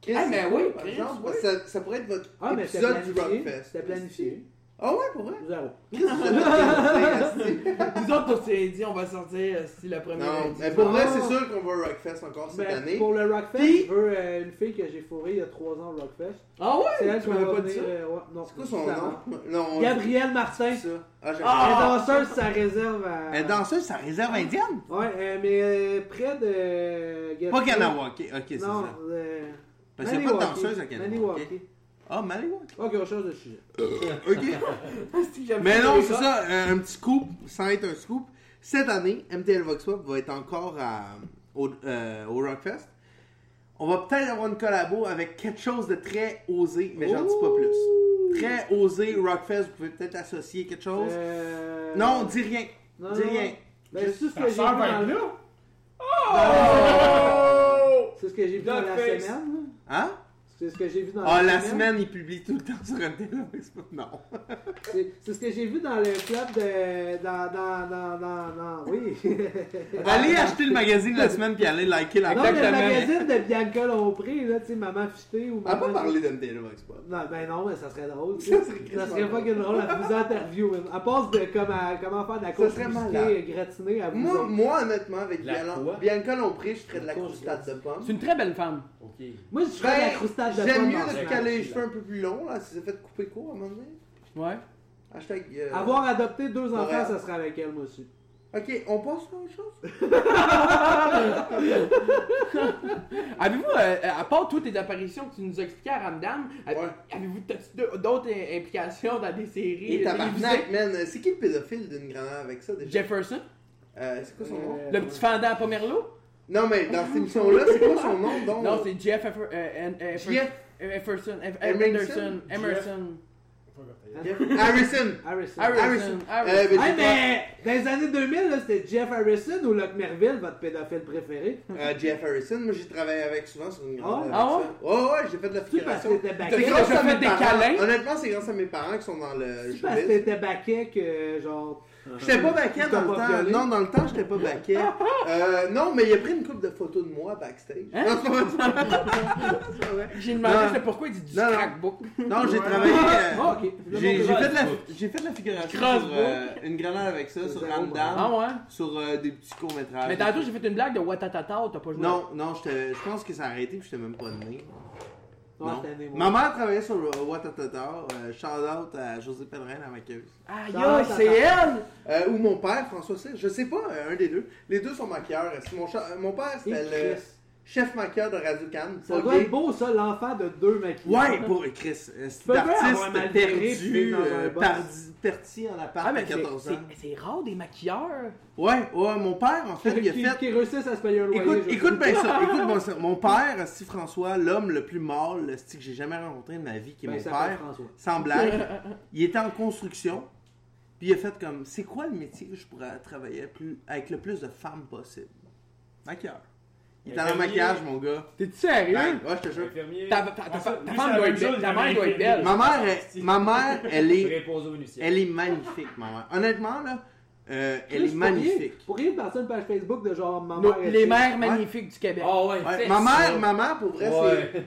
Chris, Ah, mais ben c'est oui, cool, par Chris, exemple. oui. Ça, ça pourrait être votre ah, mais c'était épisode du planifié. Rockfest. C'était planifié. Ah ouais, pour vrai? Zéro. Chris, vous êtes organisé, esti. Nous autres, on s'est dit, on va sortir euh, si la première. Non, lundi. mais pour vrai, Non. c'est sûr qu'on va au Rockfest encore cette Ben, année. pour le Rockfest, Puis- je veux euh, une fille que j'ai fourrée il y a trois ans au Rockfest. Ah ouais? C'est elle tu qui m'avais va pas dit venir, ça? euh, ouais, non, C'est quoi son juste nom? avant. Non, on- Gabrielle Martin. ça. Ah, j'ai Elle est Ah! danseuse, ça réserve à. Elle est danseuse, sa réserve indienne? Ouais, euh, mais euh, près de. Gatineau. Pas Kanawake, ok, c'est Non, ça. euh, Parce qu'il n'y a pas de danseuse à Kanawake. Maniwaki. Ah, Maniwaki. Ok, on change de sujet. Ok. Mais non, c'est ça, euh, un petit scoop, sans être un scoop. Cette année, MTL Vox Pop va être encore à- au, euh, au Rockfest. On va peut-être avoir une collabo avec quelque chose de très osé, mais j'en dis pas plus. Très osé, Rockfest, vous pouvez peut-être associer quelque chose. Euh... Non, dis rien. non, dis non. rien. Ben, c'est tout ce Ta que j'ai vu sœur va dans être le- là. C'est ce que j'ai vu dans la Duckface. semaine. là. Hein? Ah, C'est ce que j'ai vu dans Ah, la semaine, il publie tout le temps sur MTL Vox Pop. Non. C'est c'est ce que j'ai vu dans le club de. Dans. Dans. Dans. Dans. dans- Oui. Allez acheter le magazine de la semaine puis allez liker la Ah, non, mais le Exactement. magazine de Bianca Lompré, là, tu sais, Maman Fichetée ou On va Maman. pas parler d'MTL Vox Pop. Non, ben non, mais ça serait drôle. tu Ça sais. serait Ça serait pas que drôle à vous interviewer. À passe de comme à- comment faire de la course serait musquée malade. gratinée à vous. Moi, autres. moi, honnêtement, avec La Bian- quoi? Bianca Lompré, je ferais de la croustade de pomme. C'est une très belle femme. Ok. Moi, je ferais de la croustade de ben, J'aime pommes mieux dans depuis le qu'elle a les match, cheveux un peu plus longs, là. Si s'est fait couper court à un moment donné. Ouais. Hashtag. euh, Avoir adopté deux enfants, Montréal. ça serait avec elle, moi aussi. Ok, on passe à autre chose. Avez-vous, euh, euh, à part toutes les apparitions que tu nous expliquais à Ramdam, avez- Ouais. avez-vous t'as-tu de- d'autres euh, implications dans des séries Et euh, télévisées? tabarnak, man. C'est qui le pédophile d'une grand-mère avec ça déjà Jefferson, Euh, C'est quoi son nom Euh, le petit fendant à Pomerlo? Non, mais dans cette émission-là, c'est quoi son nom donc Non, c'est Jeff Effer- euh, en- euh, Oh. Jeff. Efferson, Eff- Emerson? Emerson, Emerson, Jeff- Harrison. Harrison, Harrison. Euh, Harrison. ben, Hey, j'ai mais dans les années 2000, là, c'était Jeff Harrison ou Locke Merville, votre pédophile préféré. tra- euh, Jeff Harrison, moi j'ai travaillé avec souvent sur une grand-mère. Ah, avec ça. ouais? ouais, j'ai fait de la Tu parce que figuration. t'étais C'est baquet. grave. grâce déjà à mes fait des parents. câlins? Honnêtement, c'est grâce à mes parents qui sont dans le Tu parce que showbiz. t'étais baquet que genre. J'étais pas baquet Ils dans t'ont le pas temps. violé? Non, dans le temps, j'étais pas baquet. Euh, non, mais il a pris une coupe de photos de moi backstage. Hein? Non, c'est pas vrai, c'est pas vrai. C'est pas vrai. J'ai Non. demandé c'était pourquoi il dit du Non, non. scrapbook. Non, j'ai travaillé. euh, Oh, Ah, ok. j'ai, j'ai Crossbook. fait de la, j'ai fait de la figuration sur euh, une grenade avec ça, sur Zéro, Ah Ramdam, ouais? sur euh, des petits courts-métrages. Mais tantôt j'ai fait une blague de Watatata, t'as pas joué. Non, non, j'étais- je pense que ça a arrêté puis j'étais même pas né. Non, Non. cette année, moi. Ma mère travaillait sur euh, Watatata, euh, shout out à José Pellerin, la maquilleuse. Aïe, Non, aïe, c'est elle! Euh, ou mon père, François Cyr, je sais pas, euh, un des deux. Les deux sont maquilleurs. Est-ce que Mon, cha- euh, mon père, Et c'était le Chris. chef maquilleur de Radio Cannes. Ça doit être beau, ça, l'enfant de deux maquillés. Ouais, pour euh, Chris, euh, c'est peux pas d'artiste avoir mal géré, puis perdu, dans un euh, boss. pardi- parti en appart Ah, à mais c'est- 14 ans. c'est c'est rare des maquilleurs. Ouais, ouais, mon père, en fait, il a Qui, fait. qui réussissent à se payer un loyer. Écoute, je écoute sais. bien ça, écoute bien ça. Mon père, si François, l'homme le plus mâle, le style que j'ai jamais rencontré de ma vie, qui est Ben, mon il s'appelle père, François. sans blague, il était en construction, puis il a fait comme, c'est quoi le métier que je pourrais travailler plus, avec le plus de femmes possible? Maquilleur. Il est en Maquilleur. maquillage, mon gars. T'es-tu sérieux? Ben, ouais, je te jure. Infirmier. Ta, ta- ta- ta- ta Ah, femme Lui, c'est doit la être même belle, chose ta que mère doit être belle. Ma mère, elle- ma mère, elle est Réponse au Vénitien. Elle est magnifique, ma mère. Honnêtement, là, euh, elle Chris, est magnifique. Pour rien partir une page Facebook de genre ma Nos- mère. est les fille. mères magnifiques du Québec. Ah ouais, Ouais, fais ma ça. mère, ma mère, pour vrai, c'est. Ouais.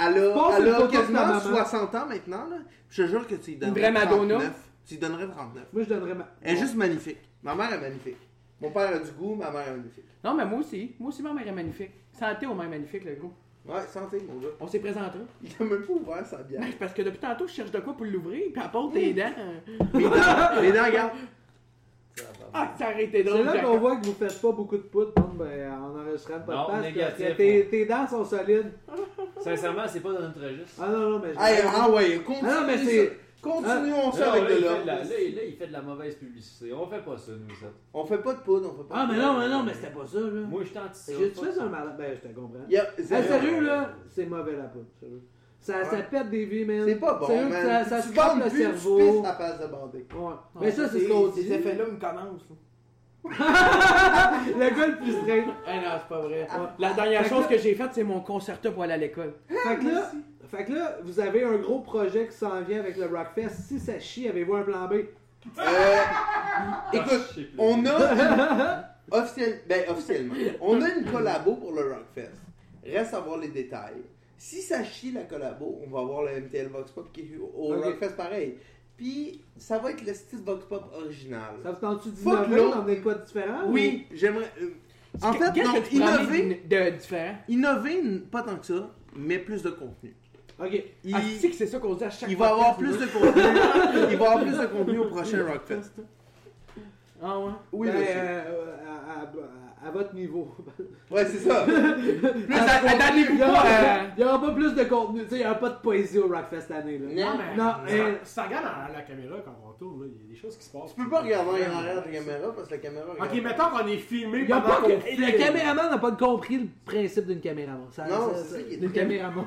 Elle a, Passe elle une a photo de ta quasiment maman. 60 ans maintenant, là. Je te jure que tu lui donnerais vraie Madonna. 39. Tu lui donnerais 39. Moi, je donnerais ma. Elle est juste magnifique. Ma mère est magnifique. Mon père a du goût, ma mère est magnifique. Non, mais moi aussi. Moi aussi, ma mère est magnifique. Santé aux mères magnifiques, le gros. Ouais, santé, mon gars. On s'est présenté. Il a même pas ouvert sa bière. Ben, c'est parce que depuis tantôt, je cherche de quoi pour l'ouvrir, puis apporte tes dents. Les dents, les dents, regarde. Ah, ça aurait été C'est drôle. là Jacob. qu'on voit que vous faites pas beaucoup de poudre bon, ben, en enregistrant pas Non, de négatif, podcast. Tes, tes dents sont solides. Sincèrement, c'est pas dans notre registre. Ah non, non, mais je. Hey, ah ouais, Ah non, mais continue. c'est. Continuons ça Là, avec là, il de fait de la- l'or. là, il- là, il fait de la mauvaise publicité. On fait pas ça, nous autres. On fait pas de poudre, on fait pas Ah, de mais poudre. non, mais non, mais c'était pas ça, là. Moi, je t'en J'ai fait un malade. Ben, je te comprends. Il y a- Ah, zéro. sérieux, là, c'est mauvais la poudre. sérieux. Ça, ça Ouais. pète des vies, man. C'est pas bon, Sérieux, man. Ça, ça tu se frappe bandes le plus, cerveau. Tu pisses à passe de bander. Ouais. Mais ça, c'est ce ces- qu'on dit. Ces effets-là me commencent. Le gars le plus straight. Ah non, c'est pas vrai. La dernière Fait que chose là- que j'ai faite, c'est mon concerto pour aller à l'école. Ah, Fait que là, fait que là, vous avez un gros projet qui s'en vient avec le Rockfest. Si ça chie, avez-vous un plan B? Euh, Ah, écoute, on a officiel- ben, officiellement, on a une collabo pour le Rockfest. Reste à voir les détails. Si ça chie la collabo, on va avoir le MTL Vox Pop qui est au Ok. Rockfest pareil. Puis ça va être le style Vox Pop original. Ça vous tente-tu Fuck d'innover, l'autre. d'emmener quoi de différent? Oui, j'aimerais. euh, en Qu'est-ce fait, que non, tu innover, promets de de différent. innover, n- pas tant que ça, mais plus de contenu. ou- Ok. Il, Ah, tu sais que c'est ça qu'on dit à chaque il va podcast, avoir plus là. de contenu. il va avoir plus de contenu au prochain Rockfest. Ah ouais. Oui, Ben, monsieur. euh, à, à- à votre niveau. Ouais, c'est ça. Plus À votre à- contenu, attendez-vous il y aura- pas, Il n'y aura pas plus de contenu. Tu sais, il n'y aura pas de poésie au Rockfest cette année. Là. Non, mais- Non, euh, Si tu regardes à la caméra quand on tourne, là, il y a des choses qui se passent. Tu peux pas regarder en arrière de la caméra parce que la caméra. Ok, regarde. mettons qu'on est filmé Il y a pendant pas que- qu'on filme. le caméraman n'a pas compris le principe d'une caméraman. Ça, Non, c'est ça qui est D'une très- caméraman.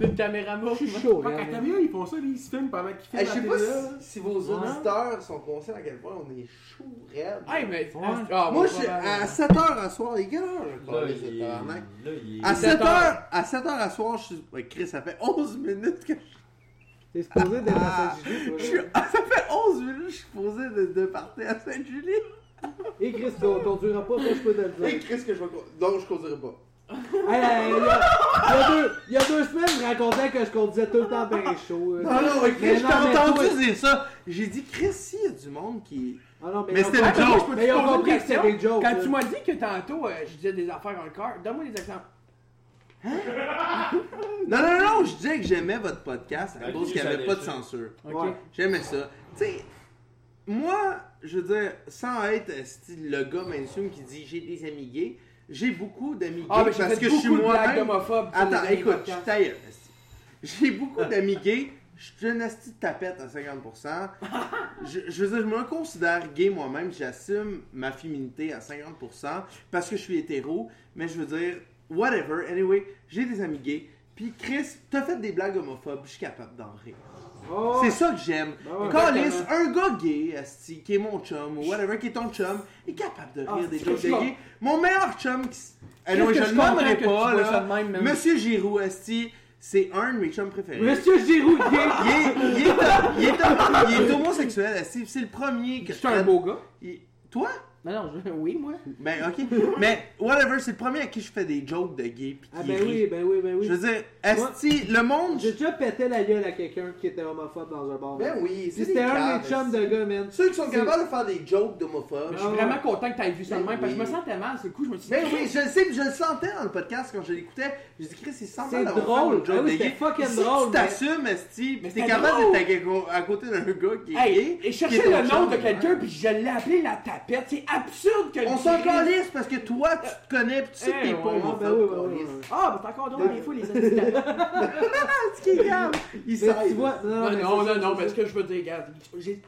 D'une caméra morte. Oh, Je suis chaud, Quand là. la caméra, ils font ça, là, ils se filment pendant qu'ils Hey, filment. je sais la pas télé, si, si vos auditeurs sont conscients à quel point on est chaud, raide. Hey, mais. Ouais. Ah, Moi, bon, je suis pas mal. à 7h à soir, les gars. Là, il est- Ah, tabarnak. Ah, là, il est- À 7 7h à, 7 heures à soir, je suis. Ouais, Chris, ça fait 11 minutes que je- T'es supposé d'être à Ah, Saint-Julie. toi, je suis. là. Ça fait 11 minutes que je suis posé de, de partir à Sainte-Julie. Et Eh, Chris, tu ne conduiras pas, ça, je peux te le dire. Et Chris, que je vais. con- Non, je conduirai pas. Hey, hey, hey, il, y a, il y a deux, il y a deux semaines, je racontais que je conduisais tout le temps bien chaud. euh. Non, non, mais Mais Chris, je t'ai non, mais entendu toi- dire ça. J'ai dit, Chris, s'il y a du monde qui. Ah non, Mais ils ont c'était une compris- joke. Mais ils ont compris que c'était une joke. Quand là. tu m'as dit que tantôt, euh, je disais des affaires dans le corps, donne-moi des exemples. Non, non, non, je disais que j'aimais votre podcast à Ben, cause lui, qu'il n'y ça avait pas de déchire. censure. Ouais. J'aimais ça. Tu sais, moi, je veux dire, sans être euh, style le gars mainstream qui dit j'ai des amis gays, j'ai beaucoup d'amis gays Ah, mais j'ai parce fait que je suis beaucoup de blagues moi-même. homophobes. sur Attends, les derniers écoute, je suis podcasts. tailleur, esti. J'ai beaucoup d'amis gays. Je suis une esti de tapette à 50%. Je, je veux dire, je me considère gay moi-même. J'assume ma féminité à 50% parce que je suis hétéro. Mais je veux dire, whatever. Anyway, j'ai des amis gays. Puis Chris, t'as fait des blagues homophobes. Je suis capable d'en rire. Oh, C'est ça que j'aime. Bah Ben ouais, Callis, un gars gay, esti, qui est mon chum, ou whatever, qui est ton chum, est capable de rire Ah, des c'est jokes de ça. gay. Mon meilleur chum, qui... s- Qu'est-ce Anyway, que je je le comprends nommerai que tu pas, vois là. ça de même, même. Monsieur Giroux, esti, c'est un de mes chums préférés. Monsieur Giroud, gay. Il est, il est, il est, il est homosexuel, esti, c'est le premier que Je suis un beau gars. Il- Toi? Non, non, je- oui, moi. Ben, ok. Mais, whatever, c'est le premier à qui je fais des jokes de gay, pis qui Ah ben rit. oui, ben oui, ben oui. Je veux dire, esti, le monde... J'ai déjà pété la gueule à quelqu'un qui était homophobe dans un bar. Ben oui, Puis c'était un de mes chums de gars, man. Ceux qui sont C'est- capables de faire des jokes Mais d'homophobes. je suis Ah ouais. vraiment content que t'aies vu ça de Ben même parce que je me oui. sentais mal. C'est le coup, je me suis dit. Mais oui, je le sais, puis je le sentais dans le podcast quand je l'écoutais. J'ai dit, Chris, il sent mal C'est d'avoir drôle. fait le joke Ah oui, de c'était gay. fucking Si drôle, Tu t'assumes, Esti, Mais puis t'es c'était capable drôle. d'être à- à côté d'un gars qui est Hey, gay. et qui chercher est le ton nom chum, de quelqu'un, ouais. puis je l'ai appelé la tapette. C'est absurde que On s'en calisse parce que toi, tu te connais, puis tu sais que Eh, t'es ouais, pas ouais, Ah, ben oui, homophobe. ben oui, calisse. ben oui. Ah, mais c'est encore drôle des fois les assistants. Qu'est-ce qu'il regarde? Il Mais s'aide. tu vois, non, Non, mais non, c'est non, ça, non, c'est mais ça. ce que je veux dire, regarde, j'ai-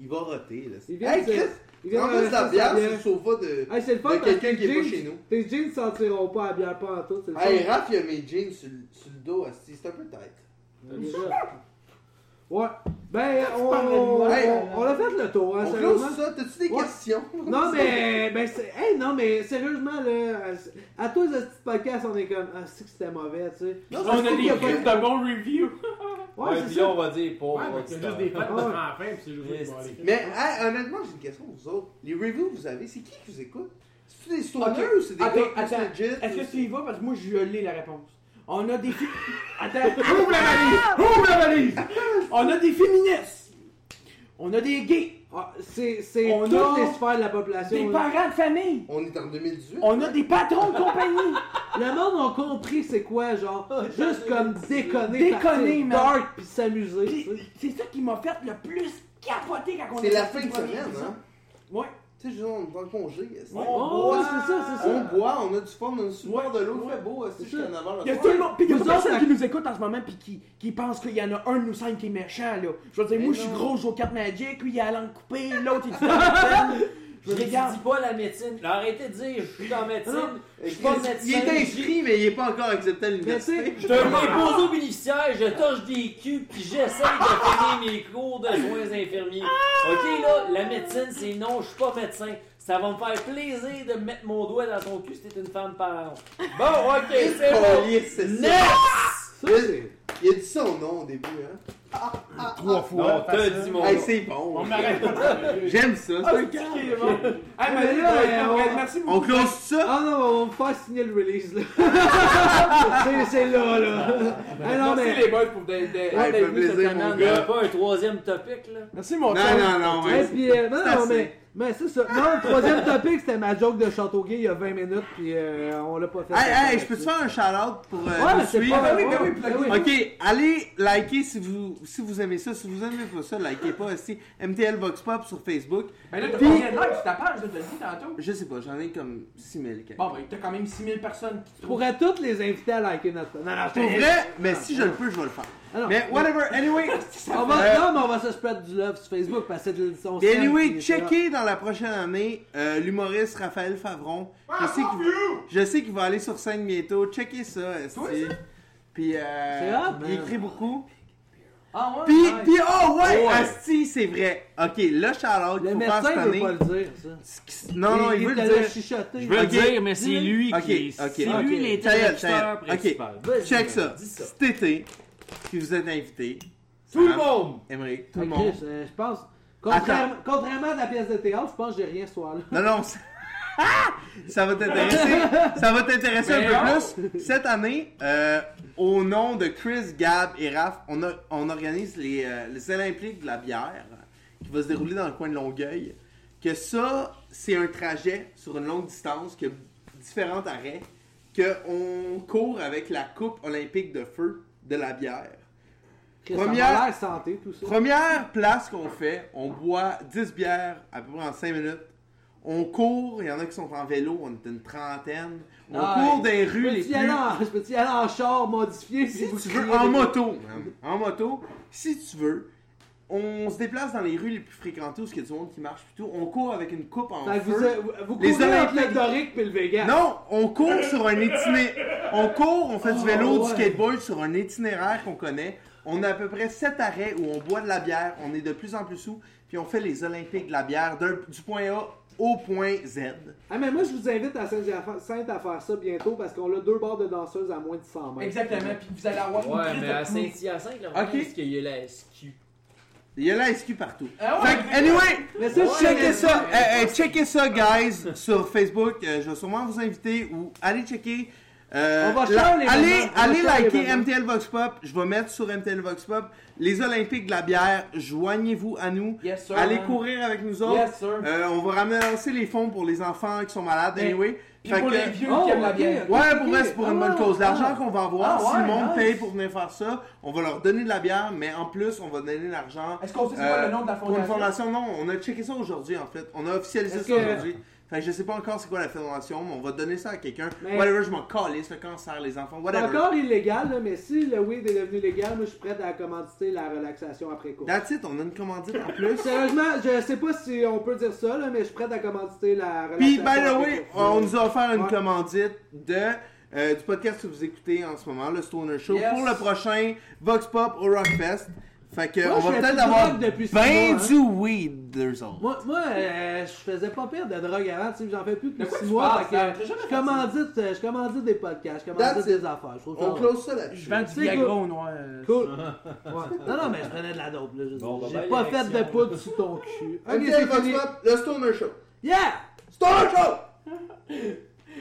Il va roter, là. Il vient Hey, de- Chris, il vient de prends plus de la rajouter sa bière sur le bière. sofa de... Hey, c'est le fun de parce que quelqu'un qui est tes pas jeans- chez nous. Tes jeans ne sentiront pas à bière pas en tout, c'est le Hey, fun. Raph, il a mes jeans sur le- sur le dos, Esti. C'est un peu tight. Déjà. Ouais. Ben, on, pas vrai, on, ouais. on- on a fait le tour, hein, On sérieusement. close ça. T'as-tu des Ouais. questions? Non, mais, ben, c'est- hey, non, mais sérieusement, là, à, à tous les petits podcasts, on est comme, ah, c'est que c'était mauvais, tu sais. Non, On a c'est des pas que- clips de bons reviews. Ouais, Ouais, c'est puis ça. là, on va dire pauvre Ouais, mais c'est auditeur. juste des fans Ah de ouais. la fin, puis c'est juste Yes. bon, allez. Mais hey, honnêtement, j'ai une question pour vous autres. Les reviews que vous avez, c'est qui qui vous écoute C'est-tu des stoners Ok. ou c'est des Attends, gars plus attends. legit, Est-ce ou que tu c'est- y vas? Parce que moi, je l'ai la réponse. On a des. fi- Attends, ouvre la valise! Ouvre la valise! On a des féministes! On a des gays! Ah, c'est c'est On toutes a les sphères de la population. Des là. parents de famille! On est en 2018. On a des patrons de compagnie! Le monde a compris c'est quoi, genre, juste comme déconner, Déconner, partir man. dark puis s'amuser, tu Puis, sais. C'est ça qui m'a fait le plus capoter quand on C'est a la sorti fin le de premier semaine, épisode. hein Ouais. Tu sais, je veux dire, on est dans le congé. est-ce que- Ouais. On Oh, boit, c'est ça, c'est on ça. boit, on a du fun, on a du bord de l'eau, il fait beau, est-ce que C'est je suis ça. en avant. Il y a tout le monde, pis il y a Vous personne autres, qui nous écoute en ce moment pis qui, qui pense qu'il y en a un de nous cinq qui est méchant là. Je veux dire, Mais moi je suis non. gros, je joue aux cartes Magic, lui il a la langue coupée, l'autre il est dans la peine. Je Je regarde. dis pas la médecine. Là, Arrêtez de dire, je suis en médecine. Je suis pas médecin. Il est inscrit, mais il n'est pas encore accepté à Mais tu l'université. sais, Je te m'impose aux bénéficiaires, je torche des culs, puis j'essaie de finir mes cours de soins infirmiers. Ok, là, la médecine, c'est non, je suis pas médecin. Ça va me faire plaisir de mettre mon doigt dans ton cul si t'es une femme parente. Bon, ok, c'est bon. Calice, c'est ça. Next! Ça, c'est. Il a dit son nom au début, hein. Trois fois. Non, t'as dit mon Hey, nom. c'est bon. On m'arrête pas de J'aime ça. Ah, ça. c'est qui, bon. Hey, Mais Manu, là, ouais, euh, ouais, on- merci beaucoup. On close ça. Ah non, on va me faire signer le release, là. c'est, c'est là, là. ben, Ah non, Merci mais. les boys pour des, des, Ouais, d'être fait venus cette plaisir, mon semaine. gars. Y'avait pas un troisième topic, là? Merci Ah, mon Non, chum. non, non, Ouais, ouais. puis, euh, non, C'est non, assez. mais, mais c'est ça. Non, le troisième topic, c'était ma joke de Châteauguay il y a 20 minutes, puis euh, on l'a pas fait. Hey, hey, je peux te faire un shout-out pour euh, Ouais, nous c'est suivre? pas... Ah, ben oui, ben oui, ouais, plug-in. ben oui. Ok, allez liker si vous, si vous aimez ça. Si vous aimez pas ça, likez pas aussi. MTL Vox Pop sur Facebook. Mais Ben là, t'as Puis- combien de likes sur ta page, je te le dis tantôt. Je sais pas, j'en ai comme 6000 quelques. Bon, ben t'as quand même 6000 personnes qui te Je trouvent. pourrais toutes les inviter à liker notre. Non, non, je Pour te- vrai, mais si je le peux, je vais le faire. Ah, non. Mais whatever, anyway. On va, Euh, non, mais on va se spread du love sur Facebook parce que c'est de l'édition. Mais anyway, checkez dans la prochaine année euh, l'humoriste Raphaël Favron. Je sais qu'il je sais qu'il va aller sur scène bientôt. Checkez ça, esti. Puis euh, C'est hot, il man. écrit beaucoup. Ah ouais? Puis, ouais. puis oh ouais, Ouais. asti, c'est vrai. OK, le shout-out euh, Le qu'il faut faire cette médecin veut année. pas le dire, ça. Non non, il, veut était le là dire. chichoté. Je veux Ok. le dire, mais c'est lui Ok, qui. ok, c'est ok. lui l'interlocuteur Ta gueule, ta gueule. principal. Check ça. Dis ça. Cet été, si vous êtes invité, Tout le monde! Émeric, tout Fait le que, monde. euh, Je pense. Contrairement, contrairement à la pièce de théâtre, je pense que j'ai rien ce soir-là. Non, non, ça, ça va t'intéresser. Ça va t'intéresser un Mais peu non. plus. Cette année, euh, au nom de Chris, Gab et Raph, on, a- on organise les, euh, les Olympiques de la bière qui va se dérouler dans le coin de Longueuil. Que ça, c'est un trajet sur une longue distance, que différents arrêts, que on court avec la coupe olympique de feu de la bière. Chris, Première- Ça m'a l'air santé, tout ça. Première place qu'on fait, on boit 10 bières à peu près en 5 minutes. On court, il y en a qui sont en vélo, on est une trentaine. On Nice. court des Je rues les peux-tu y, plus... aller en- je peux-tu y aller en char modifié si, Si vous tu criez veux, en des- moto, man. en moto, si tu veux, on se déplace dans les rues les plus fréquentées où il y a du monde qui marche plutôt. On court avec une coupe en Fait que vous, feu. vous- vous Les courez entre Olympiques- le Doric et le Vegan. Non, on court sur un itinéraire. On court, on fait du Oh, vélo, Ah, du ouais. skateboard sur un itinéraire qu'on connaît. On a à peu près 7 arrêts où on boit de la bière, on est de plus en plus sous, puis on fait les Olympiques de la bière d'un- du point A au point Z. Ah, mais moi, je vous invite à Sainte à faire ça bientôt parce qu'on a deux barres de danseuses à moins de 100 mètres. Exactement, puis vous allez avoir une Ouais, crise mais de à fou. Saint-Hyacinthe, le Ok. problème, c'est qu'il y a la SQ. Il y a la SQ partout. Ah ouais? Fait que, anyway, Mais ça, je sais checkez ça, euh, euh, checkez ça, guys, sur Facebook. Euh, je vais sûrement vous inviter ou allez checker. Euh, On va faire les allez moments. On va allez faire les liker moments. MTL Vox Pop. Je vais mettre sur MTL Vox Pop les Olympiques de la bière. Joignez-vous à nous. Yes, sir. Allez hein. man. courir avec nous autres. Yes, sir. Euh, on va ramasser les fonds pour les enfants qui sont malades, Mais- anyway. Puis Fait pour que- les vieux Oh, qui aiment la ok. bière. Ouais, pour vrai, c'est pour une Ah, bonne cause. L'argent ah. qu'on va avoir, Ah, si le ouais, monde nice. paye pour venir faire ça, on va leur donner de la bière, mais en plus, on va donner l'argent Est-ce qu'on sait c'est quoi euh, le nom de la pour une fondation? fondation, non, on a checké ça aujourd'hui en fait. On a officialisé Est-ce ça que- aujourd'hui. Fait que je sais pas encore c'est quoi la fondation, mais on va donner ça à quelqu'un. Mais- Whatever, je m'en calisse, le cancer, les enfants, C'est whatever. encore illégal, là, mais si le weed est devenu légal, moi, je suis prêt à commanditer la relaxation après cours. That's it, on a une commandite en plus. Sérieusement, je sais pas si on peut dire ça, là, mais je suis prêt à commanditer la relaxation Puis, by the après way, cours. on nous a offert une Ouais. commandite de, euh, du podcast que vous écoutez en ce moment, le Stoner Show, Yes. pour le prochain Vox Pop au Rockfest. Fait que, Moi, on je va fais peut-être plus de avoir drogue depuis six ben mois, hein. du weed, there's all. Moi, moi euh, je faisais pas pire de drogue avant, tu sais, j'en fais plus De depuis quoi 6 tu mois. parles, fait ça? que J'ai jamais je fait ça. commandite, euh, je commandite des podcasts, je commandite That's des affaires. Je trouve ça- ça là-dessus. Je vends du C'est Viagra euh, cool. au noir. Cool. Ouais. Non, non, mais je prenais de la dope, là. je veux dire. Bon, bah, J'ai ben, belle pas fait élection. de poudre sous ton cul. Ok, Ok, c'est Vox fini. Pop, le Stoner Show. Yeah! Stoner Show!